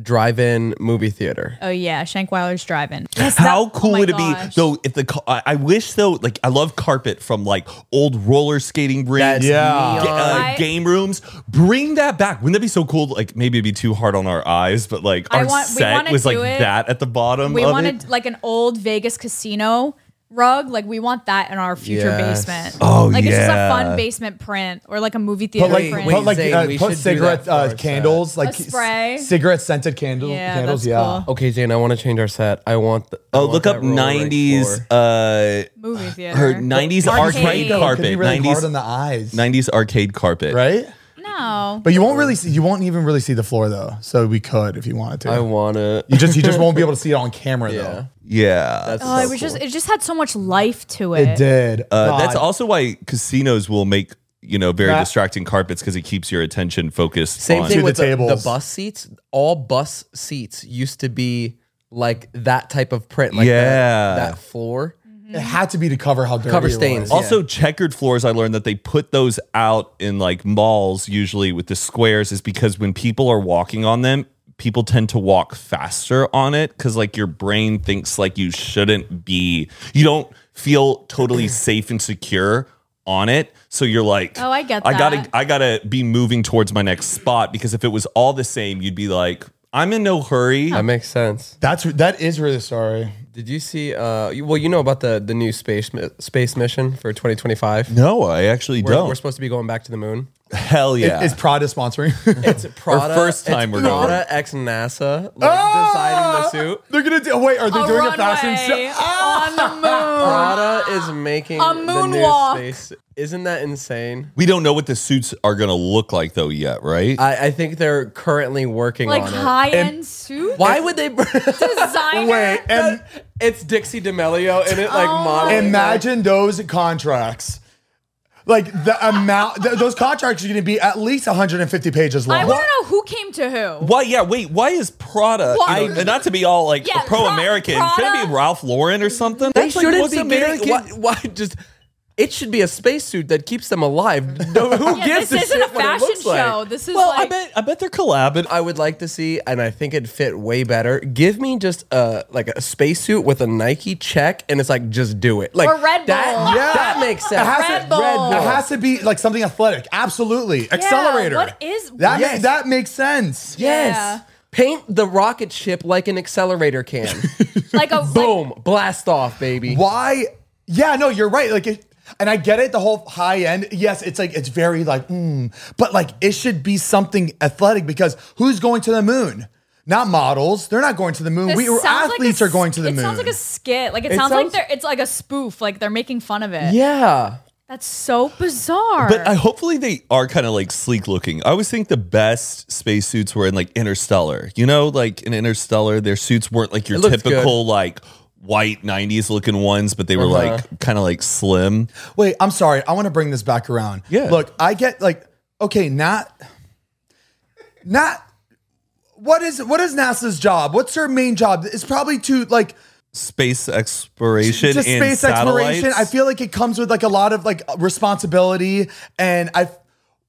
[SPEAKER 4] drive-in movie theater.
[SPEAKER 3] Oh yeah, Shankweiler's Drive-In. Yes, that-
[SPEAKER 1] How
[SPEAKER 3] oh
[SPEAKER 1] cool
[SPEAKER 3] my
[SPEAKER 1] would it
[SPEAKER 3] gosh.
[SPEAKER 1] be though if the ca- I, I wish though like I love carpet from like old roller skating rinks,
[SPEAKER 4] That's
[SPEAKER 2] Yeah.
[SPEAKER 1] ga- uh,
[SPEAKER 3] neon.
[SPEAKER 1] game rooms. Bring that back. Wouldn't that be so cool? Like maybe it'd be too hard on our eyes, but like
[SPEAKER 3] I
[SPEAKER 1] our
[SPEAKER 3] want- we
[SPEAKER 1] set
[SPEAKER 3] wanna
[SPEAKER 1] was like
[SPEAKER 3] do it.
[SPEAKER 1] that at the bottom
[SPEAKER 3] We
[SPEAKER 1] of
[SPEAKER 3] wanted
[SPEAKER 1] it.
[SPEAKER 3] like an old Vegas casino rug. Like we want that in our future
[SPEAKER 4] Yes.
[SPEAKER 3] basement.
[SPEAKER 1] Oh,
[SPEAKER 3] like it's just a
[SPEAKER 1] yeah.
[SPEAKER 3] fun basement print or like a movie theater
[SPEAKER 2] Put like,
[SPEAKER 3] print.
[SPEAKER 2] put, like
[SPEAKER 4] Zane,
[SPEAKER 2] uh,
[SPEAKER 4] we should
[SPEAKER 2] put
[SPEAKER 4] do
[SPEAKER 2] cigarette
[SPEAKER 4] that for
[SPEAKER 2] uh,
[SPEAKER 4] our
[SPEAKER 2] candles, like
[SPEAKER 3] spray.
[SPEAKER 2] cigarette scented candle,
[SPEAKER 3] Yeah,
[SPEAKER 2] candles.
[SPEAKER 3] that's
[SPEAKER 2] Yeah.
[SPEAKER 3] cool.
[SPEAKER 4] Okay, Zane, I want to change our set. I want. The, I
[SPEAKER 1] Oh,
[SPEAKER 4] want
[SPEAKER 1] look up
[SPEAKER 4] that roller rink
[SPEAKER 1] '90s
[SPEAKER 4] floor.
[SPEAKER 1] uh,
[SPEAKER 3] movie theater.
[SPEAKER 1] her '90s
[SPEAKER 3] Arcade.
[SPEAKER 1] arcade
[SPEAKER 3] Though,
[SPEAKER 2] It could be
[SPEAKER 1] carpet,
[SPEAKER 2] really hard on
[SPEAKER 1] '90s
[SPEAKER 2] the eyes,
[SPEAKER 1] '90s arcade carpet.
[SPEAKER 2] right?
[SPEAKER 3] no.
[SPEAKER 2] But you won't really see. You won't even really see the floor though. So we could if you wanted to.
[SPEAKER 4] I want it.
[SPEAKER 2] you just you just
[SPEAKER 4] <laughs>
[SPEAKER 2] won't be able to see it on camera
[SPEAKER 4] Yeah.
[SPEAKER 1] Yeah.
[SPEAKER 4] That's
[SPEAKER 3] Oh,
[SPEAKER 4] so
[SPEAKER 3] it was just
[SPEAKER 4] cool.
[SPEAKER 3] it just had so much life to
[SPEAKER 2] though.
[SPEAKER 3] it.
[SPEAKER 2] It did.
[SPEAKER 1] Uh,
[SPEAKER 2] God.
[SPEAKER 1] that's also why casinos will make you know very
[SPEAKER 2] That-
[SPEAKER 1] distracting carpets because it keeps your attention focused.
[SPEAKER 4] Same
[SPEAKER 1] on-
[SPEAKER 4] thing
[SPEAKER 2] the
[SPEAKER 4] with the, the
[SPEAKER 2] tables.
[SPEAKER 4] bus seats. All bus seats used to be like that type of print, like
[SPEAKER 1] Yeah.
[SPEAKER 4] that, that floor.
[SPEAKER 2] It had to be to cover how dirty
[SPEAKER 4] Cover
[SPEAKER 2] it was.
[SPEAKER 4] stains.
[SPEAKER 1] Also, checkered floors. I learned that they put those out in like malls usually with the squares, is because when people are walking on them, people tend to walk faster on it because like your brain thinks like you shouldn't be, you don't feel
[SPEAKER 4] <clears throat>
[SPEAKER 1] totally safe and secure on it. So you're like,
[SPEAKER 3] Oh, I get
[SPEAKER 1] I gotta,
[SPEAKER 3] that.
[SPEAKER 1] I gotta be moving towards my next spot because if it was all the same, you'd be like, I'm in no hurry.
[SPEAKER 4] That makes sense.
[SPEAKER 2] That's that is really sorry.
[SPEAKER 4] Did you see? Uh, you, well, you know about the the new space mi- space mission for 2025.
[SPEAKER 1] No, I actually
[SPEAKER 4] We're,
[SPEAKER 1] don't.
[SPEAKER 4] we're supposed to be going back to the moon.
[SPEAKER 1] Hell yeah.
[SPEAKER 2] Is Prada sponsoring? <laughs>
[SPEAKER 4] It's Prada.
[SPEAKER 1] first time
[SPEAKER 4] it's
[SPEAKER 1] we're going.
[SPEAKER 4] Prada ex NASA like, designing the suit.
[SPEAKER 2] Ah! They're gonna do. Wait, are they
[SPEAKER 3] a
[SPEAKER 2] doing
[SPEAKER 3] runway
[SPEAKER 2] a fashion show? Ah!
[SPEAKER 3] on the
[SPEAKER 4] Ah!
[SPEAKER 3] moon.
[SPEAKER 4] Prada is making
[SPEAKER 3] A moonwalk.
[SPEAKER 4] The new space. Isn't that insane?
[SPEAKER 1] we don't know what the suits are gonna look like though yet, right?
[SPEAKER 4] I, I think they're currently working
[SPEAKER 3] Like
[SPEAKER 4] on it.
[SPEAKER 3] high end suit
[SPEAKER 4] Why would they? br- <laughs>
[SPEAKER 3] designer.
[SPEAKER 2] Wait, and
[SPEAKER 4] it's Dixie D'Amelio in it, like modeling.
[SPEAKER 2] imagine those contracts. Like the amount, th- those contracts are gonna be at least 150 pages long.
[SPEAKER 3] I want to know who came to who.
[SPEAKER 1] Why? Yeah. Wait. Why is Prada?
[SPEAKER 3] Why-
[SPEAKER 1] I- not to be all like
[SPEAKER 3] Yeah,
[SPEAKER 1] pro-American.
[SPEAKER 3] Pro-
[SPEAKER 1] Should it
[SPEAKER 3] Prada-
[SPEAKER 1] be Ralph Lauren or something?
[SPEAKER 4] They shouldn't be American. Why, why just? It should be a spacesuit that keeps them alive. No, who
[SPEAKER 3] Yeah,
[SPEAKER 4] gives
[SPEAKER 3] this
[SPEAKER 4] a
[SPEAKER 3] isn't
[SPEAKER 4] shit
[SPEAKER 3] a
[SPEAKER 4] what it
[SPEAKER 3] fashion
[SPEAKER 4] looks like?
[SPEAKER 3] show. This is
[SPEAKER 1] Well,
[SPEAKER 3] like
[SPEAKER 1] I bet. I bet they're collabing.
[SPEAKER 4] I would like to see, and I think it'd fit way better. Give me just a like a spacesuit with a Nike check, and it's like just do it. Like
[SPEAKER 3] Or Red Bull.
[SPEAKER 4] That,
[SPEAKER 2] Yeah.
[SPEAKER 4] that makes sense.
[SPEAKER 2] It has,
[SPEAKER 3] Red
[SPEAKER 2] to,
[SPEAKER 3] Bull.
[SPEAKER 2] It has to be like something athletic. Absolutely. Accelerator.
[SPEAKER 3] what is-
[SPEAKER 2] that? ma-
[SPEAKER 4] Yes.
[SPEAKER 2] that makes sense.
[SPEAKER 4] Yes.
[SPEAKER 3] Yeah.
[SPEAKER 4] Paint the rocket ship like an
[SPEAKER 2] <laughs>
[SPEAKER 4] accelerator can.
[SPEAKER 3] like a like,
[SPEAKER 4] Boom, blast off, baby.
[SPEAKER 2] Why? Yeah, no, you're right. Like, it, and I get it. The whole high end. Yes, it's like it's very like, mm, but like it should be something athletic because who's going to the moon? Not models. They're not going to the moon.
[SPEAKER 3] this
[SPEAKER 2] we or
[SPEAKER 3] sounds like a
[SPEAKER 2] athletes are going to the
[SPEAKER 3] s-
[SPEAKER 2] moon.
[SPEAKER 3] It sounds like a skit. Like it,
[SPEAKER 4] It
[SPEAKER 3] sounds,
[SPEAKER 4] sounds-
[SPEAKER 3] like they're it's like a spoof. Like they're making fun of it.
[SPEAKER 4] Yeah.
[SPEAKER 3] That's so bizarre.
[SPEAKER 1] But I, hopefully they are kind of like sleek looking. I always think the best spacesuits were in like Interstellar. You know, like in Interstellar, their suits weren't like your
[SPEAKER 4] It looked
[SPEAKER 1] typical like white '90s looking ones, but they were
[SPEAKER 4] Uh-huh.
[SPEAKER 1] like kind of like slim.
[SPEAKER 2] Wait, I'm sorry. I want to bring this back around.
[SPEAKER 1] Yeah.
[SPEAKER 2] Look, I get like, okay, not, not. What is what is NASA's job? What's her main job? It's probably to like
[SPEAKER 1] Space exploration
[SPEAKER 2] just
[SPEAKER 1] and
[SPEAKER 2] space
[SPEAKER 1] satellites.
[SPEAKER 2] exploration. I feel like it comes with like a lot of like responsibility, and I.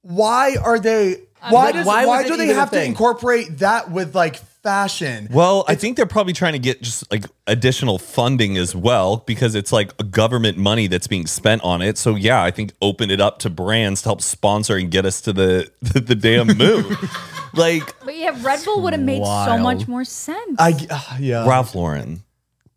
[SPEAKER 2] Why are they? Why
[SPEAKER 4] like,
[SPEAKER 2] does why,
[SPEAKER 4] Uh, why was it
[SPEAKER 2] do they
[SPEAKER 4] even a
[SPEAKER 2] have to
[SPEAKER 4] thing?
[SPEAKER 2] incorporate that with like fashion?
[SPEAKER 1] Well, I think they're probably trying to get just like additional funding as well because it's like a government money that's being spent on it. So yeah, I think open it up to brands to help sponsor and get us to the <laughs> the, damn
[SPEAKER 2] <laughs>
[SPEAKER 1] moon. like
[SPEAKER 3] But yeah, Red Bull would have made so
[SPEAKER 4] wild.
[SPEAKER 3] much more sense.
[SPEAKER 2] I uh, yeah.
[SPEAKER 1] Ralph Lauren.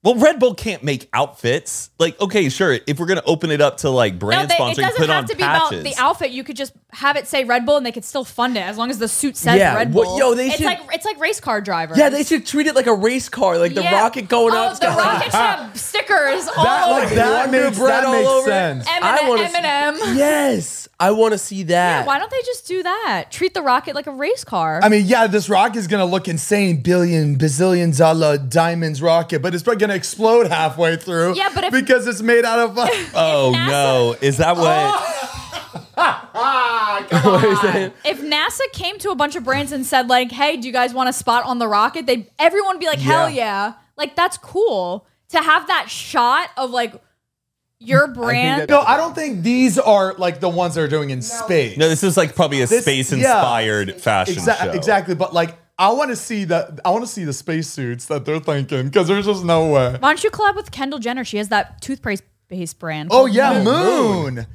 [SPEAKER 1] Well, Red Bull can't make outfits. Like, okay, sure. If we're gonna open it up to like
[SPEAKER 3] no,
[SPEAKER 1] brand
[SPEAKER 3] they, it
[SPEAKER 1] sponsoring,
[SPEAKER 3] doesn't
[SPEAKER 1] put
[SPEAKER 3] have
[SPEAKER 1] on
[SPEAKER 3] to be
[SPEAKER 1] patches.
[SPEAKER 3] about the outfit. You could just have it say Red Bull, and they could still fund it as long as the suit says
[SPEAKER 4] Yeah,
[SPEAKER 3] Red Bull.
[SPEAKER 4] well, yo, they
[SPEAKER 3] it's
[SPEAKER 4] should-
[SPEAKER 3] like it's like race car drivers.
[SPEAKER 4] Yeah, they should treat it like a race car, like the
[SPEAKER 3] Yeah.
[SPEAKER 4] rocket going
[SPEAKER 3] oh,
[SPEAKER 4] up.
[SPEAKER 3] The
[SPEAKER 4] <laughs>
[SPEAKER 3] rocket should have stickers all
[SPEAKER 2] that
[SPEAKER 3] over.
[SPEAKER 2] like that
[SPEAKER 4] Wonder
[SPEAKER 2] makes
[SPEAKER 4] Bread
[SPEAKER 2] that
[SPEAKER 4] all
[SPEAKER 2] makes
[SPEAKER 4] over it.
[SPEAKER 2] sense.
[SPEAKER 4] I wanna
[SPEAKER 3] Eminem.
[SPEAKER 4] see-
[SPEAKER 3] Eminem.
[SPEAKER 4] Yes, I want to see that.
[SPEAKER 3] Yeah, why don't they just do that? Treat the rocket like a race car.
[SPEAKER 2] I mean, yeah, this rock is gonna look insane, billion, bazillion dollar diamonds rocket, but it's probably gonna explode halfway through.
[SPEAKER 3] Yeah, but if-
[SPEAKER 2] uh,
[SPEAKER 4] <laughs>
[SPEAKER 2] because it's made out of.
[SPEAKER 1] oh
[SPEAKER 3] NASA
[SPEAKER 1] no, is that what?
[SPEAKER 4] what are you saying?
[SPEAKER 3] If NASA came to a bunch of brands and said like, "Hey, do you guys want a spot on the rocket?" They everyone would be like, "Hell
[SPEAKER 4] Yeah.
[SPEAKER 3] yeah. Like that's cool to have that shot of like your brand.
[SPEAKER 2] No, I don't think these are like the ones that are doing in space.
[SPEAKER 1] No, this is like probably a
[SPEAKER 2] This-
[SPEAKER 1] space inspired fashion
[SPEAKER 2] Exa-
[SPEAKER 1] show.
[SPEAKER 2] Exactly, but like I want to see the I want to see the spacesuits that they're thinking because there's just no way.
[SPEAKER 3] Why don't you collab with Kendall Jenner? She has that toothpaste based brand.
[SPEAKER 2] Oh yeah, moon.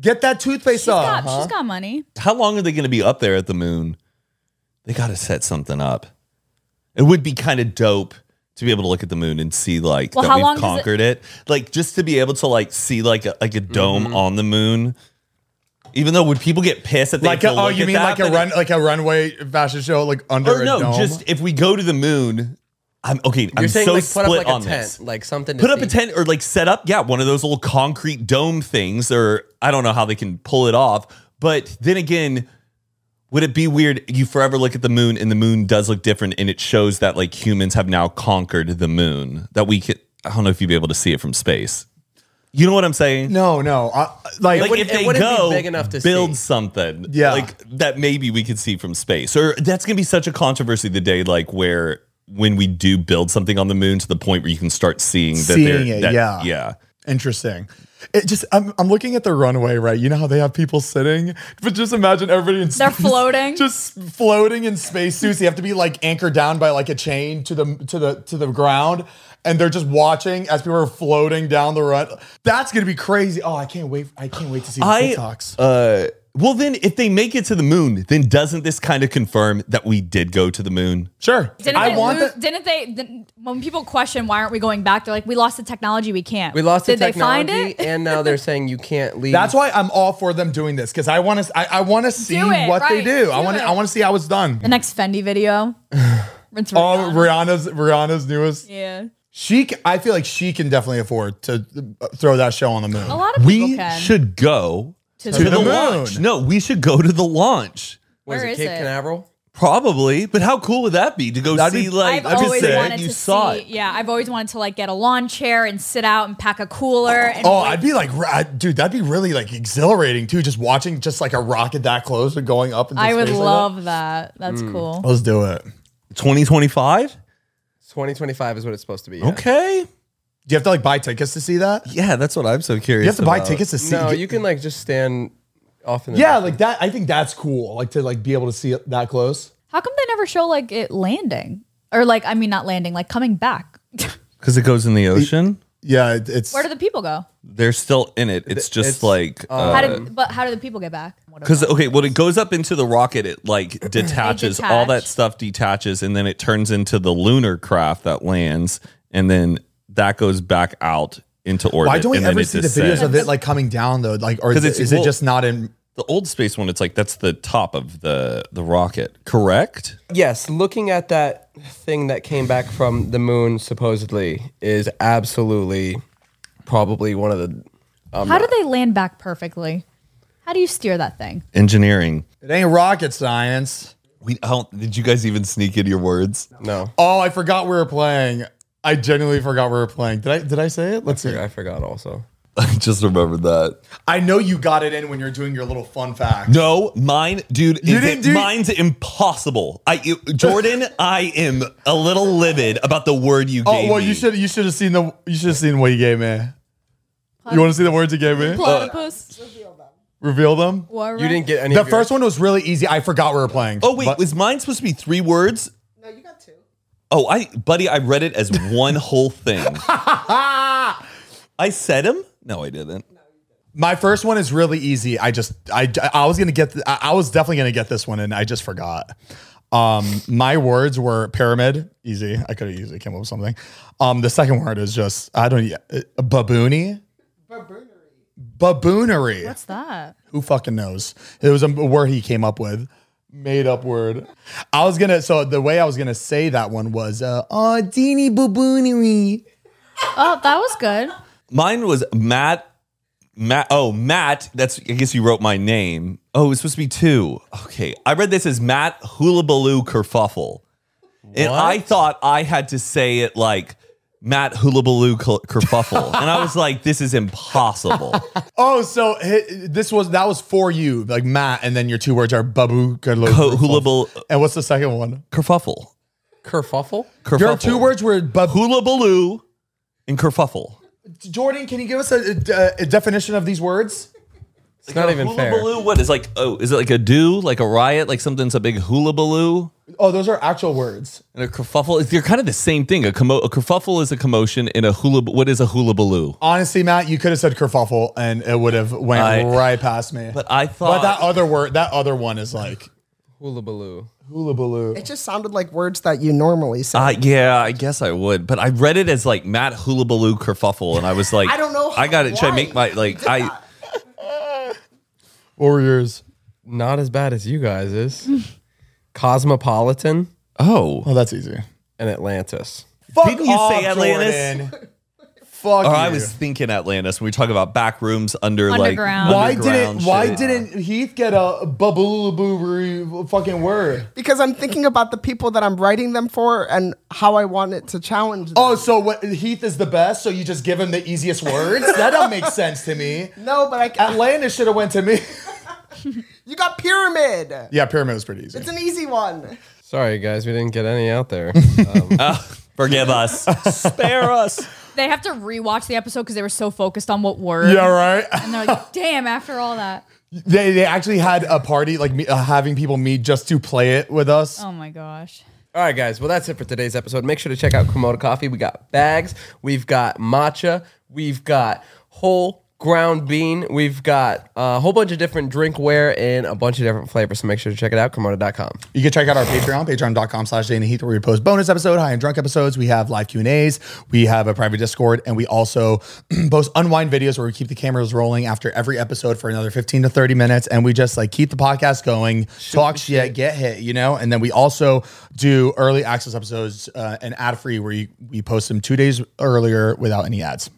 [SPEAKER 2] Get that toothpaste
[SPEAKER 3] She's got,
[SPEAKER 2] up. huh?
[SPEAKER 3] she's got money.
[SPEAKER 1] How long are they going to be up there at the moon? They got to set something up. It would be kind of dope to be able to look at the moon and see like
[SPEAKER 3] Well,
[SPEAKER 1] that
[SPEAKER 3] how
[SPEAKER 1] we've
[SPEAKER 3] long does it-
[SPEAKER 1] conquered it? Like just to be able to like see like a,
[SPEAKER 2] Mm-hmm.
[SPEAKER 1] like a dome on the moon. Even though would people get pissed that they
[SPEAKER 2] Like a,
[SPEAKER 1] have to
[SPEAKER 2] oh,
[SPEAKER 1] look
[SPEAKER 2] you
[SPEAKER 1] at
[SPEAKER 2] mean
[SPEAKER 1] that,
[SPEAKER 2] like a
[SPEAKER 1] but-
[SPEAKER 2] run like a runway fashion show like under
[SPEAKER 1] or
[SPEAKER 2] a
[SPEAKER 1] no?
[SPEAKER 2] dome?
[SPEAKER 1] Just if we go to the moon, I'm okay. I'm
[SPEAKER 4] You're saying
[SPEAKER 1] so
[SPEAKER 4] like put
[SPEAKER 1] split
[SPEAKER 4] up like
[SPEAKER 1] on
[SPEAKER 4] a tent,
[SPEAKER 1] this.
[SPEAKER 4] like something. To
[SPEAKER 1] put up a
[SPEAKER 4] see.
[SPEAKER 1] tent or like set up yeah one of those little concrete dome things or i don't know how they can pull it off but then again would it be weird you forever look at the moon and the moon does look different and it shows that like humans have now conquered the moon that we could i don't know if you'd be able to see it from space you know what i'm saying
[SPEAKER 2] no, no. I, like
[SPEAKER 1] Like
[SPEAKER 4] wouldn't-
[SPEAKER 1] if
[SPEAKER 4] it
[SPEAKER 1] they
[SPEAKER 4] wouldn't be
[SPEAKER 1] go
[SPEAKER 4] big enough to
[SPEAKER 1] build
[SPEAKER 4] see.
[SPEAKER 1] something,
[SPEAKER 2] Yeah.
[SPEAKER 1] like that maybe we could see from space, or that's gonna be such a controversy the day like where when we do build something on the moon to the point where you can start seeing that they're
[SPEAKER 2] Seeing it,
[SPEAKER 1] that-
[SPEAKER 2] yeah.
[SPEAKER 1] yeah
[SPEAKER 2] Interesting. It just I'm, I'm looking at the runway, right? You know how they have people sitting, but just imagine everybody in
[SPEAKER 3] They're
[SPEAKER 2] space- <laughs>
[SPEAKER 3] floating.
[SPEAKER 2] just floating in spacesuits. They have to be like anchored down by like a chain to the to the to the ground, and they're just watching as people are floating down the run. That's gonna be crazy. Oh, I can't wait! I can't wait to see the
[SPEAKER 1] I-
[SPEAKER 2] TikToks.
[SPEAKER 1] Uh, well, then, if they make it to the moon, then doesn't this kind of confirm that we did go to the moon?
[SPEAKER 2] sure,
[SPEAKER 3] Didn't
[SPEAKER 2] I
[SPEAKER 3] they
[SPEAKER 2] want
[SPEAKER 3] lose,
[SPEAKER 2] that.
[SPEAKER 3] didn't they th- when people question why aren't we going back, they're like, We lost the technology, we can't.
[SPEAKER 4] We lost
[SPEAKER 3] Did
[SPEAKER 4] the technology,
[SPEAKER 3] they find it?
[SPEAKER 4] and now they're saying you can't leave.
[SPEAKER 2] That's why I'm all for them doing this because I want to. I, I want to see
[SPEAKER 3] it,
[SPEAKER 2] what they
[SPEAKER 3] right.
[SPEAKER 2] do. I
[SPEAKER 3] Do
[SPEAKER 2] want.
[SPEAKER 3] it.
[SPEAKER 2] I want to see how it's done.
[SPEAKER 3] <laughs> The next Fendi
[SPEAKER 4] <sighs>
[SPEAKER 3] video. It's
[SPEAKER 2] Oh,
[SPEAKER 3] Rihanna.
[SPEAKER 2] Rihanna's Rihanna's newest.
[SPEAKER 3] yeah.
[SPEAKER 2] She, c- I feel like she can definitely afford to uh, throw that show on the moon.
[SPEAKER 3] A lot of people
[SPEAKER 1] We
[SPEAKER 3] can.
[SPEAKER 1] should go to,
[SPEAKER 3] the
[SPEAKER 1] the,
[SPEAKER 2] moon.
[SPEAKER 1] launch. No, we should go to the launch.
[SPEAKER 4] What
[SPEAKER 3] Where
[SPEAKER 4] is
[SPEAKER 3] is
[SPEAKER 4] it, Cape
[SPEAKER 3] it?
[SPEAKER 4] Canaveral?
[SPEAKER 1] Probably, but how cool would that be to go
[SPEAKER 2] That'd
[SPEAKER 1] see
[SPEAKER 2] be-
[SPEAKER 1] like
[SPEAKER 3] I've always
[SPEAKER 1] say
[SPEAKER 3] wanted
[SPEAKER 1] you
[SPEAKER 3] to
[SPEAKER 1] saw
[SPEAKER 3] see.
[SPEAKER 1] it?
[SPEAKER 3] Yeah, I've always wanted to like get a lawn chair and sit out and pack a cooler. And
[SPEAKER 2] Oh,
[SPEAKER 3] like,
[SPEAKER 2] I'd be like, ra- dude, that'd be really like exhilarating too. Just watching just like a rocket that close and going up. Into
[SPEAKER 3] I would
[SPEAKER 2] space like
[SPEAKER 3] love that. That's
[SPEAKER 2] that.
[SPEAKER 1] Oh.
[SPEAKER 3] cool.
[SPEAKER 2] Let's do it. Do
[SPEAKER 1] 2025?
[SPEAKER 4] 2025 is what it's supposed to be. yeah.
[SPEAKER 1] Okay.
[SPEAKER 2] you have to like buy tickets to see that?
[SPEAKER 1] Yeah, that's what I'm so curious.
[SPEAKER 2] You have to buy
[SPEAKER 1] about.
[SPEAKER 2] tickets to see.
[SPEAKER 4] No, you can like just stand off in the
[SPEAKER 2] yeah, like that. I think that's cool. Like to like be able to see it that close.
[SPEAKER 3] How come they never show like it landing or like I mean not landing, like coming <laughs> back?
[SPEAKER 1] because it goes in the ocean.
[SPEAKER 2] Yeah, it, it's
[SPEAKER 3] Where do the people go?
[SPEAKER 1] They're still in it. It's just
[SPEAKER 4] it's,
[SPEAKER 1] like
[SPEAKER 2] uh,
[SPEAKER 3] How did but how do the people get back?
[SPEAKER 1] Because okay, when it goes up into the rocket, it like detaches. All that
[SPEAKER 3] detach.
[SPEAKER 1] stuff detaches, and then it turns into the lunar craft that lands, and then that goes back out into orbit.
[SPEAKER 2] why don't we
[SPEAKER 1] and then
[SPEAKER 2] ever
[SPEAKER 1] it
[SPEAKER 2] see the
[SPEAKER 1] descends.
[SPEAKER 2] videos of it like coming down though? Like, or
[SPEAKER 1] 'Cause
[SPEAKER 2] is,
[SPEAKER 1] it's-
[SPEAKER 2] is
[SPEAKER 1] well-
[SPEAKER 2] it just not in?
[SPEAKER 1] The old space one, it's like that's the top of the the rocket, correct?
[SPEAKER 4] Yes, looking at that thing that came back from the moon supposedly is absolutely probably one of the
[SPEAKER 3] How do they land back perfectly? How do you steer that thing?
[SPEAKER 1] Engineering.
[SPEAKER 2] It ain't rocket science.
[SPEAKER 1] We I don't. Did you guys even sneak in your words? <laughs>
[SPEAKER 4] no.
[SPEAKER 2] Oh, I forgot we were playing. I genuinely forgot we were playing. Did I? Did I say it? Let's see.
[SPEAKER 4] I forgot also.
[SPEAKER 1] I just remembered that.
[SPEAKER 2] I know you got it in when you're doing your little fun fact.
[SPEAKER 1] No, mine, dude.
[SPEAKER 2] You
[SPEAKER 1] is
[SPEAKER 2] didn't
[SPEAKER 1] it-
[SPEAKER 2] do-
[SPEAKER 1] mine's impossible. I you- Jordan, I am a little livid about the word you
[SPEAKER 2] Oh
[SPEAKER 1] gave.
[SPEAKER 2] well,
[SPEAKER 1] me.
[SPEAKER 2] you should you should have seen the you should have seen what he gave me. You want to see the words he gave
[SPEAKER 3] Uh,
[SPEAKER 2] me?
[SPEAKER 3] Platypus.
[SPEAKER 2] Reveal them.
[SPEAKER 3] Warra-
[SPEAKER 4] You didn't get any
[SPEAKER 2] The
[SPEAKER 4] of your-
[SPEAKER 2] first one was really easy. I forgot we were playing.
[SPEAKER 1] Oh wait,
[SPEAKER 2] But-
[SPEAKER 1] was mine supposed to be three words?
[SPEAKER 5] No, you got two.
[SPEAKER 1] Oh, I, buddy, I read it as one whole
[SPEAKER 2] <laughs>
[SPEAKER 1] thing. I said him? No, I didn't.
[SPEAKER 2] my first one is really easy. I just I I was gonna get th- I I was definitely gonna get this one and I just forgot. Um, my words were pyramid. Easy. I could have easily came up with something. Um, the second word is just I don't uh, baboony.
[SPEAKER 5] Burboonery.
[SPEAKER 2] Baboonery.
[SPEAKER 3] What's that?
[SPEAKER 2] Who fucking knows? It was a word he came up with, made up word. I was gonna. So the way I was gonna say that one was, uh, "Oh, Dini Baboonery."
[SPEAKER 3] Oh, that was good.
[SPEAKER 1] Mine was Matt. Matt. Oh, Matt. That's. I guess you wrote my name. Oh, it was supposed to be two. Okay, I read this as Matt Hullabaloo Kerfuffle, and I thought I had to say it like Matt Hullabaloo cl- kerfuffle. and I was like, this is
[SPEAKER 4] <laughs>
[SPEAKER 1] impossible.
[SPEAKER 2] Oh, so hi- this was that was for you, like Matt, and then your two words are babu
[SPEAKER 1] Co- hullabal-
[SPEAKER 2] And what's the second one?
[SPEAKER 1] kerfuffle.
[SPEAKER 4] Kerfuffle?
[SPEAKER 1] kerfuffle.
[SPEAKER 2] Your two words were babu.
[SPEAKER 1] Hullabaloo and kerfuffle.
[SPEAKER 2] Jordan, can you give us a, a, a definition of these words?
[SPEAKER 4] It's not even fair.
[SPEAKER 1] Hullabaloo, what is like, oh, is it like a do, like a riot, like something's a big hullabaloo?
[SPEAKER 2] Oh, those are actual words.
[SPEAKER 1] And a kerfuffle, is- they're kind of the same thing. A, commo- a kerfuffle is a commotion, and a hula, what is a hullabaloo?
[SPEAKER 2] Honestly, Matt, you could have said kerfuffle, and it would have went
[SPEAKER 1] I-
[SPEAKER 2] right past me.
[SPEAKER 1] But I
[SPEAKER 2] But
[SPEAKER 1] thought
[SPEAKER 2] that other word, that other one is like
[SPEAKER 4] Hula baloo.
[SPEAKER 2] hula baloo.
[SPEAKER 5] It just sounded like words that you normally say.
[SPEAKER 1] Uh, yeah, I guess I would, but I read it as like Matt Hullabaloo kerfuffle, and I was like,
[SPEAKER 5] <laughs> I don't know
[SPEAKER 1] I got it. Should I
[SPEAKER 5] why
[SPEAKER 1] make my like? I
[SPEAKER 2] What were yours?
[SPEAKER 4] Not as bad as you guys is. <laughs> Cosmopolitan
[SPEAKER 1] oh,
[SPEAKER 2] Oh, that's easy.
[SPEAKER 4] and Atlantis.
[SPEAKER 2] Fuck
[SPEAKER 1] Didn't you
[SPEAKER 2] off,
[SPEAKER 1] say Atlantis?
[SPEAKER 2] Jordan. <laughs> Fuck.
[SPEAKER 1] or
[SPEAKER 2] you.
[SPEAKER 1] I was thinking Atlantis when we talk about back rooms under like
[SPEAKER 3] Underground.
[SPEAKER 2] Why didn't
[SPEAKER 1] underground
[SPEAKER 2] Why
[SPEAKER 1] shit.
[SPEAKER 2] didn't Heath get a baboo fucking word?
[SPEAKER 5] because I'm thinking about the people that I'm writing them for and how I want it to challenge them.
[SPEAKER 2] Oh, so what? Heath is the best, so you just give him the easiest words. that don't make sense to me.
[SPEAKER 5] no, but I ca-
[SPEAKER 2] Atlantis should have went to me.
[SPEAKER 5] you got pyramid.
[SPEAKER 2] <laughs> Yeah, pyramid was pretty easy.
[SPEAKER 5] It's an easy one.
[SPEAKER 4] Sorry, guys, we didn't get any out there.
[SPEAKER 1] forgive
[SPEAKER 2] <laughs>
[SPEAKER 1] us, spare <laughs> us?
[SPEAKER 3] They have to rewatch the episode because they were so focused on what word.
[SPEAKER 2] yeah, right. <laughs>
[SPEAKER 3] And they're like, damn, after all that.
[SPEAKER 2] They, they actually had a party like me, uh, having people meet just to play it with us.
[SPEAKER 3] Oh my gosh.
[SPEAKER 4] All right, guys. Well, that's it for today's episode. Make sure to check out Komodo Coffee. We got bags. We've got matcha. We've got whole ground bean. We've got a whole bunch of different drinkware and a bunch of different flavors. So make sure to check it out. Komodo.com.
[SPEAKER 2] You can check out our Patreon, patreon.com slash Dana Heath, where we post bonus episode, high and drunk episodes. We have live Q&As. We have a private Discord. And we also <clears throat> post unwind videos where we keep the cameras rolling after every episode for another 15 to 30 minutes. And we just like keep the podcast going, talk shit, get hit, you know? And then we also do early access episodes uh, and ad free where you, we post them two days earlier without any ads.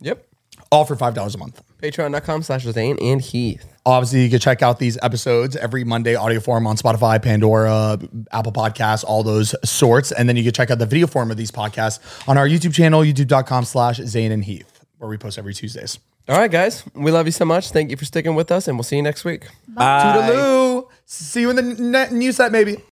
[SPEAKER 4] Yep.
[SPEAKER 2] All for $5 a month.
[SPEAKER 4] Patreon.com slash Zane and Heath.
[SPEAKER 2] Obviously, you can check out these episodes every Monday, audio form on Spotify, Pandora, Apple Podcasts, all those sorts. And then you can check out the video form of these podcasts on our YouTube channel, youtube.com slash Zane and Heath, where we post every Tuesdays.
[SPEAKER 4] All right, guys. We love you so much. Thank you for sticking with us, and we'll see you next week.
[SPEAKER 2] Toodaloo. See you in the ne- new set, maybe.